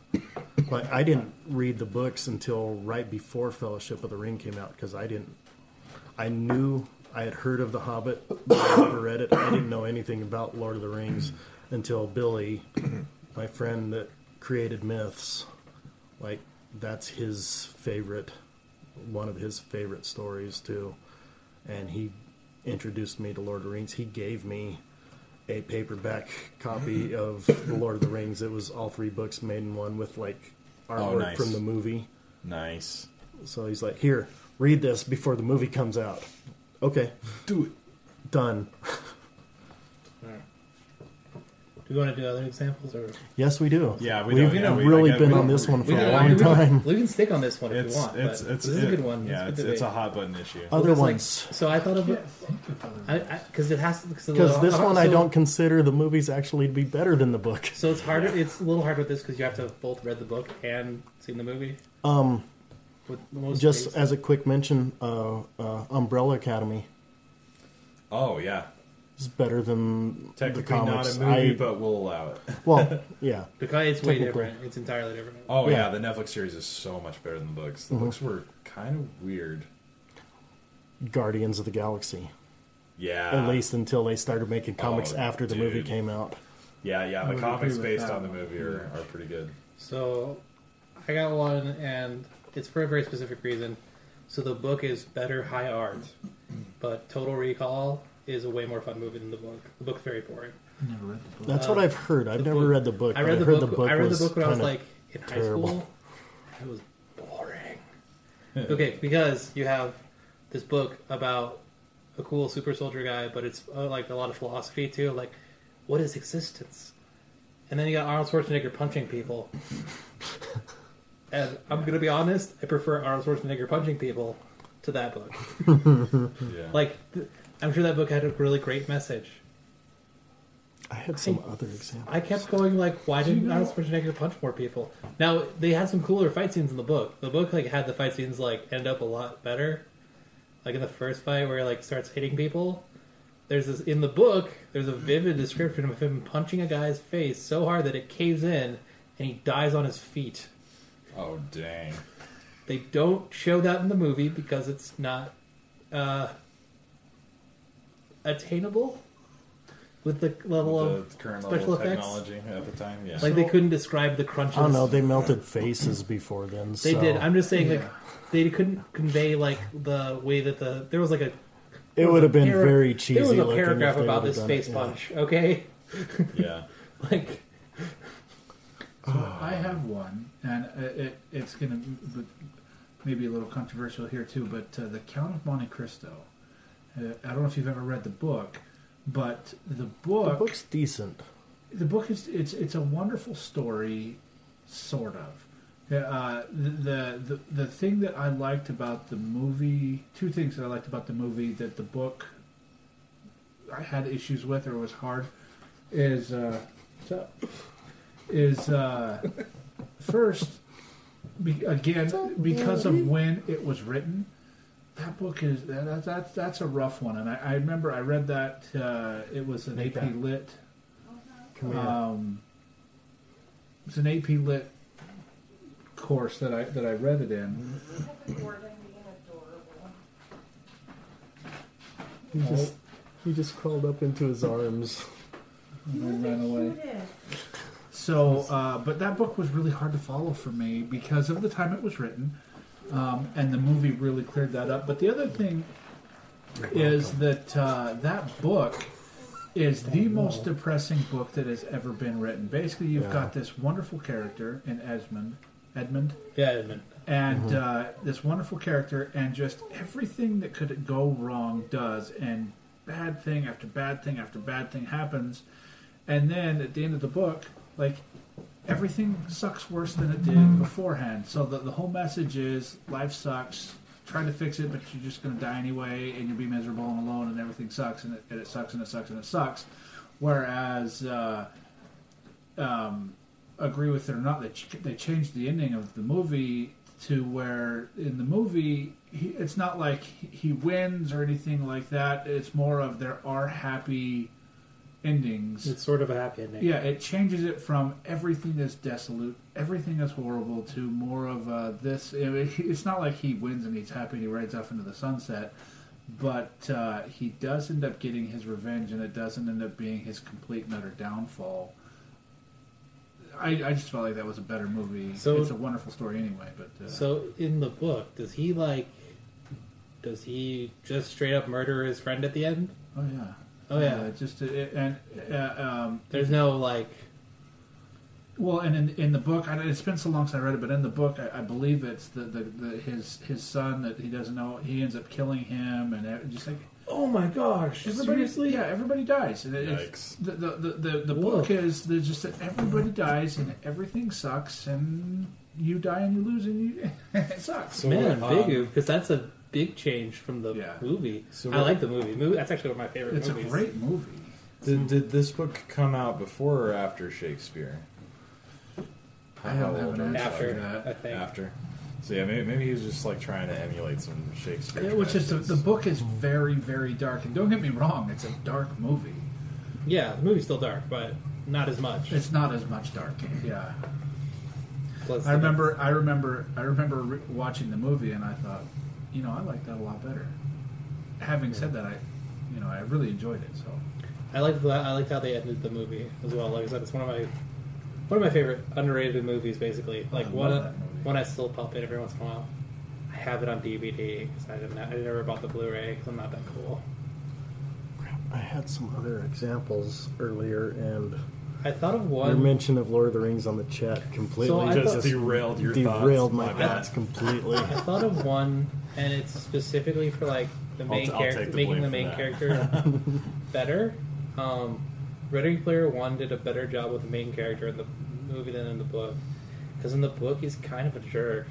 like i didn't read the books until right before fellowship of the ring came out because i didn't i knew i had heard of the hobbit but i never read it i didn't know anything about lord of the rings until billy my friend that created myths like that's his favorite one of his favorite stories too and he introduced me to lord of the rings he gave me a paperback copy of the lord of the rings it was all three books made in one with like
Oh,
artwork
nice.
from the movie
nice
so he's like here read this before the movie comes out okay
do it
done
Do we want to do other examples or?
yes we do
Yeah, we
have
don't- yeah, we-
really
I guess
been
we-
on this one for
we
a
don't-
long
we don't-
time
We can stick on this one if
It's-
we want.
it's-
but
it's-
this is a
it-
good one.
yeah,
It's a
it's-
good
it's a
debate.
hot button issue.
Other
Because, like,
ones.
so I thought of it because it has because
because this one i don't consider the movies actually to be better than the book
So it's harder. It's a little hard with this because you have to have both read the book and seen the movie.
Um,
with the most
Just
space.
as a quick mention, uh, uh, Umbrella Academy
Oh yeah,
is better than the
technically not
comics.
a movie,
I-
but we'll allow it.
well, yeah,
Because it's way
technically.
different. It's entirely different.
Oh yeah.
Yeah.
the Netflix series is so much better than the books. The
Mhm.
books were kind of weird.
Guardians of the Galaxy.
Yeah.
Ah.
At least until they started making comics
Oh,
after the
dude.
movie came out.
Yeah, yeah.
I
The
would
comics
agree with
based
that
on the
one.
movie are, are pretty good.
So I got one, and it's for a very specific reason. So the book is better high art, but Total Recall is a way more fun movie than the book. The book's very boring.
Never read the book.
That's
Um,
what I've heard. I've
the
never
book-
read the book.
I
but
read the
heard
book. I read the
was
book when I was
kinda
like in high
terrible.
school. It was boring. okay, because you have this book about a cool super soldier guy, but it's uh, like a lot of philosophy too. Like, what is existence? And then you got Arnold Schwarzenegger punching people. and I'm gonna be honest, I prefer Arnold Schwarzenegger punching people to that book.
Mm-hmm.
Yeah.
Like, th- I'm sure that book had a really great message.
I had some other examples.
I kept going like, why didn't Arnold Schwarzenegger punch more people? Now they had some cooler fight scenes in the book. The book like had the fight scenes like end up a lot better. Like in the first fight where he like starts hitting people. There's this in the book. There's a vivid description of him punching a guy's face so hard that it caves in and he dies on his feet.
Oh dang.
They don't show that in the movie because it's not uh, attainable with the level
With
of
the current
special
level of
effects.
technology at the time, yeah.
Like they couldn't describe the crunches.
I don't know. They melted faces before then.
They
so-
did. I'm just saying like
Yeah.
they couldn't convey like the way that the there was like a.
It
there was
would
a
have been
para-
very
There was
cheesy
a
looking if
paragraph
they
about
would've
this
done
face
it, yeah.
punch. Okay,
yeah.
like
So I have one, and it, it, it's going to be maybe a little controversial here too, but uh, the Count of Monte Cristo. Uh, I don't know if you've ever read the book, but the book
The book's decent.
the book is it's it's a wonderful story, sort of. Uh, the, the the thing that I liked about the movie, two things that I liked about the movie that the book I had issues with or was hard, is uh, so- is uh, first be, again because of when it was written. That book is that, that, that's that's a rough one, and I, I remember I read that uh, it was an AP Lit
Uh,
Come here.
um, it's an AP Lit course that I that I read it in.
he just he just crawled up into his arms.
and I ran away. So, uh, but that book was really hard to follow for me because of the time it was written, um, and the movie really cleared that up. But the other thing is that uh, that book is the most depressing book that has ever been written. Basically, you've
Yeah.
got this wonderful character in Esmond, Edmund,
yeah, it meant-
and uh, this wonderful character, and just everything that could go wrong does, and bad thing after bad thing after bad thing happens, and then at the end of the book, like everything sucks worse than it did beforehand. So the, the whole message is life sucks. Try to fix it, but you're just going to die anyway, and you'll be miserable and alone, and everything sucks, and it, and it sucks, and it sucks, and it sucks. Whereas, uh, um, agree with it or not, they, ch- they changed the ending of the movie to where in the movie he, it's not like he he wins or anything like that. It's more of there are happy endings.
it's sort of a happy ending.
Yeah, it changes it from everything is desolate, everything is horrible, to more of uh, this. I mean, It's not like he wins and he's happy and he rides off into the sunset, but uh, he does end up getting his revenge, and it doesn't end up being his complete and utter downfall. I, I just felt like that was a better movie.
So-
it's a wonderful story anyway, but uh,
So in the book, does he like? Does he just straight up murder his friend at the end?
oh yeah,
Oh yeah.
it just it, and uh, um,
There's no like.
Well, and in, in the book, I, it's been so long since I read it, but in the book, I, I believe it's the, the, the his his son that he doesn't know. He ends up killing him, and it- just like
Oh my gosh!
everybody,
Seriously?
yeah, everybody dies. And it- it's-
Yikes.
the the the, the, the
Whoa.
book is there's just that everybody dies and everything sucks, and you die and you lose and you it sucks.
So
Man,
um,
big because that's a big change from the
Yeah.
movie.
So
I
what-
like the movie. movie. That's actually one of my favorite
It's a
movies.
great movie.
Did, did this book come out before or after Shakespeare?
I don't have an
How old
answer
are we
for
after
talking?
that.
I think.
After. So yeah, maybe, maybe he was just like trying to emulate some Shakespeare.
It was just the, the book is very, very dark, and don't get me wrong, it's a dark movie.
Yeah, the movie's still dark, but not as much.
It's not as much dark. Yeah, I remember, I remember, I remember re- watching the movie, and I thought, you know, I like that a lot better. Having said that, I, you know, I really enjoyed it. So
I liked the, I liked how they ended the movie as well. Like I said, it's one of my one of my favorite underrated movies. Basically, like
I
one
love
I- one I still pop in every once in a while. I have it on DVD because I didn't I never bought the Blu-ray because I'm not that cool.
I had some other examples earlier, and
I thought of
your
one.
mention of Lord of the Rings on the chat completely
I Just thought-
derailed your thoughts.
derailed my,
My bad.
thoughts completely.
I thought of one, and it's specifically for like the
I'll
main
t- I'll
character,
take the
making
blame
the
for
main
that.
character better. Um, Ready Player One did a better job with the main character in the movie than in the book, because in the book he's kind of a jerk.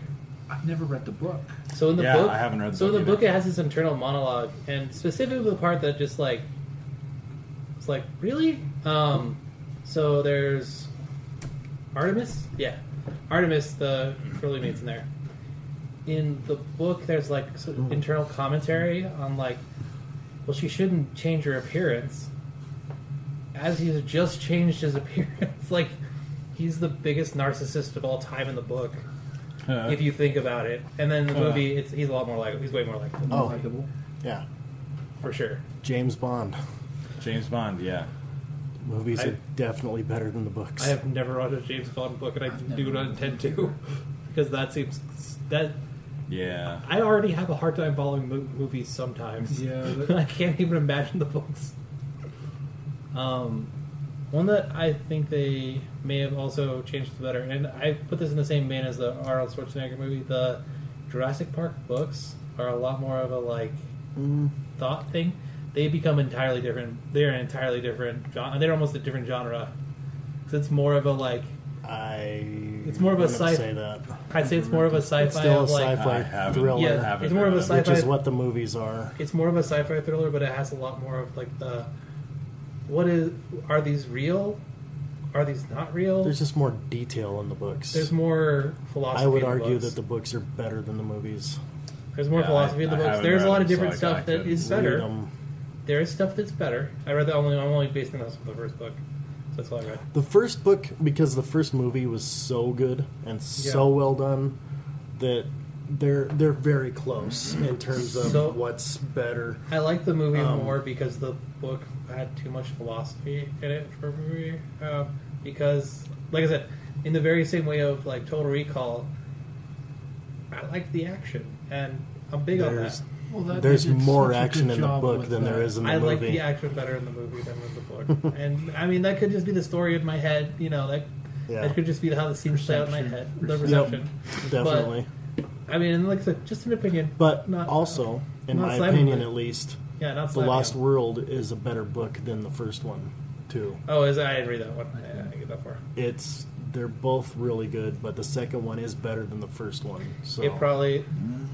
I've never read the book.
So in the
Yeah,
book,
I haven't read the
so
book
in the book
either.
it has this internal monologue, and specifically the part that just like it's like really. Um, so there's Artemis. Yeah, Artemis, the early mate's in there. In the book, there's like sort of internal commentary on like, well, she shouldn't change her appearance. As he's just changed his appearance, like he's the biggest narcissist of all time in the book.
Huh.
If you think about it, and then the
Huh.
movie, it's he's a lot more like he's way more like
Oh. yeah,
for sure.
James Bond
James Bond, yeah.
movies
I-
are definitely better than the books.
I have never read a James Bond book, and I do not intend to, because that seems that
Yeah.
I already have a hard time following mo- movies sometimes.
Yeah,
I can't even imagine the books. Um, one that I think they may have also changed for the better, and I put this in the same vein as the Arnold Schwarzenegger movie. The Jurassic Park books are a lot more of a like
Mm.
thought thing. They become entirely different. They are an entirely different genre. They're almost a different genre. 'Cause it's more of a like.
I.
It's more of a
wouldn't
sci.
say that.
I'd say it's more of a sci-fi.
It's still a
of, like,
sci-fi
I haven't-
thriller.
Yeah, I haven't
it's more of a
read it.
which
sci-fi
is what the movies are.
it's more of a sci-fi thriller, but it has a lot more of like the what is are these real? Are these not real?
There's just more detail in the books.
There's more philosophy.
I would
in the
argue
books.
that the books are better than the movies.
there's more
Yeah,
philosophy
I-
in the
I
books.
haven't
There's a
read
lot of
them, so
different
I- I
stuff that
couldn't
is
read
better.
Um,
There is stuff that's better. I read the only I'm only basing this on the first book. So that's all I read.
the first book, because the first movie was so good and so
Yeah.
well done, that they're they're very close in terms of
So-
what's better.
I like the movie
Um,
more because the book had too much philosophy in it for me. Uh, because, like I said, in the very same way of like Total Recall, I like the action, and I'm big on that.
There's-
Well, that-
There's
they did
more
such a
action
good
in the
job
book
with
than there
that.
is in the
I like
movie.
the action better in the movie than in the book, and I mean that could just be the story in my head. You know that
Yeah.
that could just be how the scenes play out in my head.
Perception.
The
Yep,
perception,
definitely.
But, I mean, and like I said, just an opinion,
But,
not
also, in
not
my
slamming
opinion,
it.
at least,
yeah, not
The
slamming
Lost
them.
World is a better book than the first one, too.
Oh, is I didn't read that one. I didn't get that far.
It's they're both really good, but the second one is better than the first one. So
It probably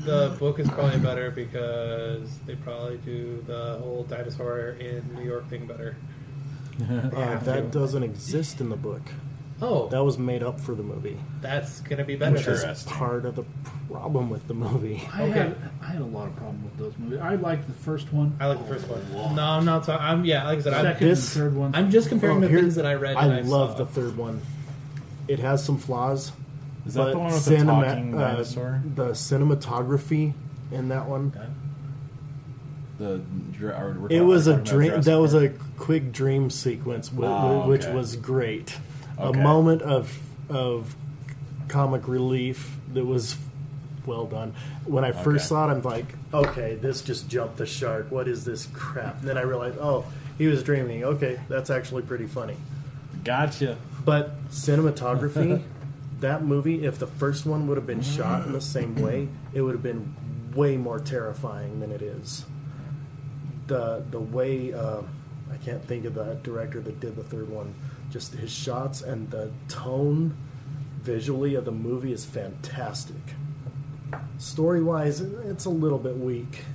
the book is probably better because they probably do the whole dinosaur in New York thing better.
Uh, that doesn't exist in the book.
Oh,
That was made up for the movie.
that's gonna be better.
Which
then.
is
Interesting.
part of the problem with the movie.
I
Okay.
had I had a lot of problem with those movies. I liked the first one.
I like the first one. No, I'm not. Talking, I'm yeah. Like I said, I'm,
Second
this-
and third one.
I'm just comparing
Oh,
the
here-
things that I read.
I,
and
love
saw.
the third one. It has some flaws.
Is that
but
the one with
cinema-
the talking
uh,
dinosaur?
the cinematography in that one.
The dr- or we're
It
talking-
was
we're talking
a
about
dream.
Jurassic
That was a
Park.
quick dream sequence, wh-
Ah,
wh- which
okay.
was great.
Okay.
A moment of of comic relief that was well done. When I
Okay.
first saw it, I'm like, okay, this just jumped the shark. What is this crap? And then I realized, oh, he was dreaming. Okay, that's actually pretty funny.
Gotcha.
But cinematography, that movie, if the first one would have been shot in the same way, it would have been way more terrifying than it is. The the way uh, I can't think of the director that did the third one. Just his shots and the tone, visually of the movie is fantastic. Story wise, it's a little bit weak,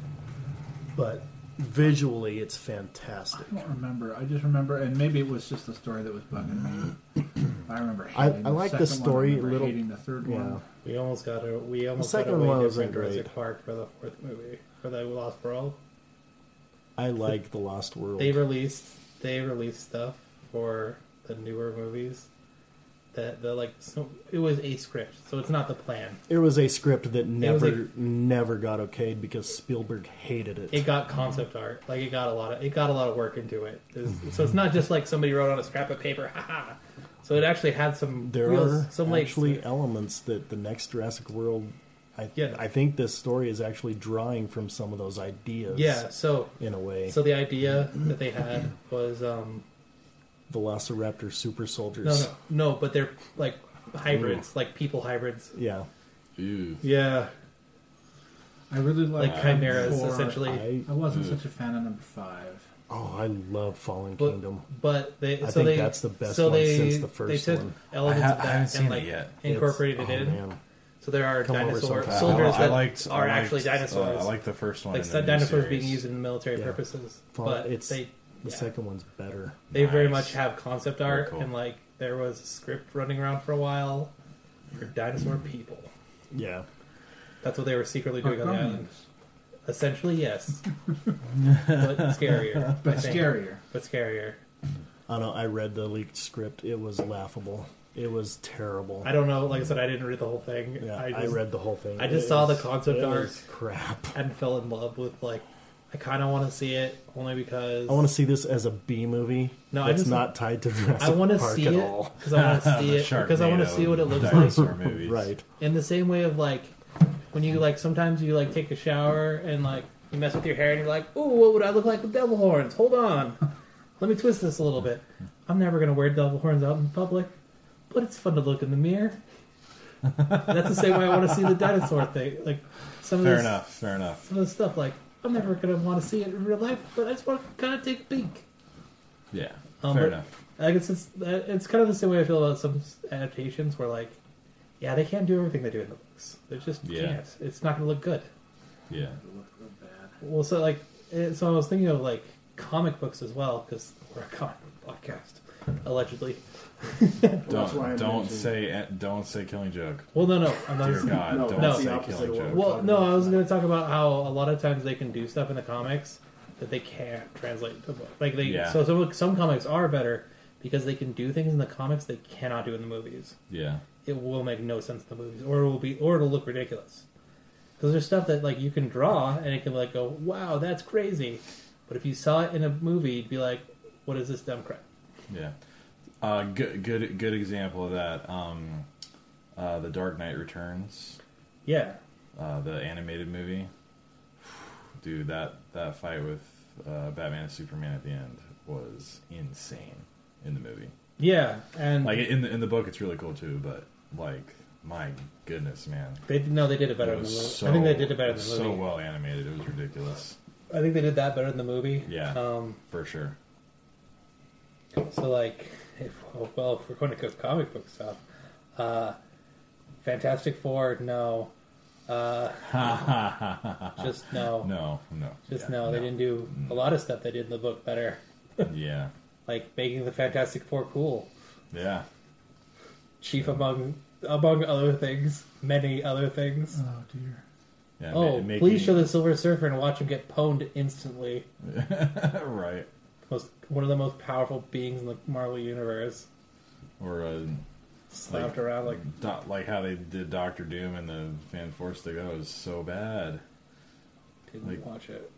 but visually it's fantastic.
I don't remember. I just remember, and maybe it was just the story that was bugging me. I I remember.
I-
hating
I like the
second one. I
story
remember
a little-
Hating the third
yeah.
one.
We almost got a we almost
second
got away
one
from
wasn't
Jurassic
great.
Park for the fourth movie for the Lost World.
I like The Lost World.
They released they released stuff for the newer movies that the like so it was a script, so it's not the plan.
It was a script that
was
never, never got okayed because Spielberg hated it.
It got concept art, like it got a lot of it got a lot of work into it. It's- so it's not just like somebody wrote on a scrap of paper, haha. So it actually had some
there
real-
are
some like
actually elements that the next Jurassic World. I, I think this story is actually drawing from some of those ideas.
yeah. So
in a way,
so the idea that they had was um
Velociraptor super
no
soldiers.
no no, but they're like hybrids, like people hybrids.
Yeah.
Uh,
Yeah.
I really like,
Like chimeras,
number four.
essentially.
I, I
Hmm.
wasn't such a fan of number five.
Oh, I love Fallen
But-
Kingdom.
But they,
I
so
think
they,
that's the best
so
one
they,
since the first
they took
one.
elements
I ha-
of
I
that
haven't seen
and
it
like
yet.
incorporated
It's- oh,
it in.
man.
So there are
Come over
dinosaur
sometime.
soldiers
I
that
liked- I
are
liked,
actually
uh, I
dinosaurs.
liked the first one
Like
in the
some
new
dinosaurs
series.
being used in military purposes,
Fallen-
but
it's
they
the second one's better.
they very
Nice.
much have concept art
cool.
and like there was a script running around for a while for dinosaur people.
Yeah.
That's what they were secretly
Oh,
Or
doing on the
Gremlins.
island. Essentially, yes, but scarier.
But
I think.
scarier.
But scarier.
I don't know. I read the leaked script. It was laughable. It was terrible.
I don't know. Like I said, I didn't read the whole thing.
Yeah, I read the whole thing.
I just
It
saw the
was-
concept
it
art
was crap
and fell in love with like. I kind of want to see it only because
I want to see this as a B movie.
No, I
it's
just-
not tied to Jurassic
I want to
Park
see
at
it
all.
because I want
Uh,
to see it because I want to see what it looks like.
right.
In the same way of like when you like sometimes you like take a shower and like you mess with your hair and you're like, oh, what would I look like with devil horns? Hold on, let me twist this a little bit. I'm never gonna wear devil horns out in public, but it's fun to look in the mirror. That's the same way I want to see the dinosaur thing. Like some
Fair
of this,
enough. Fair enough.
Some of the stuff like I'm never gonna want to see it in real life, but I just want to kind of take a peek.
Yeah.
Um,
fair
but
enough.
I guess it's uh, it's kind of the same way I feel about some adaptations where like, yeah, they can't do everything they do in the books. They just
Yeah.
can't. It's not going to look good.
Yeah.
Well, so like, eh, so I was thinking of like comic books as well because we're a comic book podcast, allegedly. why I
Don't don't
mentioned-
say eh, don't say killing joke.
Well, no, no, I'm not.
Dear God, don't say killing joke.
Well, no, I was going to talk about how a lot of times they can do stuff in the comics that they can't translate to book. Like they,
Yeah.
so some some comics are better because they can do things in the comics they cannot do in the movies.
Yeah.
it will make no sense in the movies, or it will be, or it'll look ridiculous. Because there's stuff that like you can draw and it can like go, wow, that's crazy. But if you saw it in a movie, you'd be like, what is this dumb crap?
Yeah. Uh, good good good example of that. Um, uh, the Dark Knight Returns.
Yeah.
Uh, the animated movie. Dude, that that fight with uh, Batman and Superman at the end was insane in the movie.
Yeah, and
like in the in the book, it's really cool too. But like, my goodness, man,
They did- no, they did it better in
was
the movie. I think they did it better in
was
the
So
movie.
well animated, it was ridiculous.
I think they did that better in the movie.
Yeah,
Um,
for sure.
so like, if, oh, well, if we're going to go comic book stuff, uh, Fantastic Four, no. Uh, just no.
No, no.
Just
Yeah,
no. They didn't do a lot of stuff they did in the book better.
Yeah,
like making the Fantastic Four cool.
yeah.
Chief among among other things, many other things.
Oh dear.
Yeah, ma-
oh,
Uh, making-
please show the Silver Surfer and watch him get pwned instantly.
right.
Most one of the most powerful beings in the Marvel universe.
Or uh,
Slapped around, like-
do- like how they did Doctor Doom and the Fan Four stick. That was so bad.
Didn't watch it.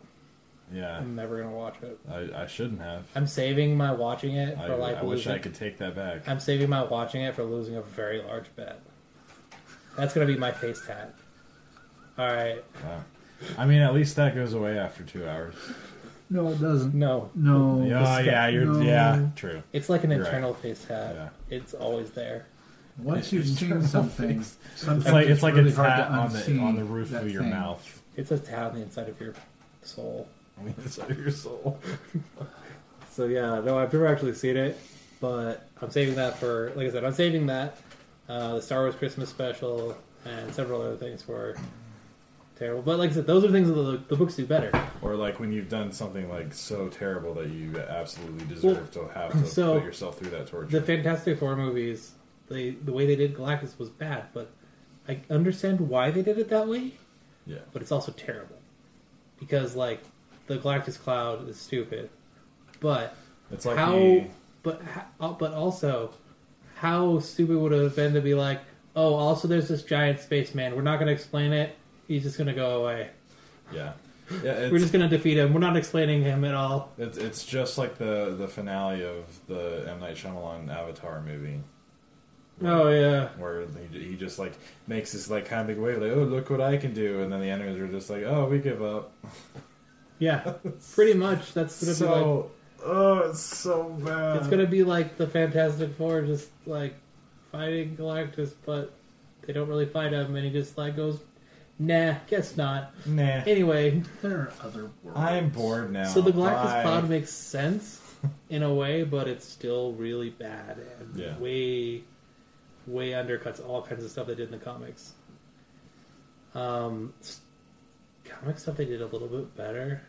Yeah,
I'm never gonna watch it.
I, I shouldn't have.
Hmm. I'm saving my watching it
I,
for like
I wish
losing.
I could take that back.
I'm saving my watching it for losing a very large bet. That's gonna be my face tat. All right.
Wow. I mean, at least that goes away after two hours.
No, it doesn't.
No.
No.
Yeah, yeah, you're yeah, true.
It's like an
You're right.
internal face tat. It's always there.
Once you've seen something, sometimes
It's like it's like
really
a
hard to
tat on the
unsee
on the roof
that
of your
thing.
mouth.
It's a tat on the inside of your soul.
On the inside of your soul.
so yeah, no, I've never actually seen it, but I'm saving that for, like I said, I'm saving that, uh, the Star Wars Christmas special, and several other things for terrible. But like I said, those are things that the, the books do better.
Or like when you've done something like so terrible that you absolutely deserve to have to
so,
put yourself through that torture.
The Fantastic Four movies They the way they did Galactus was bad, but I understand why they did it that way.
Yeah.
But it's also terrible because like the Galactus cloud is stupid, but
It's like
how
the-
but how, but also how stupid would it have been to be like, oh, also there's this giant spaceman. We're not going to explain it. He's just going to go away.
Yeah. Yeah, it's-
We're just going to defeat him. We're not explaining him at all.
It's it's just like the the finale of the M Night Shyamalan Avatar movie.
Oh yeah.
Where he, he just like makes this like kind of big wave, like oh look what I can do, and then the enemies are just like oh we give up.
Yeah, pretty much. That's gonna
So-
be like.
Oh, it's so bad.
uh,
It's gonna be like the Fantastic Four, just like fighting Galactus, but they don't really fight him, and he just like goes, "Nah, guess not."
Nah.
Anyway,
there are other worlds.
I'm bored now.
So the Galactus
Bye.
Cloud makes sense in a way, but it's still really bad and
Yeah.
way, way undercuts all kinds of stuff they did in the comics. Um, s- comic stuff they did a little bit better.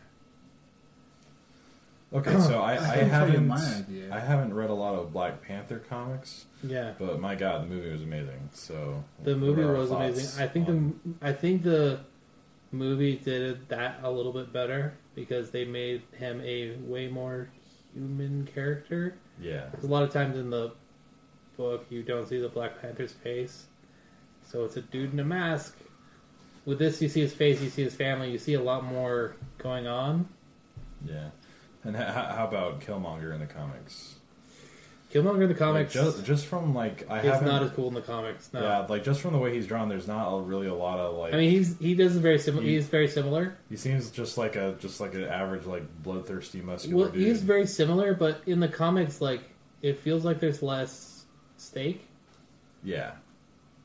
Okay, so I, I,
I can tell you
haven't
my idea.
I haven't read a lot of Black Panther comics.
Yeah.
But my God, the movie was amazing. So
The
what
movie
are our
was
thoughts?
amazing. I think the I think the movie did that a little bit better because they made him a way more human character.
Yeah.
'Cause a lot of times in the book you don't see the Black Panther's face, so it's a dude in a mask. With this, you see his face, you see his family, you see a lot more going on.
Yeah. And h- how about Killmonger in the comics?
Killmonger in the comics
Like, just, just from like I
is
haven't-
not as cool in the comics. No,
Yeah, like just from the way he's drawn, there's not a, really a lot of like.
I mean he's he does very similar.
He-
He's very similar.
he seems just like a just like an average like bloodthirsty muscular
Well,
dude.
he's very similar, but in the comics, like it feels like there's less stake.
yeah,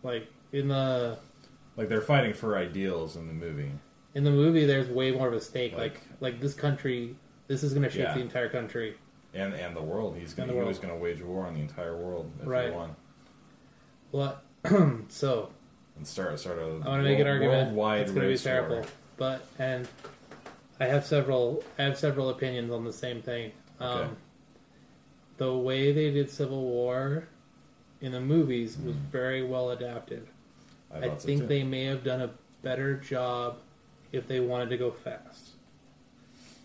Like in the
like they're fighting for ideals in the movie.
in the movie, there's way more of a stake. Like
Like-
like, this country, this is going to shape
Yeah.
the entire country.
And and the world, he's
And
gonna
the
he
world.
was gonna wage war on the entire world if
Right.
he won.
What? so
And start start a
I want to make an argument.
worldwide
it's going to be
race war.
terrible. But and I have several I have several opinions on the same thing. Um,
Okay.
The way they did Civil War in the movies was very well adapted.
I
I
thought so,
think
too.
they may have done a better job if they wanted to go fast.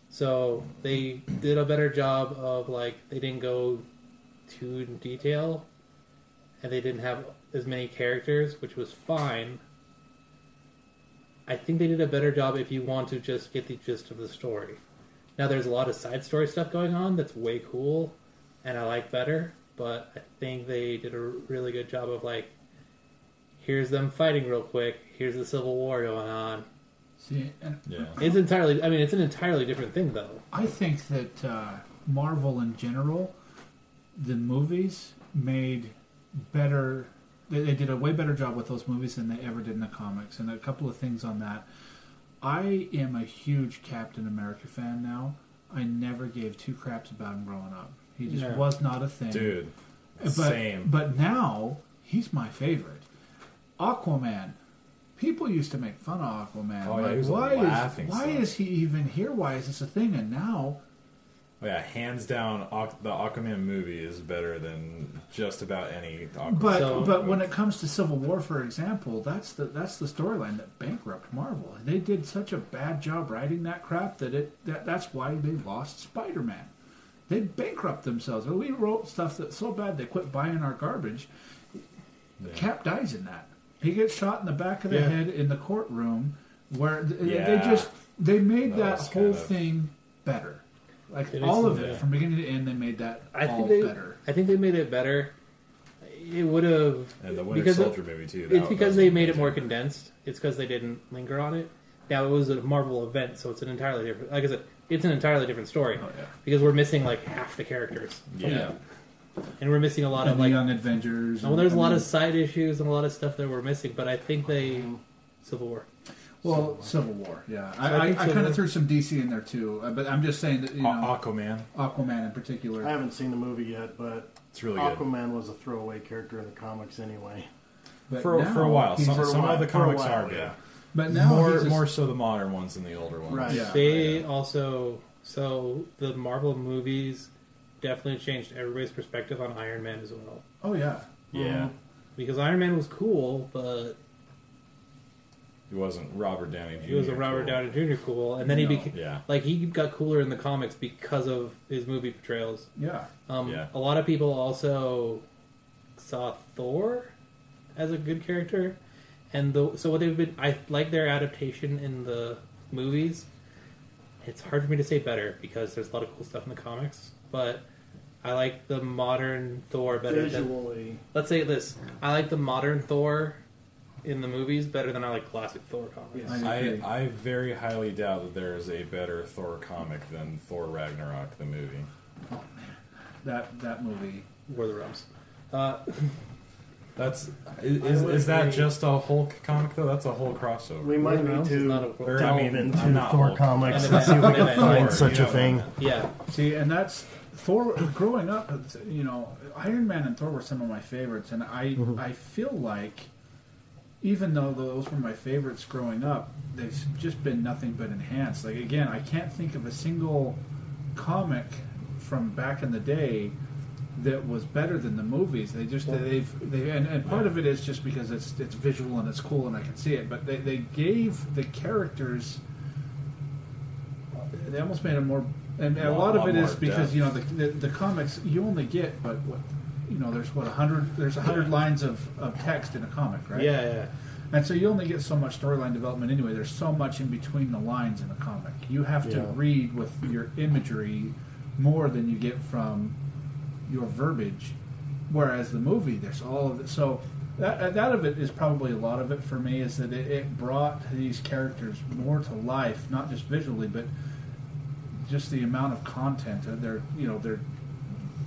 So they did a better job of like they didn't go too in detail and they didn't have as many characters, which was fine. I think they did a better job if you want to just get the gist of the story. Now there's a lot of side story stuff going on that's way cool and I like better, but I think they did a really good job of like here's them fighting real quick, here's the civil war going on.
See, and- Yeah.
It's entirely I mean it's an entirely different thing though.
I think that uh, Marvel in general, the movies made better. They, they did a way better job with those movies than they ever did in the comics. And a couple of things on that. I am a huge Captain America fan now. I never gave two craps about him growing up. He just
Yeah.
was not a thing,
Dude,
But,
same.
But now he's my favorite. Aquaman. People used to make fun of Aquaman.
Oh, yeah, he
like,
was a
why
laughing
is why is he even here? Why is this a thing? And now
Oh, yeah, hands down, Aqu- the Aquaman movie is better than just about any Aquaman.
But
comic
but
book.
when it comes to Civil War, for example, that's the that's the storyline that bankrupt Marvel. They did such a bad job writing that crap that it that, that's why they lost Spider Man. They bankrupt themselves. Or we wrote stuff that's so bad they quit buying our garbage. Cap dies in that. He gets shot in the back of the
Yeah.
head in the courtroom where th- they
Yeah.
just they made
That
that,
was
whole
kind of-
thing better. Like
It
all
is-
of it
yeah.
from beginning to end, they made that
I
all
think they,
better.
I think they made it better. It would have.
And the Winter Soldier movie, too, that
It's
was
because they made it more condensed. It's because they didn't linger on it. Now it was a Marvel event, so it's an entirely different. Like I said, it's an entirely different story
Oh,
because we're missing like half the characters.
Yeah.
and we're missing a lot
And
of
the
like
Young Avengers.
Well, there's a
and-
lot of side issues and a lot of stuff that we're missing, but I think they
Mm-hmm.
Civil War.
Well, Civil War, yeah.
So I
I, I,
think
I
Civil
kind
War-
of threw some DC in there too, uh, but I'm just saying that you know,
Aqu-
Aquaman,
Aquaman in particular.
I
Uh,
haven't seen the movie yet, but
it's really good.
Aquaman was a throwaway character in the comics anyway.
But
for, for a while,
He's-
some,
for a
some
while-
of the
for a
comics
while,
are good.
yeah.
But now
more
he's just-
more so the modern ones than the older ones.
They also so the Marvel movies definitely changed everybody's perspective on Iron Man as well.
Oh yeah,
Yeah.
Because Iron Man was cool, but
He wasn't Robert Downey Jr.
he was a Robert
cool.
Downey Jr. cool, and then he
No.
became
Yeah.
like he got cooler in the comics because of his movie portrayals.
Yeah.
Um,
Yeah.
A lot of people also saw Thor as a good character, and the, so what they've been. I like their adaptation in the movies. It's hard for me to say better because there's a lot of cool stuff in the comics, but I like the modern Thor better
Visually.
Than, let's say this: I like the modern Thor in the movies better than I like classic Thor comics.
I, uh, I very highly doubt that there is a better Thor comic than Thor Ragnarok, the movie.
That that movie.
War of the Realms. Uh,
That's is, is,
would
is that
agree.
just a Hulk comic though? That's a whole crossover.
We might need to
I mean,
delve
I'm
into
not
Thor
Hulk.
comics
I'm
and see if we
not
can find
Thor,
such
you
a
know.
thing.
Yeah.
See, and that's Thor. Growing up, you know, Iron Man and Thor were some of my favorites, and I
Mhm.
I feel like even though those were my favorites growing up, they've just been nothing but enhanced. Like again, I can't think of a single comic from back in the day that was better than the movies. They just they've they and, and part of it is just because it's it's visual and it's cool and I can see it, but they, they gave the characters they almost made it more and a
Lot-
lot of
lot
it is
more
because
depth.
you know the, the the comics you only get but what you know there's what a hundred there's a hundred lines of, of text in a comic right
Yeah, yeah.
and so you only get so much storyline development anyway there's so much in between the lines in a comic you have to
Yeah.
read with your imagery more than you get from your verbiage whereas the movie there's all of it so that, uh, that of it is probably a lot of it for me is that it, it brought these characters more to life not just visually but just the amount of content and they're you know they're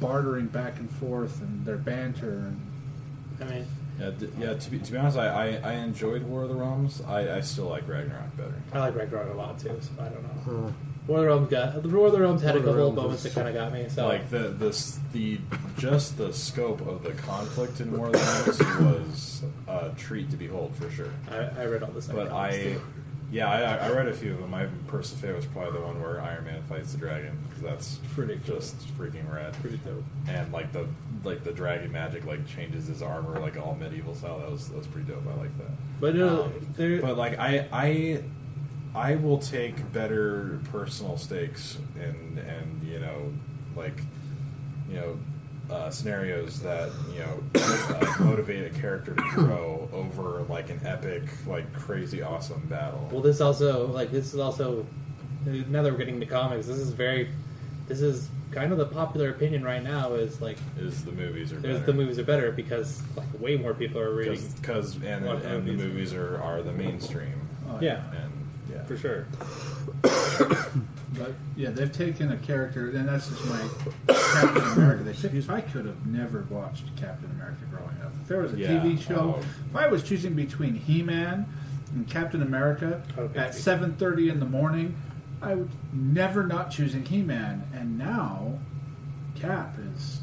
bartering back and forth and their banter and
I mean
Yeah, d- yeah. To be, to be honest, I, I, I enjoyed War of the Realms. I, I still like Ragnarok better.
I like Ragnarok a lot too, so I don't know. War of the Realms got the War of the Realms had
Hmm. War
a
of the Realms
couple of moments
is-
that kind of got me. So
Like the this the just the scope of the conflict in War of the Realms was a treat to behold for sure.
I, I read all this.
But I, yeah, I, I- I read a few of them. My Persifeo was probably the one where Iron Man fights the dragon because that's pretty just freaking rad. Pretty dope. And like the like the dragon magic like changes his armor like all medieval style. That was that was pretty dope. I like that.
But, uh, there-
um, but like I I I will take better personal stakes and and you know like you know. Uh, scenarios that you know uh, motivate a character to grow over like an epic, like crazy awesome battle.
well, this also like this is also now that we're getting to comics, this is very this is kind of the popular opinion right now is like
Is the movies are
there's
better.
the movies are better because like way more people are reading
because and,
Watch
and the movies are, are the mainstream.
yeah.
and yeah,
for sure.
But yeah, they've taken a character, and that's just my Captain America. They picked, I could have never watched Captain America growing up. If there was a
Yeah,
TV show,
oh.
if I was choosing between He-Man and Captain America at seven thirty in the morning, I would never not choosing He-Man. And now, Cap is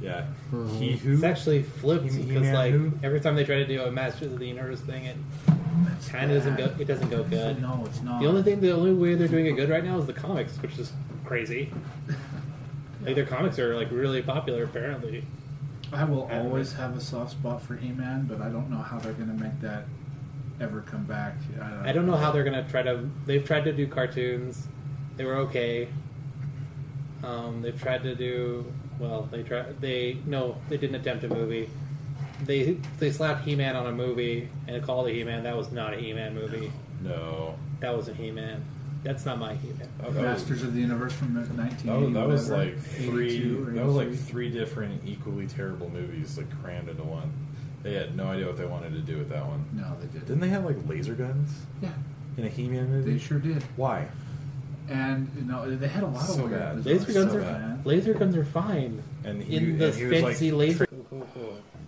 Yeah,
He
It's actually flipped
He-
because
He-Man
like
who?
every time they try to do a Masters of the Universe thing, it kind of doesn't go. It doesn't go good.
No, it's not.
The only thing, the only way they're doing it good right now is the comics, which is crazy. like their comics are like really popular apparently.
I will
Anime.
always have a soft spot for He-Man, but I don't know how they're going to make that ever come back.
I don't know how they're gonna try to. They've tried to do cartoons. They were okay. Um, they've tried to do well. They tried. They no. They didn't attempt a movie. They they slapped He Man on a movie and called it He Man. That was not a He Man movie.
No,
That was a He Man. That's not my He Man.
Masters of the Universe from
that
1980.
was, that was
whatever,
like three.
82 or
That was like
83.
three different equally terrible movies like crammed into one. They had no idea what they wanted to do with that one.
No, they didn't.
Didn't they have like laser guns
Yeah,
in a He-Man movie?
they sure did.
Why?
And you know, they had a lot of
So
weird
bad.
bizarre
Laser guns
stuff,
are
man.
laser guns are fine.
And he-
in the
and he was, like,
fancy laser.
tri- What did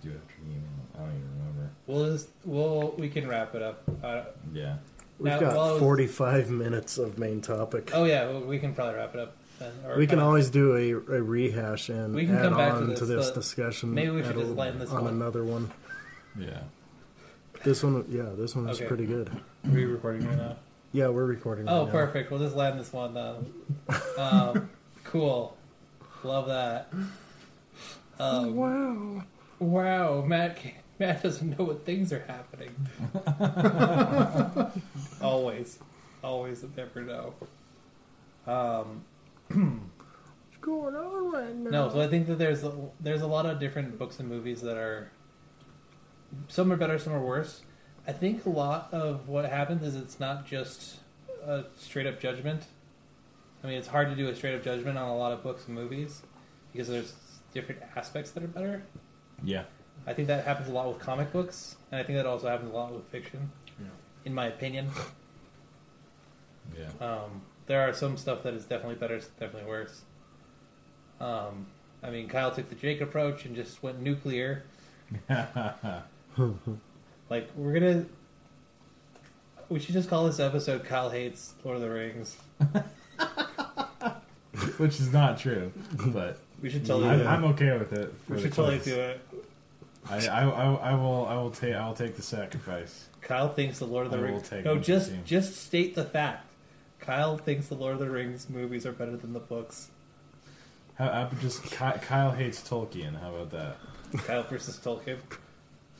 you do after He-Man? I don't even remember.
We'll just we'll we can wrap it up. Uh,
Yeah.
We've
now-
got
well, I was-
45 minutes of main topic.
Oh yeah, well, we can probably wrap it up. Then, or
we can
kinda-
always do a, a rehash and
We can
add
come back to
on
this,
to this
but
discussion.
maybe we
add
should
a-
just lighten this
on
one.
another one.
Yeah.
This one, yeah, this one was
Okay.
pretty good.
Are we recording right now?
Yeah, we're recording.
Oh,
right now.
perfect. We'll just land this one. Then. Um, cool. Love that. Um,
wow.
Wow, Matt. Can't, Matt doesn't know what things are happening. always, always, never know. Um,
What's going on right now?
no, so I think that there's a, there's a lot of different books and movies that are some are better, some are worse. I think a lot of what happens is it's not just a straight up judgment. I mean, it's hard to do a straight up judgment on a lot of books and movies because there's different aspects that are better.
Yeah.
I think that happens a lot with comic books, and I think that also happens a lot with fiction, in my opinion.
Yeah.
Um, there are some stuff that is definitely better, definitely worse. Um, I mean, Kyle took the Jake approach and just went nuclear. like, we're gonna. We should just call this episode Kyle Hates Lord of the Rings.
Which is not true, but
We should totally
I'm,
do it.
I'm okay with it.
We
for
should
the
totally
kids.
do it.
I, I, I, I will I will take I'll take the sacrifice.
Kyle thinks the Lord of the
I will
Rings.
take
No,
what
just
you see.
just state the fact. Kyle thinks the Lord of the Rings movies are better than the books.
How, how about just Ky- Kyle hates Tolkien. How about that?
Kyle versus Tolkien.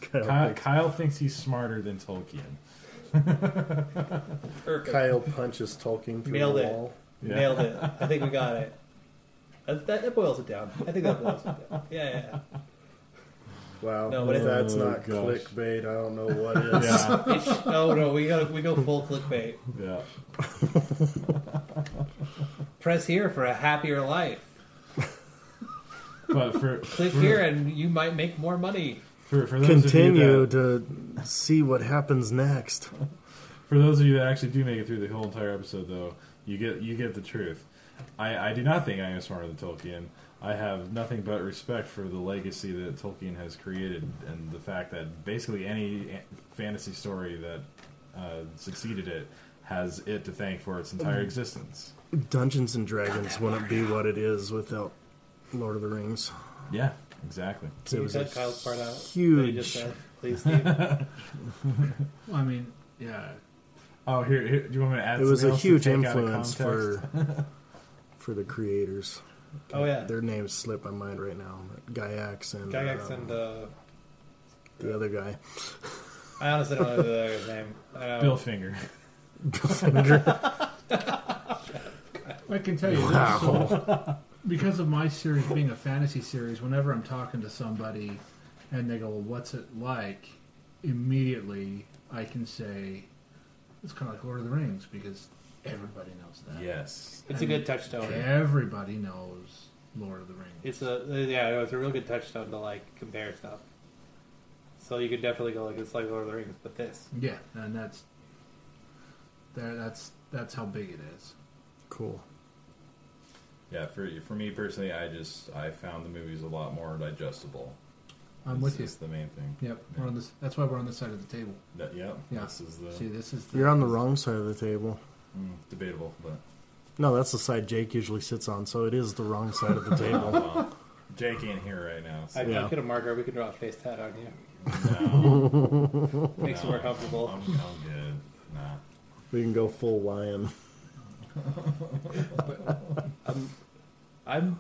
Kyle, Kyle, thinks he's smarter than Tolkien.
Perfect.
Kyle punches Tolkien through
Nailed
the
it.
wall.
Nailed it. I think we got it. That, that, that boils it down. I think that boils it down. Yeah, yeah.
Wow,
No, but
if
it-
that's
Oh,
not
gosh.
clickbait, I don't know what is.
yeah. It's- oh no, we go we go full clickbait.
Yeah.
Press here for a happier life.
But for
Click
for,
here and you might make more money.
for, for those Of you
Continue
that,
to see what happens next.
for those of you that actually do make it through the whole entire episode, though, you get you get the truth. I, I do not think I am smarter than Tolkien. I have nothing but respect for the legacy that Tolkien has created, and the fact that basically any a- fantasy story that uh, succeeded it has it to thank for its entire existence.
Dungeons and Dragons wouldn't be what it is without Lord of the Rings.
Yeah, exactly.
Can
It
you
was
cut
a
Kyle's part out?
huge-
that he just said, please, Steve.
Well, I mean, yeah.
Oh, here, here do you want me to add?
It was
something
a
else to
huge
take out of
influence
context?
for for the creators.
Oh, yeah.
their names slip my mind right now. but Gygax and
Gygax
um,
and uh,
the other guy.
I honestly don't know the other name. I know.
Bill Finger.
I can tell you this.
Wow.
because of my series being a fantasy series, whenever I'm talking to somebody and they go, well, "What's it like?" immediately I can say it's kind of like Lord of the Rings because everybody knows that.
Yes.
It's a
And
good touchstone.
Everybody knows Lord of the Rings.
It's a uh, yeah, it's a real good touchstone to like compare stuff. So you could definitely go like it's like Lord of the Rings, but this.
Yeah, and that's there. That's that's how big it is.
Cool.
Yeah, for for me personally, I just I found the movies a lot more digestible.
I'm
It's-
with you.
it's the main thing.
Yep, we're on this. That's why we're on this side of the table.
That, yeah,
Yeah.
This is the
See, this is the,
You're on the wrong side of the table.
mm, debatable, but
No, that's the side Jake usually sits on, so it is the wrong side of the table.
well, uh, Jake ain't here right now. So
I,
Yeah.
I could have marker. We could draw a face tat on you.
no.
Makes you more comfortable.
I'm, I'm good. Nah.
we can go full lion.
I'm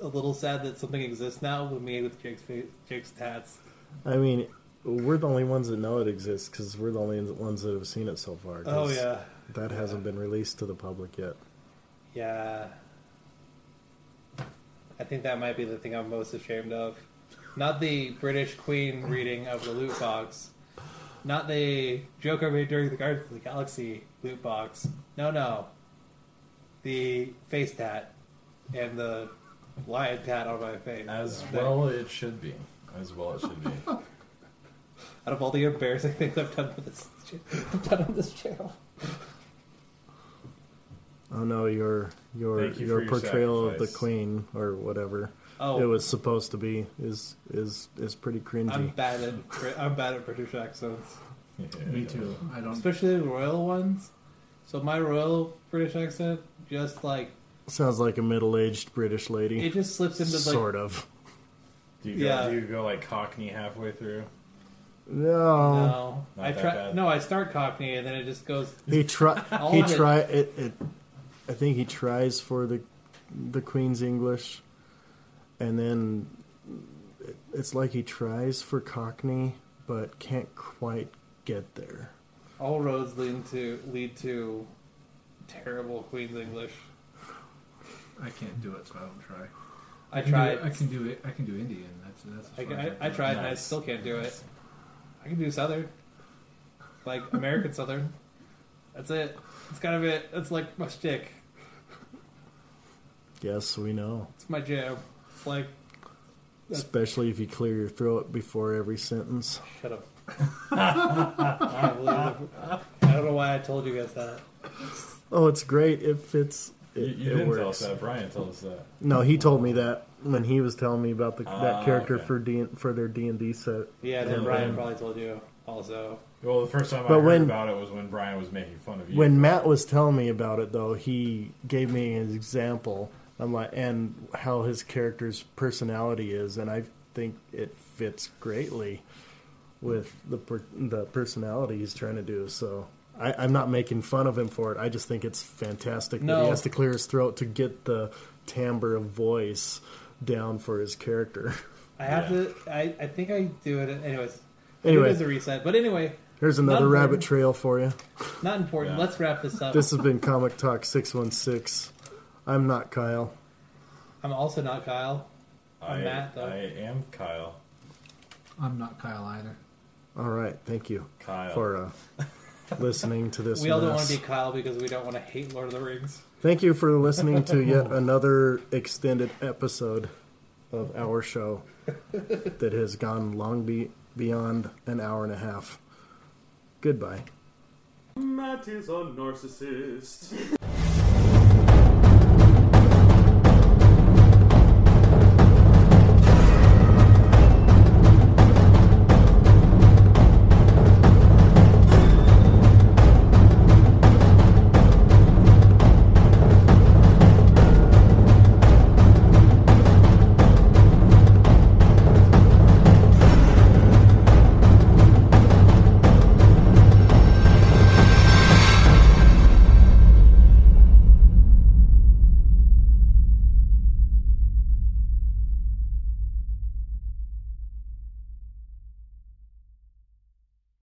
a little sad that something exists now with me with Jake's face, Jake's tats.
I mean, we're the only ones that know it exists because we're the only ones that have seen it so far. 'cause
Oh yeah,
that hasn't been released to the public yet.
yeah. I think that might be the thing I'm most ashamed of. Not the British Queen reading of the loot box. Not the Joker made during the Guardians of the Galaxy loot box. No, no. The face tat and the lion tat on my face.
As
That-
well, it should be. As well, it should be.
out of all the embarrassing things I've done with this, I've done on this channel.
Oh no, your your
Thank you
your
for your
portrayal of the
sacrifice.
queen or whatever
Oh.
it was supposed to be is is is pretty
I'm
cringy.
bad at Brit- I'm bad at British accents,
Me too. I don't.
especially the royal ones. So my royal British accent just like
Sounds like a middle-aged British lady,
it just slips into like
sort of.
Do you go,
Yeah.
do you go like Cockney halfway through?
No,
no.
Not
I
that
try
bad.
no. I start Cockney and then it just goes.
he try
All
he
of it.
try it, it. I think he tries for the the queen's English, and then it's like he tries for Cockney but can't quite get there.
All roads lead to lead to terrible Queen's English.
I can't do it, so I don't try.
I
can do-
tried.
I can do it. I can do Indian. That's that's. as
I,
far
I,
as
I
go.
tried and I still can't do it. I can do Southern, like American Southern. That's it. It's kind of it. That's like my stick.
Yes, we know.
It's my jam. It's like
Especially if you clear your throat before every sentence.
shut up. I, can't believe it. I don't know why I told you guys that.
Oh, it's great. It fits. It,
You, you
it
didn't
works.
tell us that. Brian told us that.
No, he told me that when he was telling me about the, that
Ah,
character
okay.
for D, for their D and D set.
Yeah, then
And
Brian
then
probably told you also.
Well, the first time I
But
heard
when-
about it was when Brian was making fun of you.
When Matt was telling me about it, though, he gave me an example. I'm like, and how his character's personality is, and I think it fits greatly with the per, the personality he's trying to do. So I, I'm not making fun of him for it. I just think it's fantastic that
No.
he has to clear his throat to get the timbre of voice down for his character.
I have to. I, I think I do it anyways.
Anyway.
it is a reset. But anyway,
Here's
not
another
important.
rabbit trail for you.
Not important.
Yeah.
Let's wrap this up.
This has been Comic Talk 616. I'm not Kyle.
I'm also not Kyle. I'm
I,
Matt. Though.
I am Kyle.
I'm not Kyle either.
All right, thank you
Kyle.
for uh, listening to this.
we all don't
mess.
want to be Kyle because we don't want to hate Lord of the Rings.
Thank you for listening to yet another extended episode of our show that has gone long be- beyond an hour and a half. Goodbye.
Matt is a narcissist.